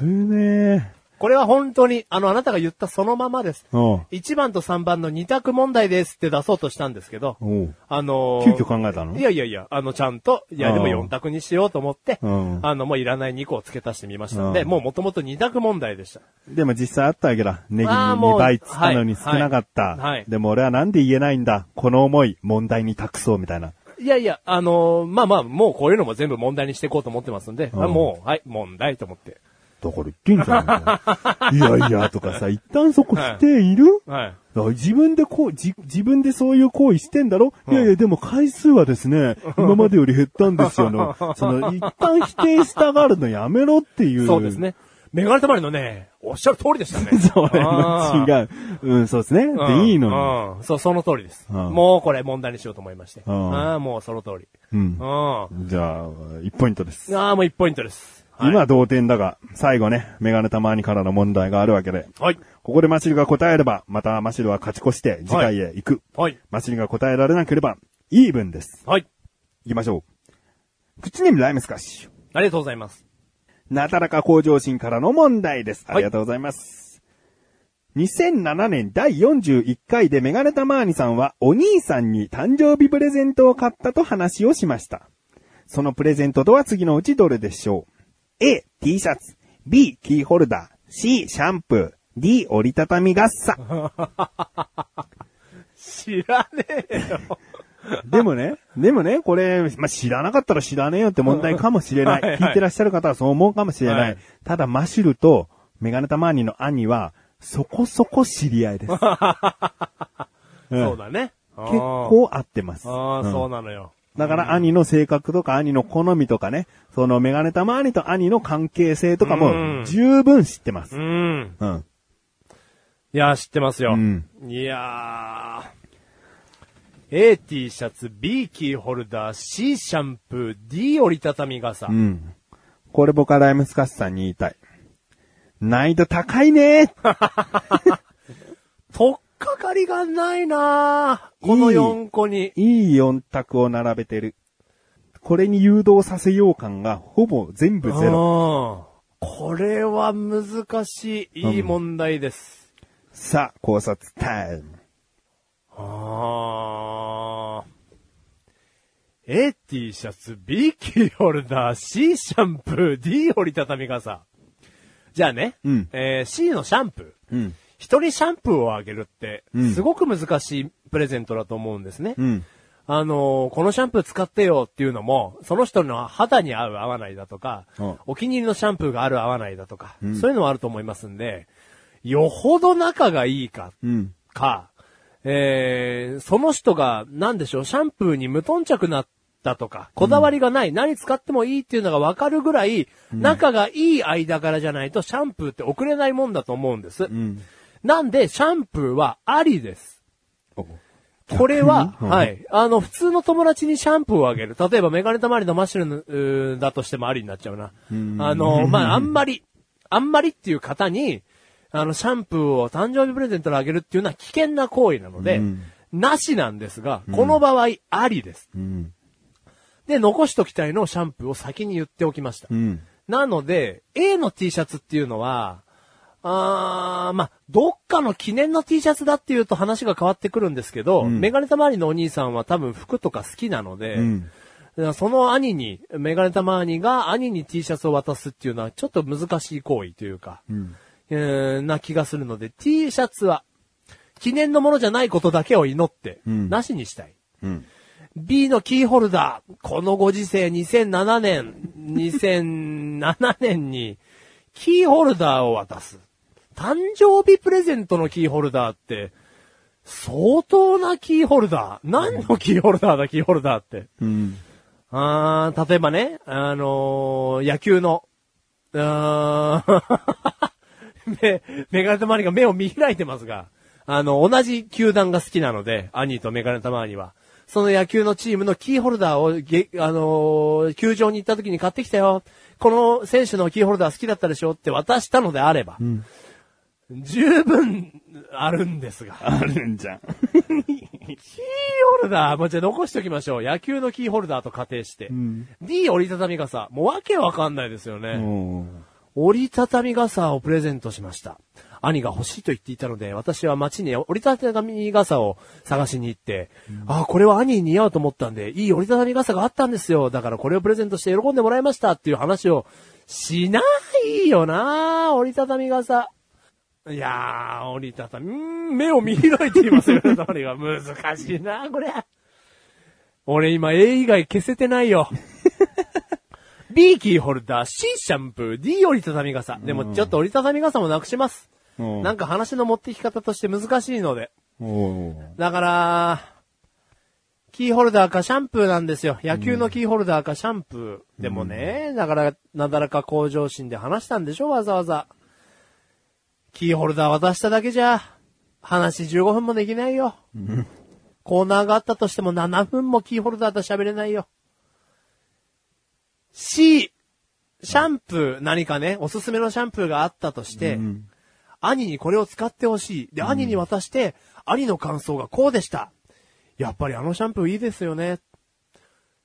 Speaker 3: 危ね
Speaker 2: これは本当に、あの、あなたが言ったそのままです。
Speaker 3: え。おう
Speaker 2: 1番と3番の2択問題ですって出そうとしたんですけど、
Speaker 3: おう
Speaker 2: あの
Speaker 3: 急
Speaker 2: ー
Speaker 3: 遽考えたの
Speaker 2: いやいやいや、あの、ちゃんと、いや、でも4択にしようと思って、
Speaker 3: うん
Speaker 2: あの、もういらない2個を付け足してみましたので、
Speaker 3: うん
Speaker 2: もう元々2択問題でした。
Speaker 3: でも実際あったわけだ。ネギに
Speaker 2: あーもう
Speaker 3: 2倍っつったのに少なかった。
Speaker 2: はいはいはい
Speaker 3: でも俺はなんで言えないんだ。この思い、問題に託そうみたいな。
Speaker 2: いやいや、あのーまあまあ、もうこういうのも全部問題にしていこうと思ってますんで、
Speaker 3: うん
Speaker 2: あもう、はい、問題と思って。
Speaker 3: だから言ってんじゃん。 いやいやとかさ、一旦そこ否定いる、
Speaker 2: はい。
Speaker 3: だから自分でこう、じ、自分でそういう行為してんだろ、いやいや、でも回数はですね、 今までより減ったんですよの。その、一旦否定したがるのやめろっていう。
Speaker 2: そうです。ね。メガネたまりのね、おっしゃる通りでしたね。
Speaker 3: それの違う。うん、そうですね。
Speaker 2: うん
Speaker 3: で、いいのに。
Speaker 2: うん。そう、その通りです。
Speaker 3: うん
Speaker 2: もうこれ問題にしようと思いまして。
Speaker 3: うん
Speaker 2: ああ、もうその通り。
Speaker 3: うん
Speaker 2: うん。あ
Speaker 3: じゃあ、1ポイントです。
Speaker 2: あ、もう1ポイントです。はい
Speaker 3: 今同点だが、最後ね、メガネたまにからの問題があるわけで、
Speaker 2: はい。
Speaker 3: ここでマシルが答えれば、またマシルは勝ち越して次回へ行く。
Speaker 2: はい。
Speaker 3: マシルが答えられなければ、イーブンです。
Speaker 2: はい。
Speaker 3: 行きましょう。口にライムスカッシュ。
Speaker 2: ありがとうございます。
Speaker 3: なだらか向上心からの問題です。
Speaker 2: い
Speaker 3: ありがとうございます。2007年第41回でメガネタマーニさんはお兄さんに誕生日プレゼントを買ったと話をしました。そのプレゼントとは次のうちどれでしょう ?A、T シャツ。B、キーホルダー。C、シャンプー。D、折りたたみ傘。
Speaker 2: 知らねえよ。
Speaker 3: でもね、でもね、これ、まあ、知らなかったら知らねえよって問題かもしれない。
Speaker 2: はいはい
Speaker 3: 聞いてらっしゃる方はそう思うかもしれない。
Speaker 2: はい
Speaker 3: ただ、マシュルとメガネタマーニの兄は、そこそこ知り合いです。うん
Speaker 2: そうだね。
Speaker 3: 結構合ってます。
Speaker 2: あーあ
Speaker 3: う
Speaker 2: ー、
Speaker 3: ん
Speaker 2: そうなのよ。
Speaker 3: だから兄の性格とか兄の好みとかね、そのメガネタマーニと兄の関係性とか
Speaker 2: う
Speaker 3: も
Speaker 2: ん
Speaker 3: 十分知ってます
Speaker 2: う。ん。
Speaker 3: うん。
Speaker 2: いやー、知ってますよ。
Speaker 3: うん
Speaker 2: いやー。A T シャツ、B キーホルダー、C シャンプー、D 折りたたみ傘。
Speaker 3: うん。これ僕はライムスカッシュさんに言いたい。難易度高いねー
Speaker 2: とっかかりがないなーこの
Speaker 3: いい
Speaker 2: 4個に。
Speaker 3: いい4択を並べてる。これに誘導させよう感がほぼ全部ゼロ。
Speaker 2: ロ。これは難しい、いい問題です。
Speaker 3: さあ、考察タイム。
Speaker 2: あー。A T シャツ、B キーホルダー、C シャンプー、D 折りたたみ傘。じゃあね、
Speaker 3: うん
Speaker 2: えー C のシャンプー。
Speaker 3: うん。
Speaker 2: 人にシャンプーをあげるって
Speaker 3: うん、
Speaker 2: すごく難しいプレゼントだと思うんですね。
Speaker 3: うん。
Speaker 2: あのーこのシャンプー使ってよっていうのも、その人の肌に合う合わないだとか
Speaker 3: うん、
Speaker 2: お気に入りのシャンプーがある合わないだとか、そういうのはあると思いますんで、よほど仲がいいか、
Speaker 3: うん。
Speaker 2: か、えー、その人が、なんでしょう、シャンプーに無頓着なったとか、こだわりがない、何使ってもいいっていうのがわかるぐらい、仲がいい間からじゃないとシャンプーって送れないもんだと思うんです。
Speaker 3: ん
Speaker 2: なんで、シャンプーはありです。これは、
Speaker 3: うん
Speaker 2: はい。あの、普通の友達にシャンプーをあげる。例えば、メガネたまりのマッシュルのうーだとしてもありになっちゃうな。あ の、まあ、あんまり、あんまりっていう方に、あの、シャンプーを誕生日プレゼントであげるっていうのは危険な行為なので、
Speaker 3: うん
Speaker 2: なしなんですが、この場合、ありです。
Speaker 3: うん。
Speaker 2: で、残しときたいのをシャンプーを先に言っておきました。
Speaker 3: うん。
Speaker 2: なので、A の T シャツっていうのは、あー、まあ、どっかの記念の T シャツだっていうと話が変わってくるんですけど、
Speaker 3: ん
Speaker 2: メガネたまりのお兄さんは多分服とか好きなので、
Speaker 3: うん
Speaker 2: その兄に、メガネたまりが兄に T シャツを渡すっていうのはちょっと難しい行為というか、えーな気がするので、T シャツは、記念のものじゃないことだけを祈って、
Speaker 3: うん
Speaker 2: なしにしたい。
Speaker 3: うん。
Speaker 2: B のキーホルダー。このご時世2007年、2007年にキーホルダーを渡す。誕生日プレゼントのキーホルダーって、相当なキーホルダー。何のキーホルダーだ、キーホルダーって。
Speaker 3: うん。
Speaker 2: あー例えばね、あのー野球の、あーメメガネタマーニが目を見開いてますが、あの、同じ球団が好きなので、兄とメガネタマーニは。その野球のチームのキーホルダーをげ、あのー球場に行った時に買ってきたよ。この選手のキーホルダー好きだったでしょって渡したのであれば、十分あるんですが。
Speaker 3: あるんじゃん。
Speaker 2: キーホルダー、もうじゃあ残しておきましょう。野球のキーホルダーと仮定して。D 折りたたみ傘。もうわけわかんないですよね。
Speaker 3: うん。
Speaker 2: 折りたたみ傘をプレゼントしました。兄が欲しいと言っていたので、私は街に折りたたみ傘を探しに行って、ああ、これは兄に似合うと思ったんで、いい折りたたみ傘があったんですよ。だからこれをプレゼントして喜んでもらいましたっていう話をしないよな折りたたみ傘。いやー、折りたたみ、うーん目を見開いています よ、折りが。難しいなこれ。俺今 A 以外消せてない よ。B キーホルダー、C シャンプー、D 折りたたみ傘。でもちょっと折りたたみ傘もなくします。
Speaker 3: うん
Speaker 2: なんか話の持ってき方として難しいので。
Speaker 3: おー
Speaker 2: だから、キーホルダーかシャンプーなんですよ。野球のキーホルダーかシャンプー。でもね、だから、なだらか向上心で話したんでしょ、わざわざ。キーホルダー渡しただけじゃ、話15分もできないよ。コーナーがあったとしても7分もキーホルダーと喋れないよ。C、シャンプー、何かね、おすすめのシャンプーがあったとして、兄にこれを使ってほしい。で、兄に渡して、兄の感想がこうでした。やっぱりあのシャンプーいいですよね。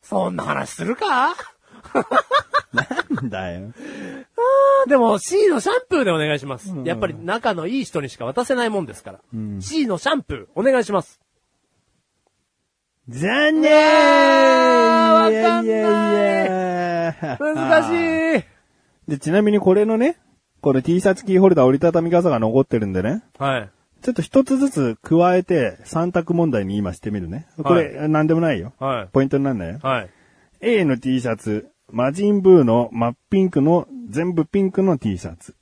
Speaker 2: そんな話するか
Speaker 3: なんだよ。
Speaker 2: でも C のシャンプーでお願いします。やっぱり仲のいい人にしか渡せないもんですから。C のシャンプー、お願いします。
Speaker 3: 残念
Speaker 2: わかんない
Speaker 3: いやいやい
Speaker 2: 難しい。
Speaker 3: で、ちなみにこれのね、これ T シャツキーホルダー折りたたみ傘が残ってるんでね、
Speaker 2: はい。
Speaker 3: ちょっと一つずつ加えて3択問題に今してみるね。これ、なんでもないよ。
Speaker 2: はい
Speaker 3: ポイントになんないよ。
Speaker 2: はい。
Speaker 3: A の T シャツ、マジンブーの真っピンクの、全部ピンクの T シャツ。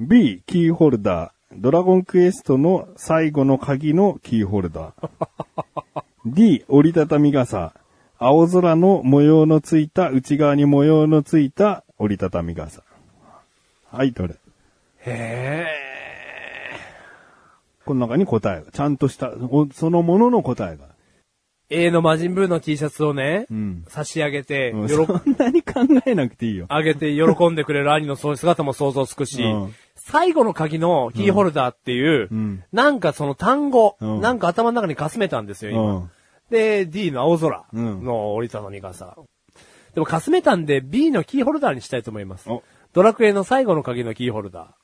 Speaker 3: B、キーホルダー、ドラゴンクエストの最後の鍵のキーホルダー。D、折り たたみ傘、青空の模様のついた、内側に模様のついた折りたたみ傘。はい、どれ
Speaker 2: へ
Speaker 3: この中に答えが。ちゃんとした、おそのものの答えが。
Speaker 2: え。A の魔人ブーの T シャツをね、
Speaker 3: ん
Speaker 2: 差し上げて、
Speaker 3: うん
Speaker 2: 喜
Speaker 3: そんなに考えなくていいよ。
Speaker 2: あげて喜んでくれる兄のそういう姿も想像つくし、
Speaker 3: うん
Speaker 2: 最後の鍵のキーホルダーっていう、
Speaker 3: うん
Speaker 2: なんかその単語、
Speaker 3: うん
Speaker 2: なんか頭の中にかすめたんですよ、今。
Speaker 3: うん
Speaker 2: で、D の青空
Speaker 3: うん
Speaker 2: の折りたたみ傘。でもかすめたんで B のキーホルダーにしたいと思います
Speaker 3: お。
Speaker 2: ドラクエの最後の鍵のキーホルダ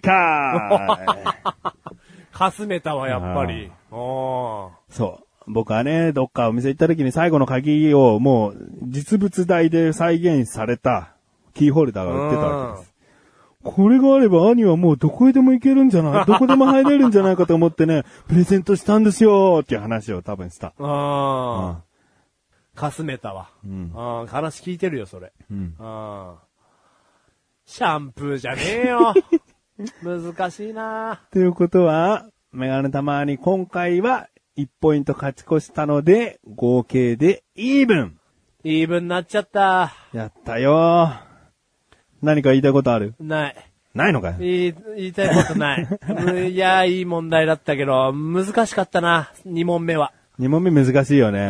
Speaker 3: 解
Speaker 2: ー。かすめたわ、やっぱり。おー
Speaker 3: そう。僕はね、どっかお店行った時に最後の鍵をもう実物大で再現されたキーホルダーが売ってたわけです。これがあれば兄はもうどこへでも行けるんじゃないどこでも入れるんじゃないかと思ってね、プレゼントしたんですよっていう話を多分した。
Speaker 2: あーかすめたわ。
Speaker 3: ん
Speaker 2: あー話聞いてるよ、それ。
Speaker 3: うん。
Speaker 2: ああ。シャンプーじゃねえ よ。難しいな
Speaker 3: ということは、メガネたまに今回は1ポイント勝ち越したので、合計でイーブン
Speaker 2: イーブンなっちゃった。
Speaker 3: やったよ何か言いたいことある
Speaker 2: ない。
Speaker 3: ないのかよ
Speaker 2: いい言いたいこと ない。うんいや、いい問題だったけど、難しかったな。2問目は。
Speaker 3: 二問目難しいよね。い
Speaker 2: あ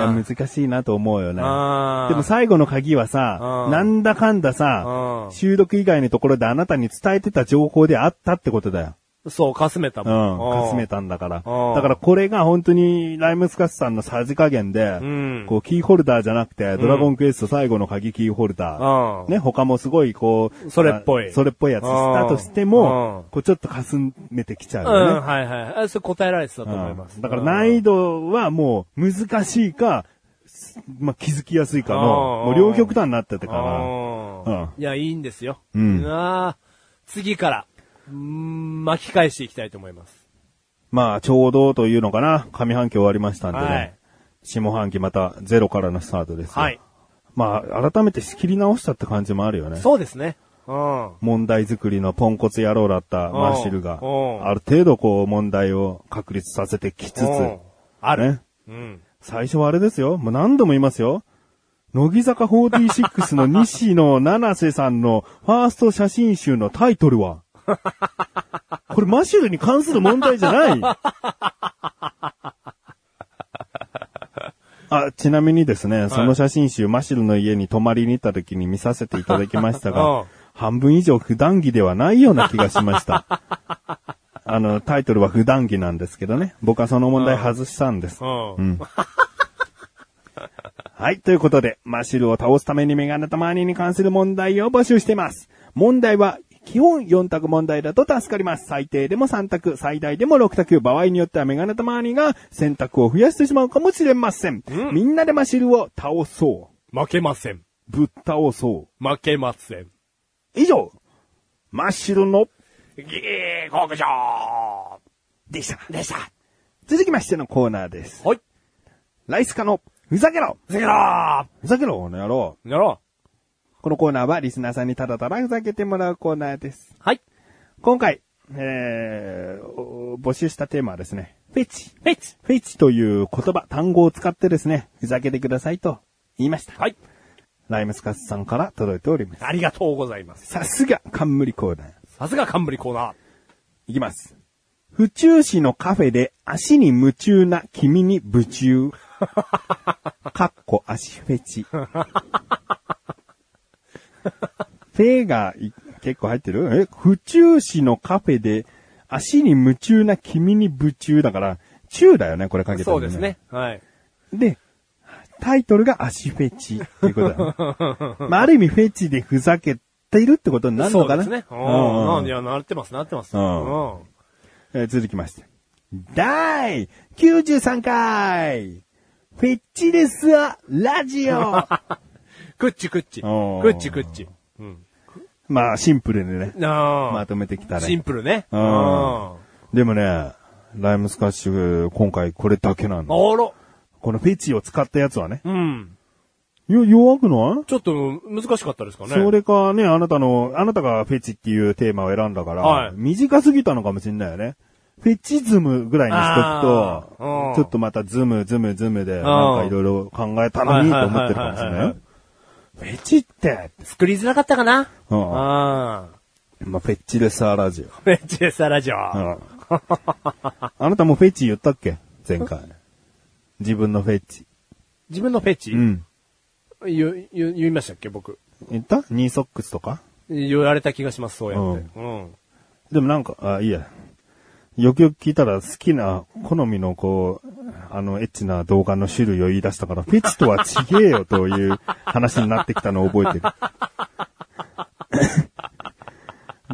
Speaker 3: や、
Speaker 2: ー
Speaker 3: 難しいなと思うよね。
Speaker 2: あー
Speaker 3: でも最後の鍵はさ
Speaker 2: う、ん
Speaker 3: なんだかんださ
Speaker 2: う、ん
Speaker 3: 収録以外のところであなたに伝えてた情報であったってことだよ。
Speaker 2: そう、かすめた
Speaker 3: う
Speaker 2: も
Speaker 3: ん。
Speaker 2: ん。
Speaker 3: かすめたんだから。だ
Speaker 2: うん
Speaker 3: からこれが本当にライムスカスさんのさじ加減で
Speaker 2: ん、
Speaker 3: こうキーホルダーじゃなくて、ドラゴンクエスト最後の鍵キーホルダ
Speaker 2: う
Speaker 3: ー。
Speaker 2: ん
Speaker 3: ね、他もすごいこう、
Speaker 2: それっぽい
Speaker 3: あそれっぽいやつしたとして
Speaker 2: う
Speaker 3: も
Speaker 2: ん、
Speaker 3: こうちょっとかすめてきちゃ
Speaker 2: う
Speaker 3: うよね
Speaker 2: ん、。はいはい。あそれ答えられてたと思います。
Speaker 3: だから難易度はもう難しいか、すまあ、気づきやすいかの、
Speaker 2: うん
Speaker 3: もう両極端になってて
Speaker 2: 度
Speaker 3: から、
Speaker 2: いや、いいんですよ。
Speaker 3: うん
Speaker 2: あー次から、うん巻き返していきたいと思います。
Speaker 3: まあ、ちょうどというのかな。上半期終わりましたんでね。
Speaker 2: はい
Speaker 3: 下半期またゼロからのスタートですよ。
Speaker 2: はい。
Speaker 3: まあ、改めて仕切り直したって感じもあるよね。
Speaker 2: そうですね。うん。
Speaker 3: 問題作りのポンコツ野郎だったマーシルが、
Speaker 2: うん
Speaker 3: ある程度こう問題を確立させてきつつ、
Speaker 2: うんある。
Speaker 3: ね
Speaker 2: うん。
Speaker 3: 最初はあれですよ。もう何度も言いますよ。乃木坂46の西野七瀬さんのファースト写真集のタイトルはこれマシュルに関する問題じゃないあ、ちなみにですね、その写真集、マシュルの家に泊まりに行った時に見させていただきましたが、
Speaker 2: うん
Speaker 3: 半分以上普段着ではないような気がしました。あの、タイトルは普段着なんですけどね、僕はその問題外したんです。
Speaker 2: うん。
Speaker 3: はい、ということで、マシルを倒すためにメガネたまにに関する問題を募集しています。問題は、基本4択問題だと助かります。最低でも3択、最大でも6択、場合によってはメガネたまにが選択を増やしてしまうかもしれません。みんなでマシルを倒そ
Speaker 2: 負けません。
Speaker 3: う。ぶっ倒そ
Speaker 2: 負けません。
Speaker 3: う。以上、マシルの
Speaker 2: ギー国上は
Speaker 3: でした。でした。続きましてのコーナーです。
Speaker 2: い。
Speaker 3: ライスカのふざけろ
Speaker 2: ふざけろー
Speaker 3: ふざけろ、この野郎。
Speaker 2: やろ
Speaker 3: このコーナーはリスナーさんにただただふざけてもらうコーナーです。
Speaker 2: うはい。
Speaker 3: 今回、えー、お募集したテーマはですね、フェチ。
Speaker 2: フェチ
Speaker 3: フェチという言葉、単語を使ってですね、ふざけてくださいと言いました。
Speaker 2: はい。
Speaker 3: ライムスカスさんから届いております。
Speaker 2: ありがとうございます。
Speaker 3: さすが、冠コーナー。
Speaker 2: さすが冠コーナー。
Speaker 3: いきます。府中市のカフェで足に夢中な君に 夢中。かっこ足フェチ。フェがい結構入ってるえ府中市のカフェで足に夢中な君に夢中だから、中だよね、これかけた
Speaker 2: そ
Speaker 3: の
Speaker 2: うですね。はい。
Speaker 3: で、タイトルが足フェチっていうことだね。まあ、ある意味フェチでふざけているってことになるのかな
Speaker 2: そうですね。うん。
Speaker 3: うんうん
Speaker 2: なんで、いや、なってます、なってます。
Speaker 3: う
Speaker 2: う
Speaker 3: ん
Speaker 2: ん
Speaker 3: えー続きまして。第93回フェッチレスラ ジオ
Speaker 2: クッチクッチ。ク
Speaker 3: おー
Speaker 2: ッチクッチ。うん。
Speaker 3: まあ、シンプルでね。
Speaker 2: なあ、
Speaker 3: まとめてきた
Speaker 2: シン
Speaker 3: ね。
Speaker 2: プルね。
Speaker 3: う
Speaker 2: うんん。あ
Speaker 3: でもね、ライムスカッシュ、今回これだけなの。
Speaker 2: ら。
Speaker 3: このフェチを使ったやつはね。
Speaker 2: うん。
Speaker 3: よ、弱くない
Speaker 2: ちょっと難しかったですかね。
Speaker 3: それかね、あなたの、あなたがフェチっていうテーマを選んだから、
Speaker 2: はい
Speaker 3: 短すぎたのかもしれないよね。フェチズムぐらいにしとく
Speaker 2: あーう
Speaker 3: と、
Speaker 2: ん
Speaker 3: ちょっとまたズムズムズムで、なんかいろいろ考えたのにと思ってるかもしれ
Speaker 2: はいはいはいは
Speaker 3: な
Speaker 2: い
Speaker 3: い。フェチって、
Speaker 2: 作りづらかったかな
Speaker 3: うん
Speaker 2: あ
Speaker 3: まあ、フェッチレサーラジ
Speaker 2: あ。 フェチレスラジオ。
Speaker 3: オ。うんあなたもフェチ言ったっけ前回。自分のフェチ。
Speaker 2: 自分のフェチ、
Speaker 3: うん。
Speaker 2: 言、言、言いましたっけ僕。
Speaker 3: 言ったニーソックスとか
Speaker 2: 言われた気がします、そうやって。うん。
Speaker 3: でもなんか、あ、いいや。よくよく聞いたら好きな、好みのこう、あの、エッチな動画の種類を言い出したから、フェチとは違えよという話になってきたのを覚えてる。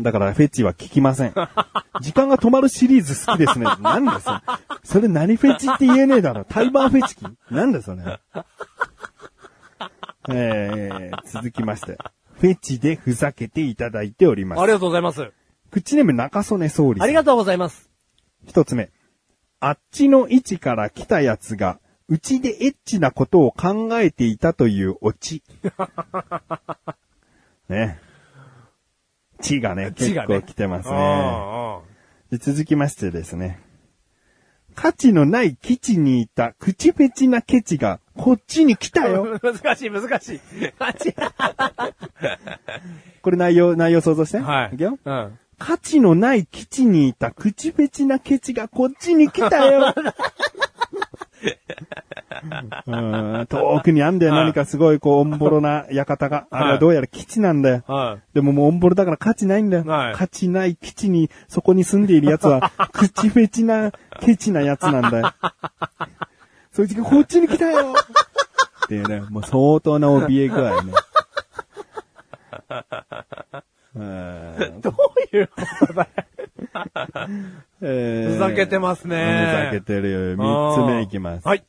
Speaker 3: だから、フェチは聞きません。時間が止まるシリーズ好きですね。なんだそれ。それ何フェチって言えねえだろ。タイバーフェチキなんだそれ。えー、続きまして。フェチでふざけていただいております
Speaker 2: あ。りがとうございます。
Speaker 3: 口ネーム中曽根総理さ
Speaker 2: あ
Speaker 3: ん。
Speaker 2: りがとうございます。
Speaker 3: 一つ目。あっちの位置から来たやつが、うちでエッチなことを考えていたという オチ。ね。地がね、結
Speaker 2: 地がね
Speaker 3: 構来てます
Speaker 2: うん
Speaker 3: ね。で続きましてですね。価値のない基地にいた口ペチなケチがこっちに来たよ。
Speaker 2: うん難しい、難しい。あ違
Speaker 3: これ内容、内容想像して。
Speaker 2: うはい。
Speaker 3: いくよ。
Speaker 2: うん。
Speaker 3: 価値のない基地にいた口ペチなケチがこっちに来た よ。うん遠くにあんだよ。
Speaker 2: はい
Speaker 3: 何かすごい、こう、オンボロな館が。あれはどうやら基地なんだよ。
Speaker 2: はい。
Speaker 3: でももうオンボロだから価値ないんだよ。
Speaker 2: はい
Speaker 3: 価値ない基地に、そこに住んでいる 奴は、口フェチな、ケチな奴なんだよ。そいつがこっちに来たよっていうね、もう相当な怯え具合 ね。うん
Speaker 2: どういうことだよ
Speaker 3: えー
Speaker 2: ふざけてますね。
Speaker 3: ふざけてるよ。三つ目いきます。
Speaker 2: はい。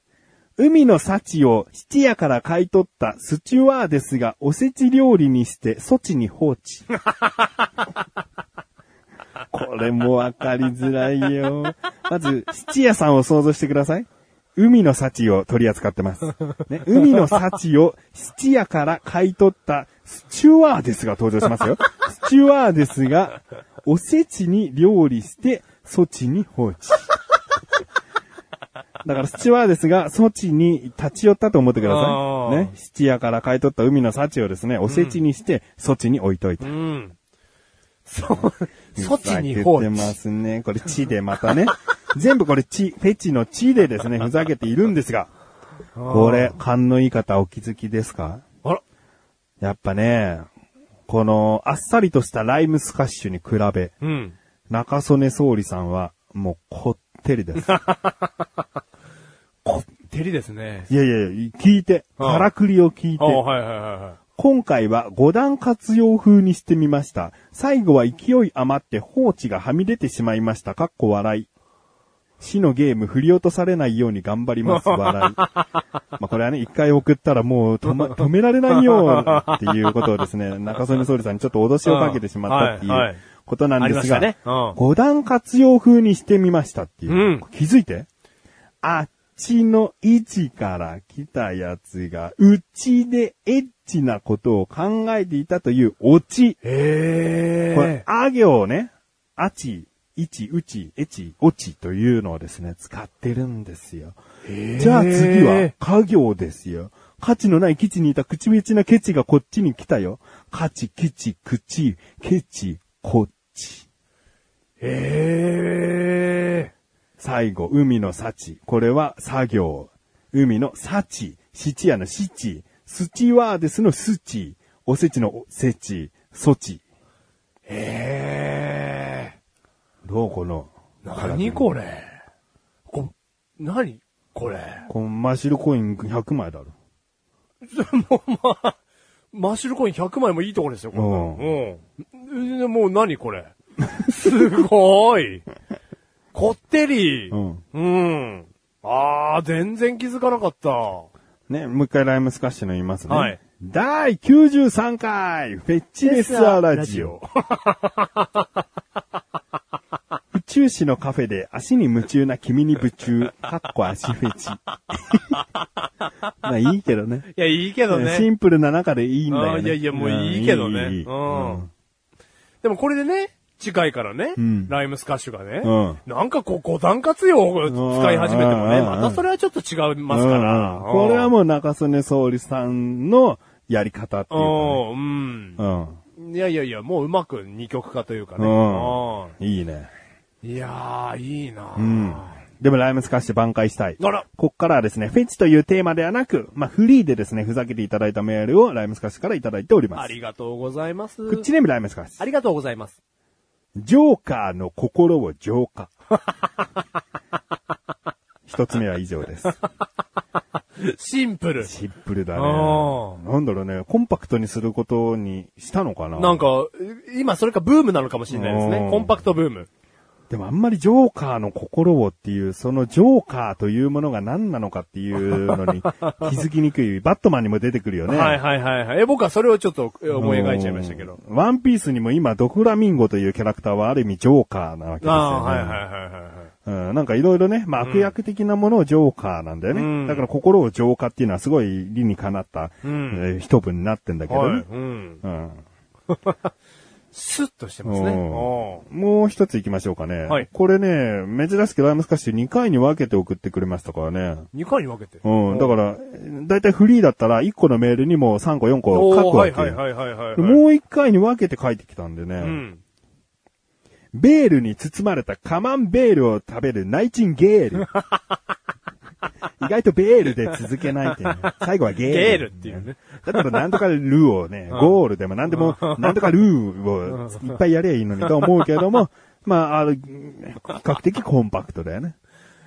Speaker 3: 海の幸を質屋から買い取ったスチュワーデスがおせち料理にして措置に放置。こ これもわかりづらいよ。まず、質屋さんを想像してください。海の幸を取り扱ってます。ね、海の幸を質屋から買い取ったスチュワーデスが登場しますよ。スチュワーデスがおせちに料理して、措置に放置。だから、スチュワーデスが、措置に立ち寄ったと思ってくだ
Speaker 2: あ
Speaker 3: さい。
Speaker 2: ー
Speaker 3: ね。質屋から買い取った海の幸をですね、おせちにして、措置に置いといた。
Speaker 2: うん。そう、措置に放
Speaker 3: 放
Speaker 2: 置
Speaker 3: て。ますね。これ、地で またね。全部これ、地、フェチの地でですね、ふざけているんですが、これ、勘のいい方お気づきですか
Speaker 2: あら、
Speaker 3: やっぱね、この、あっさりとしたライムスカッシュに比べ、
Speaker 2: うん。
Speaker 3: 中曽根総理さんは、もう、こって りです。
Speaker 2: こってりですね。
Speaker 3: いやいやいや、聞いて、
Speaker 2: ああ
Speaker 3: からくりを聞いて
Speaker 2: あ、はいはいはいはい。
Speaker 3: 今回は5段活用風にしてみました。最後は勢い余って放置がはみ出てしまいました。かっこ笑い。死のゲーム振り落とされないように頑張ります。笑い。まあこれはね、一回送ったらもう 止,、ま、止められないよっていうことをですね、中曽根総理さんにちょっと脅しをかけてしまったってい
Speaker 2: うんはいは
Speaker 3: う
Speaker 2: い
Speaker 3: ことなん
Speaker 2: あ
Speaker 3: ですが、
Speaker 2: りましたねうん
Speaker 3: 5段活用風にしてみましたっていう。
Speaker 2: うん
Speaker 3: 気づいてあっちの位置から来たやつが、うちでエッチなことを考えていたというオチ。
Speaker 2: へ
Speaker 3: これ、あ行をね、あち、いち、うち、えち、おちというのをですね、使ってるんですよ。じゃあ次は、家業ですよ。価値のない基地にいた口々なケチがこっちに来たよ。価値、基地、口、ケチ、こっち。
Speaker 2: へ
Speaker 3: 最後、海の幸。これは作業。海の幸。質屋の質。スチワーデスのスチ。おせちのおせち。措置。
Speaker 2: え。へ
Speaker 3: どうこの。
Speaker 2: え。何これこ、何これ
Speaker 3: このマッシュルコイン100枚だろ。
Speaker 2: もうまあ、マッシュルコイン100枚もいいところですよ、これ。うん。でもう何これすごい。こってり。
Speaker 3: うん。
Speaker 2: うん。あー、全然気づかなかった。
Speaker 3: ね、もう一回ライムスカッシュの言いますね。
Speaker 2: はい
Speaker 3: 第93回、フェチレスアラ ジオ。宇宙市のカフェで足に夢中な君に夢中、かっこ足フェ チ。まあいいけどね。
Speaker 2: いや、いいけどね。
Speaker 3: シンプルな中でいいんだよ
Speaker 2: あ
Speaker 3: ね。
Speaker 2: ーいやいや、もういいけどね。
Speaker 3: いいいい
Speaker 2: うん。
Speaker 3: うん
Speaker 2: でもこれでね、近いからね、
Speaker 3: ん
Speaker 2: ライムスカッシュがね、
Speaker 3: う
Speaker 2: なんかこう、五段活用を使い始めてもね、
Speaker 3: うん
Speaker 2: またそれはちょっと違いますから。
Speaker 3: うんこれはもう中曽根総理さんのやり方っていうかね、
Speaker 2: うん、うん
Speaker 3: うん。
Speaker 2: いやいやいや、もううまく二極化というかね。
Speaker 3: うん
Speaker 2: う
Speaker 3: いいね。
Speaker 2: んいやー、いいな、
Speaker 3: うん。でもライムスカッシュ挽回したい。
Speaker 2: あら
Speaker 3: こっからはですね、フェチというテーマではなく、まあフリーでですね、ふざけていただいたメールをライムスカッシュからいただいておりま
Speaker 2: あ
Speaker 3: す
Speaker 2: り。がとうございます。
Speaker 3: クッチネームライムスカッシ
Speaker 2: あ
Speaker 3: ュ。
Speaker 2: りがとうございます。
Speaker 3: ジョーカーの心を浄 化。一つ目は以上です。
Speaker 2: シンプル。
Speaker 3: シンプルだね。
Speaker 2: あー
Speaker 3: なんだろうね、コンパクトにすることにしたのかな
Speaker 2: なんか、今それかブームなのかもしれないです
Speaker 3: う
Speaker 2: ね
Speaker 3: ん。
Speaker 2: コンパクトブーム。
Speaker 3: でもあんまりジョーカーの心をっていう、そのジョーカーというものが何なのかっていうの に気づきにくい。バットマンにも出てくるよね。
Speaker 2: はいはいはいはい。え、僕はそれをちょっとえ思い描いちゃいましたけど。
Speaker 3: うん。ワンピースにも今、ドフラミンゴというキャラクターはある意味ジョーカーなわけですよね。
Speaker 2: ああ、はいはいはいはいはい。
Speaker 3: うん、なんかいろいろね、まあ悪役的なものをジョーカーなんだよね。
Speaker 2: うん
Speaker 3: だから心を浄化っていうのはすごい理にかなった、
Speaker 2: うん
Speaker 3: えー一文になってんだけどね。
Speaker 2: はい。うん。
Speaker 3: うん
Speaker 2: スッとしてますね。お
Speaker 3: もう一つ行きましょうかね。
Speaker 2: はい
Speaker 3: これね、珍しくライムスカッシュ2回に分けて送ってくれましたからね。
Speaker 2: 2回に分けて。
Speaker 3: うん、だから、だいたいフリーだったら1個のメールにも3個4
Speaker 2: お
Speaker 3: 個
Speaker 2: ー
Speaker 3: 書くわ
Speaker 2: は
Speaker 3: け
Speaker 2: い
Speaker 3: よ。
Speaker 2: はいはいはいはい。
Speaker 3: もう1回に分けて書いてきたんでね。
Speaker 2: うん。
Speaker 3: ベールに包まれたカマンベールを食べるナイチンゲー ル。意外とベールで続けないっていうね、最後はゲール。
Speaker 2: ゲールっていうね。
Speaker 3: だったらなんとかルーをね、ゴールでもなんでも、なんとかルーをいっぱいやりゃいいのにと思うけども、まあ、あの、比較的コンパクトだ よね。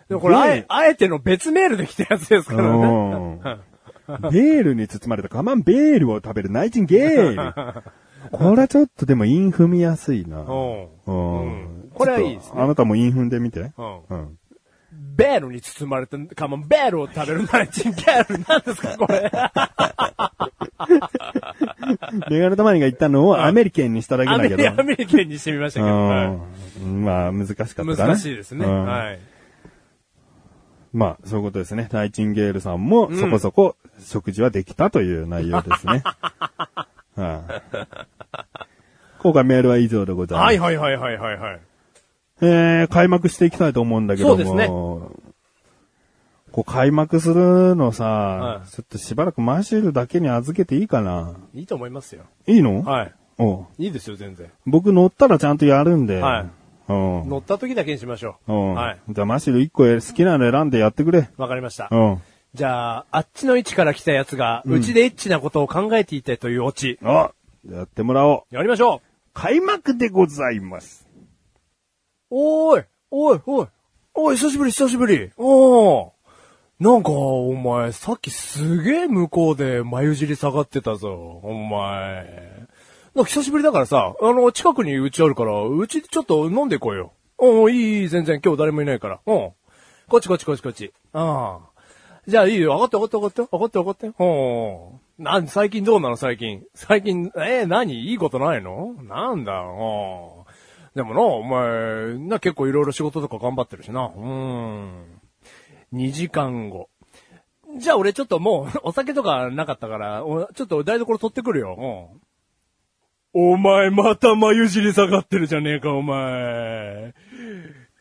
Speaker 2: でもこれ、あ
Speaker 3: ゲー
Speaker 2: え、あえての別メールで来たやつです
Speaker 3: う
Speaker 2: からね。
Speaker 3: ん。ベールに包まれたカマンベールを食べるナイチンゲール。これちょっとでも韻踏みやすいな。
Speaker 2: おう
Speaker 3: うん。
Speaker 2: これはいいですね
Speaker 3: ちょっとあなたも韻踏んでみて。
Speaker 2: うん
Speaker 3: うん。
Speaker 2: ベールに包まれたカマンベールを食べるナイチンゲールなんですかこれ。
Speaker 3: メガネたまにが言ったのをアメリケンにしただけ
Speaker 2: ア
Speaker 3: だ
Speaker 2: メ
Speaker 3: け
Speaker 2: リ
Speaker 3: ど
Speaker 2: ア。メリケンにしてみましたけど、は
Speaker 3: うんまあ、難しかったか
Speaker 2: い
Speaker 3: な。
Speaker 2: 難しいですね。
Speaker 3: うん
Speaker 2: はい。
Speaker 3: まあ、そういうことですね。ナイチンゲールさんもそこそこ食事はできたという内容で すね。はい今回メールは以上でございます。
Speaker 2: はいはいはいはいはいはい。
Speaker 3: えー、開幕していきたいと思うんだけども。
Speaker 2: そうですね
Speaker 3: こう開幕するのさ、
Speaker 2: い
Speaker 3: ちょっとしばらくマシルだけに預けていいかな。
Speaker 2: いいと思いますよ。
Speaker 3: いいの、
Speaker 2: はい。
Speaker 3: おう
Speaker 2: いいですよ、全然。
Speaker 3: 僕乗ったらちゃんとやるんで。
Speaker 2: はい
Speaker 3: うん。
Speaker 2: 乗った時だけにしましょう。
Speaker 3: うん
Speaker 2: はい。
Speaker 3: じゃあマシル一個好きなの選んでやってくれ。
Speaker 2: わかりました
Speaker 3: う。ん。
Speaker 2: じゃあ、あっちの位置から来たやつが、うちでエッチなことを考えていてというオチ。
Speaker 3: あやってもらおう。
Speaker 2: やりましょ
Speaker 3: 開幕でございます。
Speaker 2: うおーいおいおいおい、久しぶり久しぶりおーなんか、お前、さっきすげえ向こうで眉尻下がってたぞ、お前。なんか久しぶりだからさ、あの、近くにうちあるから、うちちょっと飲んでこいよ。うん、いいいい、全然今日誰もいないから。うん。こっちこっちこっちこっち。ああ。じゃあいいよ。上がって上がって上がって上がって上がって。おうなん、最近どうなの最近。最近、えー、何いいことないのなんだおうでもな、お前、な、結構いろいろ仕事とか頑張ってるしな。うーん。2時間後。じゃあ俺ちょっともう、お酒とかなかったから、おちょっと台所取ってくるよ。うんお前、また眉尻下がってるじゃねえか、お前。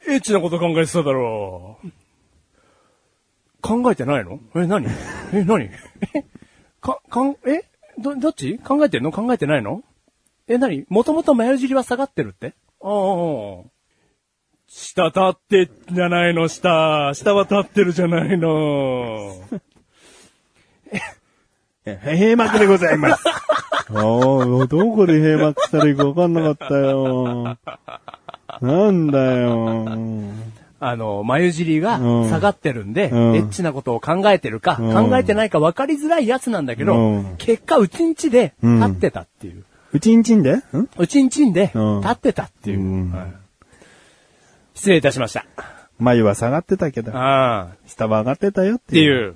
Speaker 2: エッチなこと考えてただろう。考えてないのえ、何え、何 え、か、かん、えど、どっち考えてんの考えてないのえ、何もともと眉尻は下がってるってああ。下立ってじゃないの、下。下は立ってるじゃないの。
Speaker 3: 閉幕でござい ます。おーどこで閉幕したらいいかわかんなかったよ。なんだよ。
Speaker 2: あの、眉尻が
Speaker 3: うん
Speaker 2: 下がってるんで、
Speaker 3: うん
Speaker 2: エッチなことを考えてるか、
Speaker 3: うん
Speaker 2: 考えてないか分かりづらいやつなんだけど、
Speaker 3: うん
Speaker 2: 結果、うちんちで立ってたっていう。
Speaker 3: うちんちんでん
Speaker 2: うちんちんで立
Speaker 3: うん
Speaker 2: ってたっていう。
Speaker 3: うん
Speaker 2: はい失礼いたしました。
Speaker 3: 眉は下がってたけど、
Speaker 2: ああ、っ
Speaker 3: 下は上がってたよっててい
Speaker 2: い
Speaker 3: う。
Speaker 2: う、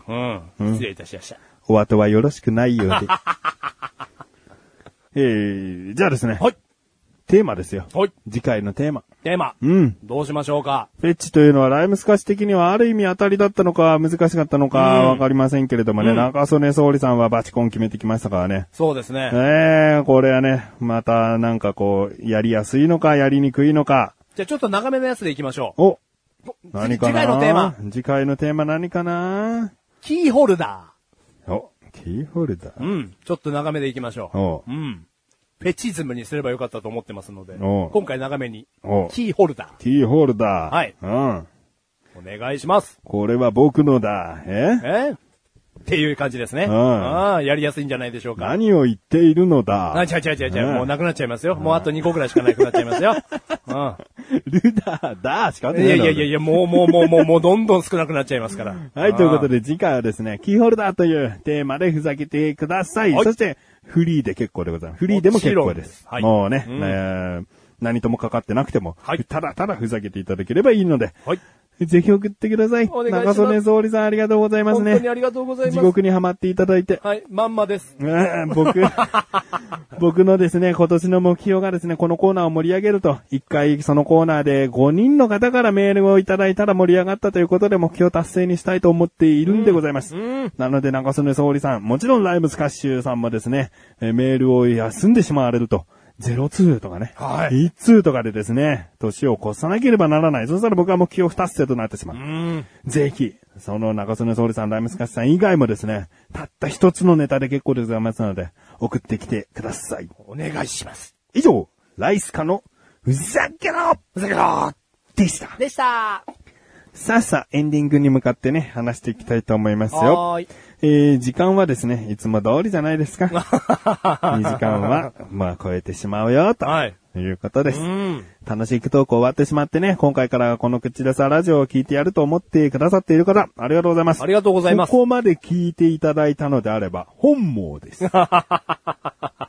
Speaker 2: うん。失礼いたしました。
Speaker 3: お後はよろしくないよ うで。えー、じゃあですね、
Speaker 2: はい、
Speaker 3: テーマですよ。
Speaker 2: はい。
Speaker 3: 次回のテーマ。
Speaker 2: テーマ、
Speaker 3: うん。
Speaker 2: どうしましょうか
Speaker 3: フェッチというのはライムスカシ的にはある意味当たりだったのか難しかったのかわかりませんけれどもね、中曽根総理さんはバチコン決めてきましたからね。
Speaker 2: そうですね。
Speaker 3: ええこれはね、またなんかこう、やりやすいのか、やりにくいのか。
Speaker 2: じゃあちょっと長めのやつでいきましょう。
Speaker 3: お何かな
Speaker 2: 次回のテーマ。
Speaker 3: 次回のテーマ何かな
Speaker 2: キーホルダ
Speaker 3: お、キーホルダ
Speaker 2: ー。
Speaker 3: ー。
Speaker 2: うん。ちょっと長めでいきましょう。
Speaker 3: お
Speaker 2: うん。フェチズムにすればよかったと思ってますので、
Speaker 3: おう
Speaker 2: 今回長めに、
Speaker 3: お
Speaker 2: キーホルダ
Speaker 3: キーホルダー。
Speaker 2: はい
Speaker 3: うん。
Speaker 2: ー、お願いします。
Speaker 3: これは僕のだ。え
Speaker 2: えっていう感じですね。
Speaker 3: ん
Speaker 2: ああ、やりやすいんじゃないでしょうか。
Speaker 3: 何を言っているのだ。
Speaker 2: あ、違う違う違う違う、
Speaker 3: うん
Speaker 2: もうなくなっちゃいますよ。もうあと2個ぐらいしかなくなっちゃいますよ。 う
Speaker 3: ルダーだしか合っ
Speaker 2: ん。
Speaker 3: て
Speaker 2: いや
Speaker 3: ない
Speaker 2: い
Speaker 3: だ
Speaker 2: や
Speaker 3: ろ
Speaker 2: いやいや、もうもうもうもう、もうどんどん少なくなっちゃいますから。
Speaker 3: はい、ということ
Speaker 2: で。
Speaker 3: で次回はですね、キーホルダーというテーマでふざけてください。
Speaker 2: はい
Speaker 3: そして、フリーで結構でございます。フリーでも結構です。
Speaker 2: もちろんですはい
Speaker 3: もうね、
Speaker 2: うん
Speaker 3: えー何ともかかってなくても、
Speaker 2: はい
Speaker 3: ただただふざけていただければいいので、
Speaker 2: はい。
Speaker 3: ぜひ送ってください。
Speaker 2: お願いします
Speaker 3: 中曽根総理さんありがとうございます
Speaker 2: 本当に
Speaker 3: ね。
Speaker 2: ありがとうござい
Speaker 3: 地
Speaker 2: ます。
Speaker 3: 獄にはまっていただいて。
Speaker 2: はい、まんまです。
Speaker 3: うん僕、 僕のですね、今年の目標がですね、このコーナーを盛り上げると、一回そのコーナーで5人の方からメールをいただいたら盛り上がったということで目標達成にしたいと思っているんでございます。なので、中曽根総理さん、もちろんライブスカッシュさんもですね、えーメールを休んでしまわれると。02とかね。
Speaker 2: は
Speaker 3: 1通とかでですね、年を越さなければならない。そしたら僕は目標2つとなってしまう。
Speaker 2: うん。
Speaker 3: ぜひ、その中曽根総理さん、ライムスカッシュさん以外もですね、たった一つのネタで結構でございますので、送ってきてください。
Speaker 2: お願いします。
Speaker 3: 以上、ライスカのふざけろふざけろでした。
Speaker 2: でした
Speaker 3: さあさあ、エンディングに向かってね、話していきたいと思いますよ。
Speaker 2: はーい。
Speaker 3: えー、時間はですね、いつも通りじゃな いですか。2時間は、まあ超えてしまうよ、と
Speaker 2: はい
Speaker 3: いうことです。
Speaker 2: うん。
Speaker 3: 楽しいトーク終わってしまってね、今回からこの口出さラジオを聞いてやると思ってくださっている方、ありがとうございます。
Speaker 2: ありがとうございます
Speaker 3: ここまで聞いていただいたのであれば、本望 です。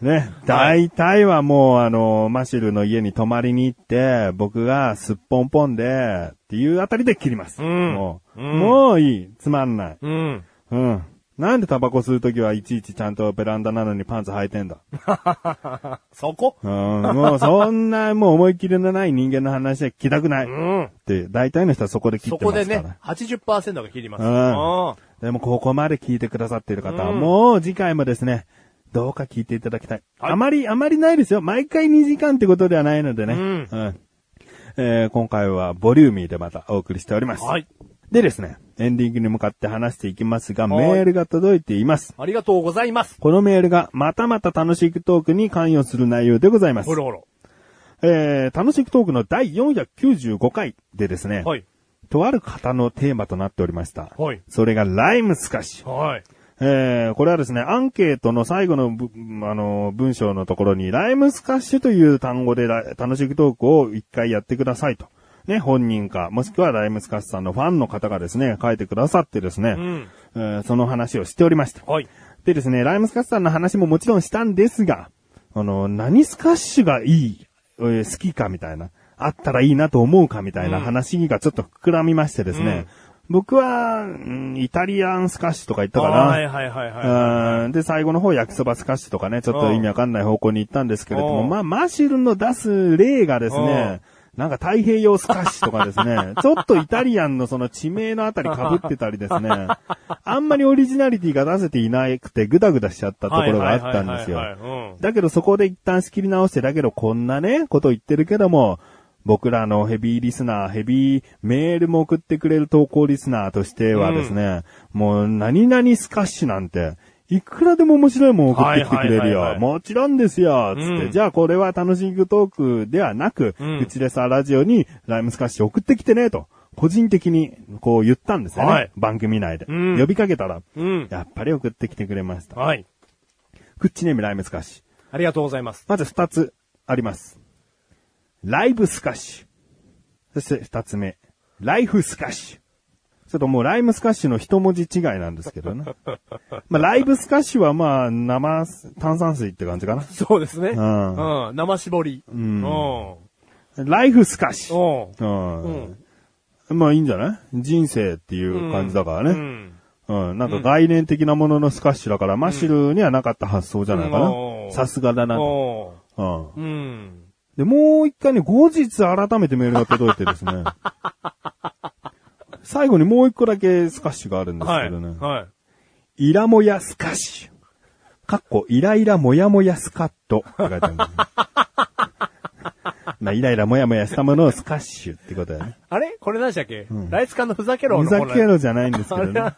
Speaker 3: ね、大体はもう、あの、マシルの家に泊まりに行って、僕がすっぽんぽんで、っていうあたりで切ります。
Speaker 2: うん
Speaker 3: もう、
Speaker 2: うん
Speaker 3: もういい。つまんない。
Speaker 2: うん。
Speaker 3: うん。なんでタバコ吸うときはいちいちちゃんとベランダなのにパンツ履いてんだ。
Speaker 2: そこ
Speaker 3: うん、もうそんな、もう思い切りのない人間の話は聞きたくない。
Speaker 2: うん。
Speaker 3: って、大体の人はそこで切
Speaker 2: そ
Speaker 3: って
Speaker 2: こ
Speaker 3: ま
Speaker 2: です
Speaker 3: から。
Speaker 2: ね、80%が切ります。
Speaker 3: うん
Speaker 2: うん
Speaker 3: でもここまで聞いてくださっている方は、もう次回もですね、どうか聞いていただきたい。
Speaker 2: はい
Speaker 3: あまり、あまりないですよ。毎回2時間ってことではないのでね。
Speaker 2: うん
Speaker 3: えー今回はボリューミーでまたお送りしております。
Speaker 2: はい。
Speaker 3: でですね、エンディングに向かって話していきますが、
Speaker 2: はい
Speaker 3: メールが届いています。
Speaker 2: ありがとうございます。
Speaker 3: このメールがまたまた楽しくトークに関与する内容でございます
Speaker 2: ほ。らほ
Speaker 3: えー、楽しくトークの第495回でですね、
Speaker 2: ら。はい。
Speaker 3: とある方のテーマとなっておりました。
Speaker 2: はい
Speaker 3: それがライムスカッシュ。
Speaker 2: はい。
Speaker 3: えー、これはですね、アンケートの最後のぶ、あの、文章のところに、ライムスカッシュという単語でラ楽しくトークを一回やってくださいと。ね、本人か、もしくはライムスカッシュさんのファンの方がですね、書いてくださってですね、
Speaker 2: うん
Speaker 3: えーその話をしておりました。
Speaker 2: はい。
Speaker 3: でですね、ライムスカッシュさんの話ももちろんしたんですが、あの、何スカッシュがいい、えー好きかみたいな、あったらいいなと思うかみたいな話がちょっと膨らみましてですね、僕は、うんイタリアンスカッシュとか言ったかな。
Speaker 2: はいはいはいは
Speaker 3: うんで、最後の方、焼きそばスカッシュとかね、ちょっと意味わかんない方向に行ったんですけれど
Speaker 2: う
Speaker 3: も、
Speaker 2: ん
Speaker 3: まあ、マシルの出す例がですね、なんか太平洋スカッシュとかです ね、ちょっとイタリアンのその地名のあたり被ってたりです ね、あんまりオリジナリティが出せていなくてグダグダしちゃった
Speaker 2: い。
Speaker 3: ところがあったんですよ
Speaker 2: はい。はいはいはいはいうん
Speaker 3: だけどそこで一旦仕切り直して、だけどこんなね、こと言ってるけども、僕らのヘビーリスナー、ヘビーメールも送ってくれる投稿リスナーとしてはですね、もう何々スカッシュなんて、いくらでも面白いもん送ってきてくれ
Speaker 2: はい
Speaker 3: る
Speaker 2: はいはいは
Speaker 3: よ。
Speaker 2: い
Speaker 3: もちろんですよ。つって、
Speaker 2: うん
Speaker 3: じゃあこれは楽しくトークではなく、
Speaker 2: うん
Speaker 3: うちでさ、ラジオにライムスカッシュ送ってきてね、と。個人的に、こう言ったんですよね。
Speaker 2: はい
Speaker 3: 番組内で、
Speaker 2: うん
Speaker 3: 呼びかけたら、
Speaker 2: うん。
Speaker 3: やっぱり送ってきてくれました。
Speaker 2: はい。
Speaker 3: クッチネームライムスカッシュ。
Speaker 2: ありがとうございます。
Speaker 3: まず二つあります。ライブスカッシュ。そして二つ目。ライフスカッシュ。ちょっともうライムスカッシュの一文字違いなんですけ どね。まあライブスカッシュはまあ生炭酸水って感じかな。
Speaker 2: そうですね。うんん。生絞り。うん。うん。
Speaker 3: ライフスカッシュ。
Speaker 2: う
Speaker 3: うん
Speaker 2: ん。
Speaker 3: まあいいんじゃない人生っていう感じだからね、
Speaker 2: う
Speaker 3: うん
Speaker 2: ん。
Speaker 3: なんか概念的なもののスカッシュだから、マシルにはなかった発想じゃないかな
Speaker 2: うん。
Speaker 3: さすがだな。う
Speaker 2: お
Speaker 3: ん。
Speaker 2: ーうん。
Speaker 3: で、もう一回ね、後日改めてメールが届いてで すね。最後にもう一個だけスカッシュがあるんです
Speaker 2: は
Speaker 3: け
Speaker 2: い。
Speaker 3: どね。
Speaker 2: はい。
Speaker 3: イラモヤスカッシュ。かっこ、イライラモヤモヤスカットって書いてある んですね、まあ、イライラモヤモヤしたものをスカッシュってことだよね。
Speaker 2: あれこれ何でしたっけライス缶のふざけろ
Speaker 3: ふ
Speaker 2: の
Speaker 3: ざけ
Speaker 2: ろ。
Speaker 3: ろじゃないんですけど
Speaker 2: あれ
Speaker 3: ね
Speaker 2: は。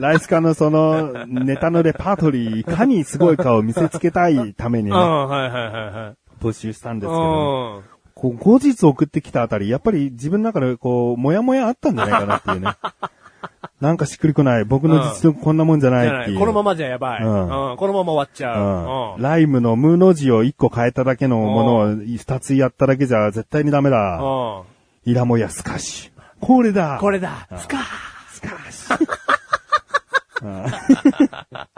Speaker 3: ライスカのそのネタのレパートリー、いかにすごいかを見せつけたいために
Speaker 2: う
Speaker 3: ね、
Speaker 2: ん、はいはいはいはい。
Speaker 3: 募集したんですけど
Speaker 2: う
Speaker 3: ね、
Speaker 2: ん。
Speaker 3: こう、後日送ってきたあたり、やっぱり自分の中でこう、もやもやあったんじゃないかなっ ていうね。なんかしっくりこない。僕の実力こんなもんじゃ
Speaker 2: じ
Speaker 3: な
Speaker 2: ゃない
Speaker 3: ってい
Speaker 2: い。
Speaker 3: う。
Speaker 2: このままじゃやばい。
Speaker 3: う
Speaker 2: うんん。このまま終わっちゃ
Speaker 3: う。
Speaker 2: うんうん。
Speaker 3: ライムの無の字を1個変えただけのものを2つやっただけじゃ絶対にダメだ。
Speaker 2: うん。
Speaker 3: イラモヤスカッシュ。これだ。
Speaker 2: これだ。スカー
Speaker 3: スカッシ ュ。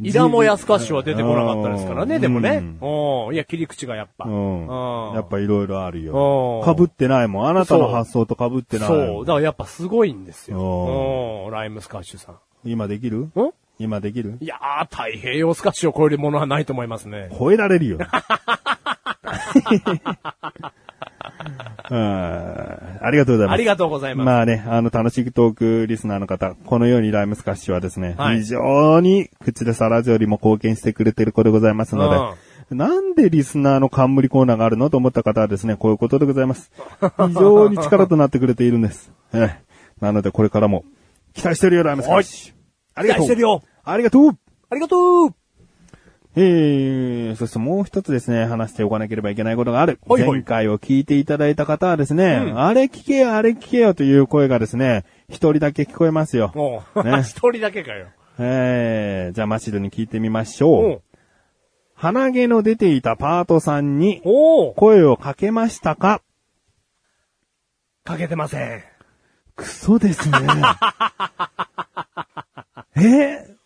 Speaker 2: イラモヤスカッシュは出てこなかったですから
Speaker 3: う
Speaker 2: ね、
Speaker 3: ん
Speaker 2: でも
Speaker 3: う
Speaker 2: ね
Speaker 3: ん。
Speaker 2: うん。いや、切り口がやっぱ。
Speaker 3: うん。やっぱいろいろあるよ。
Speaker 2: うん
Speaker 3: 被ってないもん。あなたの発想と被ってない。
Speaker 2: そう。だからやっぱすごいんです
Speaker 3: お
Speaker 2: よ。うん。ライムスカッシュさん。
Speaker 3: 今できる
Speaker 2: ん
Speaker 3: 今できる
Speaker 2: いやー、太平洋スカッシュを超えるものはないと思いますね。
Speaker 3: 超えられる よ。うんありがとうございます。
Speaker 2: ありがとうございます。
Speaker 3: まあね、あの、楽しくトークリスナーの方、このようにライムスカッシュはですね、
Speaker 2: はい
Speaker 3: 非常に口でさらずよりも貢献してくれてる子でございますので、なんでリスナーの冠コーナーがあるのと思った方はですね、こういうことでござ います。非常に力となってくれているんです。ええなので、これからも、期待してるよ、ライムスカッシュ。ありがとう。
Speaker 2: 期待してるよ。
Speaker 3: ありがとう。
Speaker 2: ありがとう
Speaker 3: えー、そしてもう一つですね、話しておかなければいけないことがある。
Speaker 2: はいはい
Speaker 3: 前回を聞いていただいた方はですね、あれ聞けよ、あれ聞けよという声がですね、一人だけ聞こえますよ。
Speaker 2: もう、
Speaker 3: ね
Speaker 2: 一人だけかよ。
Speaker 3: えー、じゃあマシルに聞いてみまし
Speaker 2: う
Speaker 3: ょう。
Speaker 2: ん
Speaker 3: 鼻毛の出ていたパートさんに
Speaker 2: おー
Speaker 3: 声をかけましたか
Speaker 2: かけてません。
Speaker 3: クソで すね。えー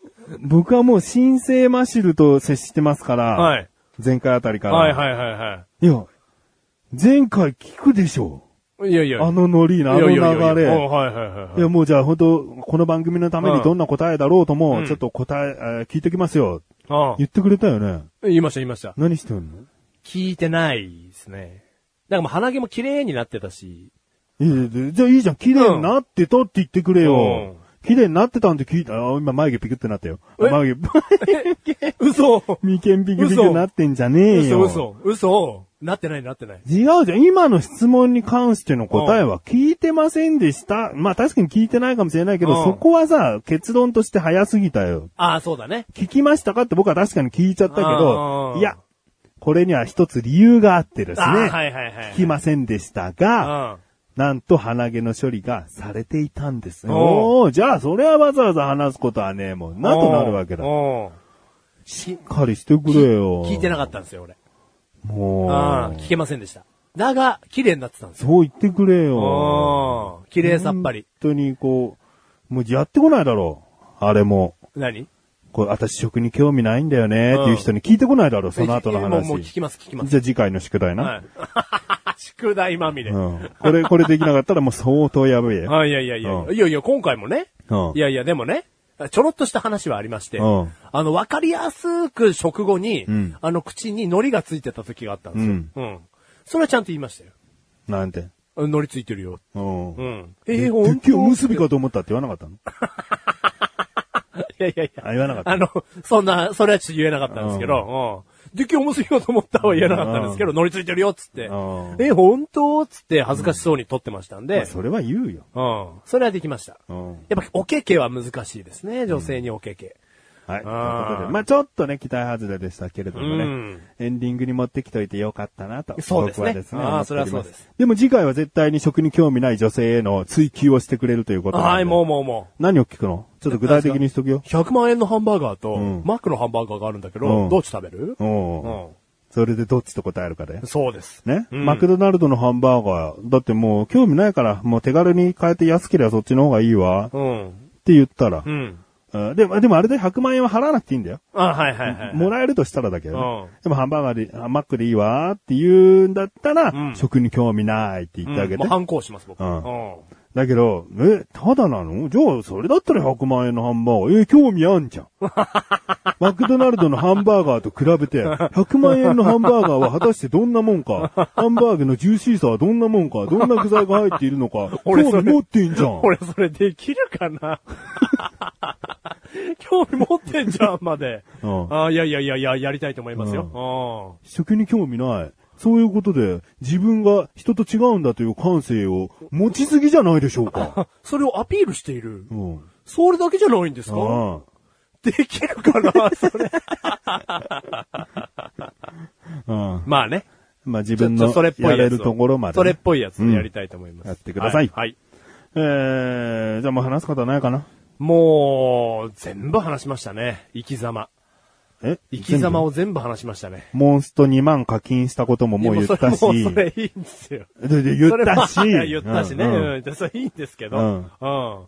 Speaker 3: 僕はもう新生マシルと接してますから、
Speaker 2: はい
Speaker 3: 前回あたりから、
Speaker 2: はいはいはいはい
Speaker 3: や、前回聞くでしょ。
Speaker 2: いやいや。
Speaker 3: あのノリの、あの
Speaker 2: いやいやいや
Speaker 3: 流
Speaker 2: いや
Speaker 3: れ
Speaker 2: お。はいはいはい
Speaker 3: い
Speaker 2: は
Speaker 3: や、もうじゃあ本当この番組のためにどんな答えだろうと
Speaker 2: う
Speaker 3: も、
Speaker 2: ん
Speaker 3: ちょっと答え、えー聞いてきますよ。
Speaker 2: い。うん
Speaker 3: 言ってくれたよね。
Speaker 2: 言いました言いました。
Speaker 3: 何してんの
Speaker 2: 聞いてないですね。だからもう鼻毛も綺麗になってたし。
Speaker 3: いやいやじゃあいいじゃん。綺麗になってたって言ってくれよ。綺麗になってたんで聞いた。あ、今眉毛ピクってなったよ。あ
Speaker 2: え
Speaker 3: 眉毛、
Speaker 2: 嘘
Speaker 3: 眉間ピクピクなってんじゃねえ
Speaker 2: 嘘
Speaker 3: よ。
Speaker 2: 嘘嘘なってないなってない。
Speaker 3: 違うじゃん。今の質問に関しての答えは聞いてませんでした。まあ確かに聞いてないかもしれないけ
Speaker 2: う
Speaker 3: ど、
Speaker 2: ん
Speaker 3: そこはさ、結論として早すぎたよ。
Speaker 2: ああ、そうだね。
Speaker 3: 聞きましたかって僕は確かに聞いちゃったけ
Speaker 2: あ
Speaker 3: ど、
Speaker 2: ー
Speaker 3: いや、これには一つ理由があってですね、
Speaker 2: ああ、はいはいはい。
Speaker 3: 聞きませんでしたが、なんと鼻毛の処理がされていたんですよ。
Speaker 2: お
Speaker 3: おーじゃあそれはわざわざ話すことはねえも
Speaker 2: うんん。
Speaker 3: なとなるわけだ。し
Speaker 2: うんうんし
Speaker 3: っかりしてくれよ。
Speaker 2: 聞いてなかったんですよ、俺。
Speaker 3: も
Speaker 2: う
Speaker 3: う
Speaker 2: ん。聞けませんでした。だが、綺麗になってたんですよ。
Speaker 3: そう言ってくれよ。
Speaker 2: うん。綺麗さっぱり。
Speaker 3: 本当にこう、もうやってこないだろう。あれも。
Speaker 2: 何
Speaker 3: こう私食に興味ないんだよねっていう人に聞いてこないだろう、その後の
Speaker 2: もう
Speaker 3: 話。
Speaker 2: もう聞きます、聞きます。
Speaker 3: じゃあ次回の宿題な。
Speaker 2: はい。 宿題まみれ。
Speaker 3: うん。これ、これできなかったらもう相当やべえ。
Speaker 2: あいやいやいや、
Speaker 3: うん
Speaker 2: いやいや、今回もね。
Speaker 3: うん
Speaker 2: いやいや、でもね、ちょろっとした話はありまして、
Speaker 3: うん
Speaker 2: あの、わかりやすく食後に、
Speaker 3: ん
Speaker 2: あの、口に海苔がついてた時があったんですよ。
Speaker 3: うん
Speaker 2: うんそれはちゃんと言いましたよ。
Speaker 3: なんて。
Speaker 2: あ海苔ついてるよ。
Speaker 3: うん。
Speaker 2: うん。
Speaker 3: え、
Speaker 2: えー、ほ
Speaker 3: 今
Speaker 2: ん
Speaker 3: 日結びかと思ったって言わなかったの
Speaker 2: いやいやいや。
Speaker 3: あ言わなかった
Speaker 2: あの、そんな、それはちょっと言えなかったんですけど、うん。で、今日結びようと思ったは言えなかったんですけど、乗りついてるよ、っつって
Speaker 3: うん。
Speaker 2: え、本当っつって恥ずかしそうに撮ってましたん
Speaker 3: ま
Speaker 2: で
Speaker 3: あ、それは言うよ。
Speaker 2: うん。それはできました。
Speaker 3: うん。
Speaker 2: やっぱ、おけけは難しいですね、女性におけけ。
Speaker 3: はい。と
Speaker 2: あー
Speaker 3: いうことで、まあちょっとね、期待外れでしたけれどもね、
Speaker 2: うん
Speaker 3: エンディングに持ってきといてよかったなと。
Speaker 2: そうですね
Speaker 3: 僕はですね。
Speaker 2: あー
Speaker 3: 思っております
Speaker 2: それはそうです。
Speaker 3: でも次回は絶対に食に興味ない女性への追求をしてくれるということなんで。
Speaker 2: はい、もうもうも
Speaker 3: 何を聞くのちょっと具体的にしとく
Speaker 2: う。。
Speaker 3: よ
Speaker 2: 100万円のハンバーガーと、
Speaker 3: うん
Speaker 2: マックのハンバーガーがあるんだけ
Speaker 3: う
Speaker 2: ど、
Speaker 3: ん
Speaker 2: どっち食べる
Speaker 3: う。
Speaker 2: うんん。
Speaker 3: それでどっちと答えるかだよ。
Speaker 2: そうです。
Speaker 3: ね、
Speaker 2: うん
Speaker 3: マクドナルドのハンバーガー、だってもう興味ないから、もう手軽に変えて安ければそっちの方がいいわ、っ
Speaker 2: うん。
Speaker 3: て言ったら
Speaker 2: う、ん。
Speaker 3: うんでも、でもあれで100万円は払わなくていいんだよ。
Speaker 2: あ、はいはいはい。
Speaker 3: もらえるとしたらだけどね、
Speaker 2: う
Speaker 3: でもハンバーガーで、あマックでいいわって言うんだったら、
Speaker 2: うん
Speaker 3: 食に興味ないって
Speaker 2: う
Speaker 3: 言
Speaker 2: ん
Speaker 3: ってあげて。
Speaker 2: もう反抗します、僕。
Speaker 3: うん
Speaker 2: うん
Speaker 3: だけど、え、ただなのじゃあ、それだったら100万円のハンバーガー、え、興味あん じゃん。マクドナルドのハンバーガーと比べて、100万円のハンバーガーは果たしてどんなもんか、ハンバーグのジューシーさはどんなもんか、どんな具材が入っているのか、興
Speaker 2: 俺それ
Speaker 3: 味持ってんじゃん。
Speaker 2: 俺それできるか な興味持ってんじゃんまで。
Speaker 3: うん
Speaker 2: あいやいやいやいや、やりたいと思いますよ。
Speaker 3: 食に興味ない。そういうことで、自分が人と違うんだという感性を持ちすぎじゃないでしょう
Speaker 2: う
Speaker 3: か。
Speaker 2: んそれをアピールしている
Speaker 3: う。ん。
Speaker 2: それだけじゃないんですか
Speaker 3: あ
Speaker 2: できるかなそ れ。
Speaker 3: あ。うん。
Speaker 2: まあね。
Speaker 3: まあ自
Speaker 2: ちょ
Speaker 3: 分
Speaker 2: っと
Speaker 3: の
Speaker 2: それっぽ
Speaker 3: や
Speaker 2: いや
Speaker 3: れ
Speaker 2: つを。
Speaker 3: るところまでね。
Speaker 2: それっぽいやつでやりたいと思います。
Speaker 3: うんやってください
Speaker 2: はい。はい
Speaker 3: えー、じゃあもう話すことはないかな
Speaker 2: もう、全部話しましたね。生き様。
Speaker 3: え
Speaker 2: 生き様
Speaker 3: を。
Speaker 2: を全部話しましたね。
Speaker 3: モンスト2万課金したことももう言ったし。
Speaker 2: いやもうそれもうそれいいんですよ。
Speaker 3: でで 言ったし
Speaker 2: そ。れは言ったしね。
Speaker 3: うん
Speaker 2: うん。でそれいいんですけど。
Speaker 3: うん
Speaker 2: うん。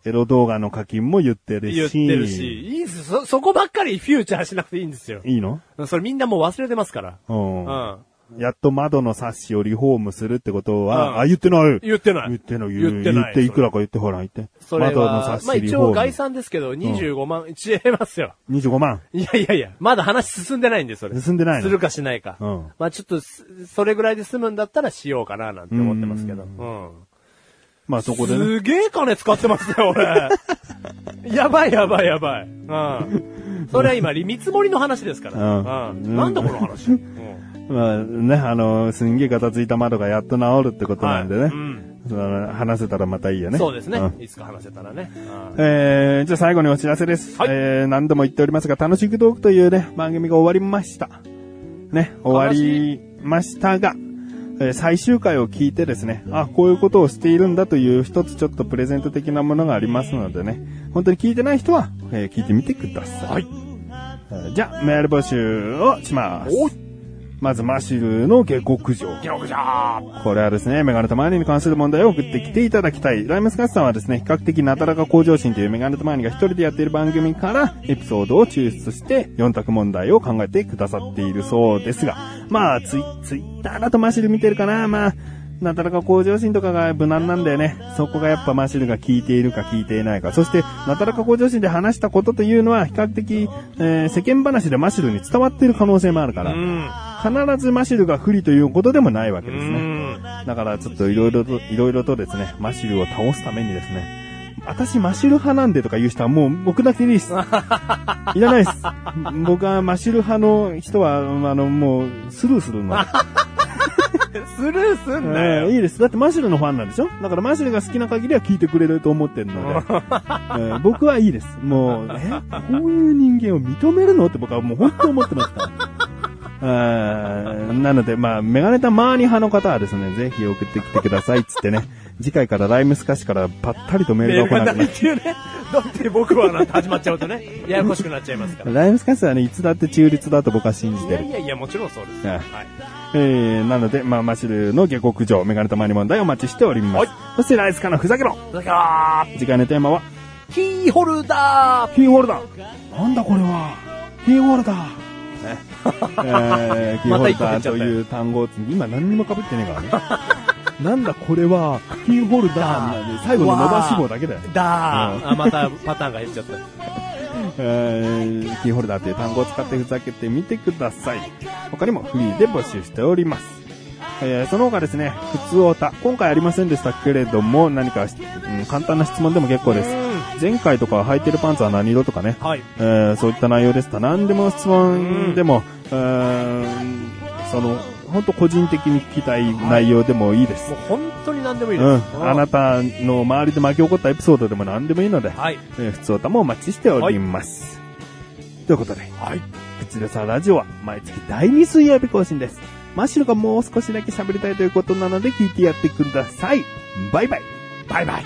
Speaker 3: エロ動画の課金も言ってるし。
Speaker 2: 言ってるし、。いいんですそ、そこばっかりフューチャーしなくていいんですよ。
Speaker 3: いいの
Speaker 2: それみんなもう忘れてますから。
Speaker 3: う。
Speaker 2: うんん。
Speaker 3: やっと窓のサッシをリフォームするってことは、
Speaker 2: うん
Speaker 3: あ、言ってない。
Speaker 2: 言ってない。
Speaker 3: 言ってない。
Speaker 2: 言ってない。
Speaker 3: いくらか言って、ほら、言って。
Speaker 2: それ
Speaker 3: 窓の
Speaker 2: は
Speaker 3: 差、し
Speaker 2: まあ
Speaker 3: リ
Speaker 2: 一
Speaker 3: フォ
Speaker 2: 応
Speaker 3: ーム
Speaker 2: 概算ですけど、25万、違いますよ。
Speaker 3: 25万。
Speaker 2: いやいやいや、まだ話進んでないんで、それ。
Speaker 3: 進んでないの
Speaker 2: するかしないか。
Speaker 3: うん
Speaker 2: まあちょっとす、それぐらいで済むんだったらしようかな、なんて思ってますけど。うん。
Speaker 3: まあそこでね。
Speaker 2: すげえ金使ってますよ、 俺。やばいやばいやばい。うん。それは今、見積もりの話ですから。
Speaker 3: う
Speaker 2: うんん。なんだこの話。うん
Speaker 3: まあね、あの、すんげえガタついた窓がやっと治るってことなんでね。
Speaker 2: はいうん
Speaker 3: その話せたらまたいいよね。
Speaker 2: そうですね
Speaker 3: ん。
Speaker 2: いつか話せたらね。
Speaker 3: えー、じゃあ最後にお知らせです。
Speaker 2: はい
Speaker 3: えー、何度も言っておりますが、楽しくトークというね、番組が終わりました。ね、終わりましたが、えー最終回を聞いてですね、あ、こういうことをしているんだという一つちょっとプレゼント的なものがありますのでね、本当に聞いてない人は、えー聞いてみてください。
Speaker 2: はい
Speaker 3: えーじゃあ、メール募集をします。
Speaker 2: おい
Speaker 3: まず、マシルの下克上。
Speaker 2: ギャグじゃー
Speaker 3: これはですね、メガネたまわりに関する問題を送ってきていただきたい。ライムスカスさんはですね、比較的なだらか向上心というメガネたまわりが一人でやっている番組からエピソードを抽出して4択問題を考えてくださっているそうですが、まあ、ツイ、ツイッターだとマシル見てるかなまあ、なだらか向上心とかが無難なんだよね。そこがやっぱマシルが効いているか効いていないか。そして、なだらか向上心で話したことというのは、比較的、えー世間話でマシルに伝わっている可能性もあるから、
Speaker 2: うん。
Speaker 3: 必ずマシルが不利ということでもないわけです
Speaker 2: う
Speaker 3: ね。
Speaker 2: ん。
Speaker 3: だからちょっといろいろと、いろいろとですね、マシルを倒すためにですね、私マシル派なんでとか言う人はもう僕だけでいい です。いらないです。僕はマシル派の人は、あの、もうスルーするの。
Speaker 2: スルーすんな
Speaker 3: え
Speaker 2: よ。
Speaker 3: えいいです。だってマシルのファンなんでしょだからマシルが好きな限りは聞いてくれると思ってる ので、ええ僕はいいです。もう、え、こういう人間を認めるのって僕はもう本当思ってました。ええなので、まあ、メガネタマーニ派の方はですね、ぜひ送ってきてください、つってね。次回からライムスカシからぱったりとメー
Speaker 2: メー
Speaker 3: ル
Speaker 2: ル
Speaker 3: が
Speaker 2: が
Speaker 3: 来なく
Speaker 2: な
Speaker 3: ないっ。
Speaker 2: ってていうね。だって僕はなんて始まっちゃうとね、ややこしくなっちゃい ますから。
Speaker 3: ライムスカシはね、いつだって中立だと僕は信じ
Speaker 2: い
Speaker 3: て
Speaker 2: や
Speaker 3: る
Speaker 2: い。やいや、もちろんそうです。
Speaker 3: はい
Speaker 2: はい。
Speaker 3: えー、なので、まあ、マシルの下克上、メガネタマーニ問題お待ちしております。
Speaker 2: は
Speaker 3: そして、ライスカのふざけろ
Speaker 2: だから、
Speaker 3: 次回のテーマは、
Speaker 2: キーホルダー
Speaker 3: キーホルダーなんだこれはキーホルダーねえー、 キーホルダーという単語を今何にも被ってね えからね。なんだこれは、キーホルダーなんで、最後の伸ばし棒だけだよね。
Speaker 2: だ
Speaker 3: う
Speaker 2: ー。あ、またパターンが減っちゃった。
Speaker 3: えーキーホルダーという単語を使ってふざけてみてください。他にもフリーで募集しております。えーその他ですね、普通おた、今回ありませんでしたけれども、何か、うん簡単な質問でも結構です。前回とかは履いてるパンツは何色とかね、
Speaker 2: はい。
Speaker 3: えーそういった内容でした。何でも質問でも、うーん、その、本当個人的に聞きたい内容でもいいです
Speaker 2: もう。本当に何でもいいで
Speaker 3: う
Speaker 2: す。
Speaker 3: ん。あなたの周りで巻き起こったエピソードでも何でもいいので、
Speaker 2: はい。
Speaker 3: えー、普通歌もお待ちしております。ということで、はい。口でさラジオは毎月第2水曜日更新です。マッシュルがもう少しだけ喋りたいということなので聞いてやってください。バイバイ。バイバイ。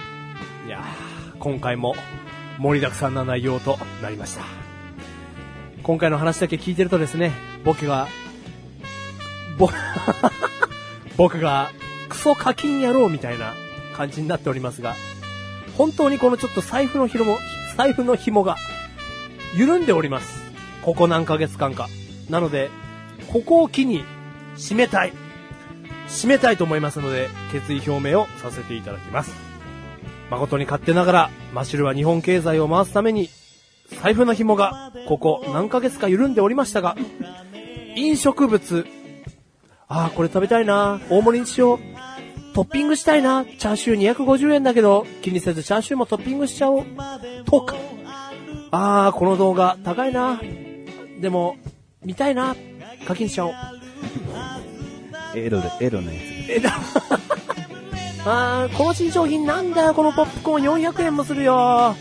Speaker 2: いやー今回も盛りだくさんな内容となりました。今回の話だけ聞いてるとですね、僕が、ぼ、 僕がクソ課金野郎みたいな感じになっておりますが、本当にこのちょっと財布の紐も、財布の紐が緩んでおります。ここ何ヶ月間か。なので、ここを機に締めたい。締めたいと思いますので、決意表明をさせていただきます。誠に勝手ながら、マシュルは日本経済を回すために、財布の紐が、ここ何ヶ月か緩んでおりましたが、飲食物、ああ、これ食べたいな、大盛りにしよう。トッピングしたいな、チャーシュー250円だけど、気にせずチャーシューもトッピングしちゃおう。とか、ああ、この動画高いな、でも、見たいな、課金しちゃおう。
Speaker 3: エロで、エロのやつ。
Speaker 2: えだ あーこの新商品なんだよこのポップコーン400円もするよ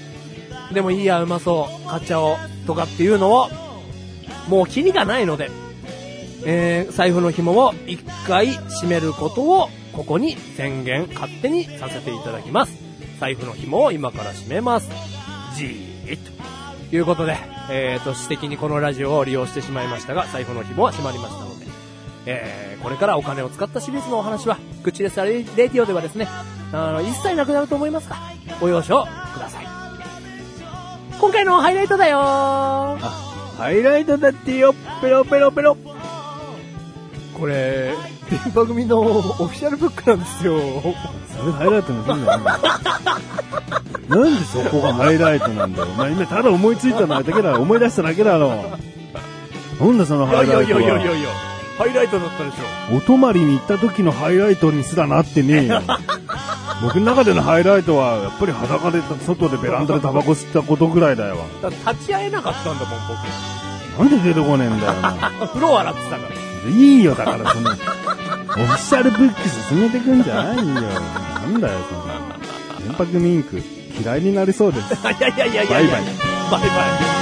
Speaker 2: でもいいやうまそう買っちゃおうとかっていうのをもうキリがないので、えー財布の紐を一回締めることをここに宣言勝手にさせていただきます財布の紐を今から締めますじーっとということで、えー、と、私的にこのラジオを利用してしまいましたが、財布の紐は閉まりましたので、えー、これからお金を使ったシリーズのお話は、口レスレディオではですね、あの、一切なくなると思いますが、ご了承ください。今回のハイライトだよー
Speaker 3: ハイライトだってよ、ペロペロペロ。
Speaker 2: これ、電波組のオフィシャルブックなんですよ。
Speaker 3: それハイライトの意味なんだよ。なんでそこがハイライトなんだよ。お前今ただ思いついたのだけだろ。思い出しただけだろ。なんだその
Speaker 2: い
Speaker 3: ハイライトは。
Speaker 2: いや、ハイライトだったでしょ。
Speaker 3: お泊まりに行った時のハイライトにすらなってねえよ。僕の中でのハイライトは、やっぱり裸で、外でベランダでタバコ吸ったことぐらいだよ。
Speaker 2: だから立ち会えなかったんだもん、僕。
Speaker 3: なんで出てこねえんだよな。
Speaker 2: あ風呂洗ってたから。
Speaker 3: いいよ、だからその、オフィシャルブック進めてくんじゃないよ。なんだよ、その、電波組インク、嫌いになりそうです。
Speaker 2: いやいやいやいやいや
Speaker 3: バイバ
Speaker 2: バイ
Speaker 3: イ
Speaker 2: バイ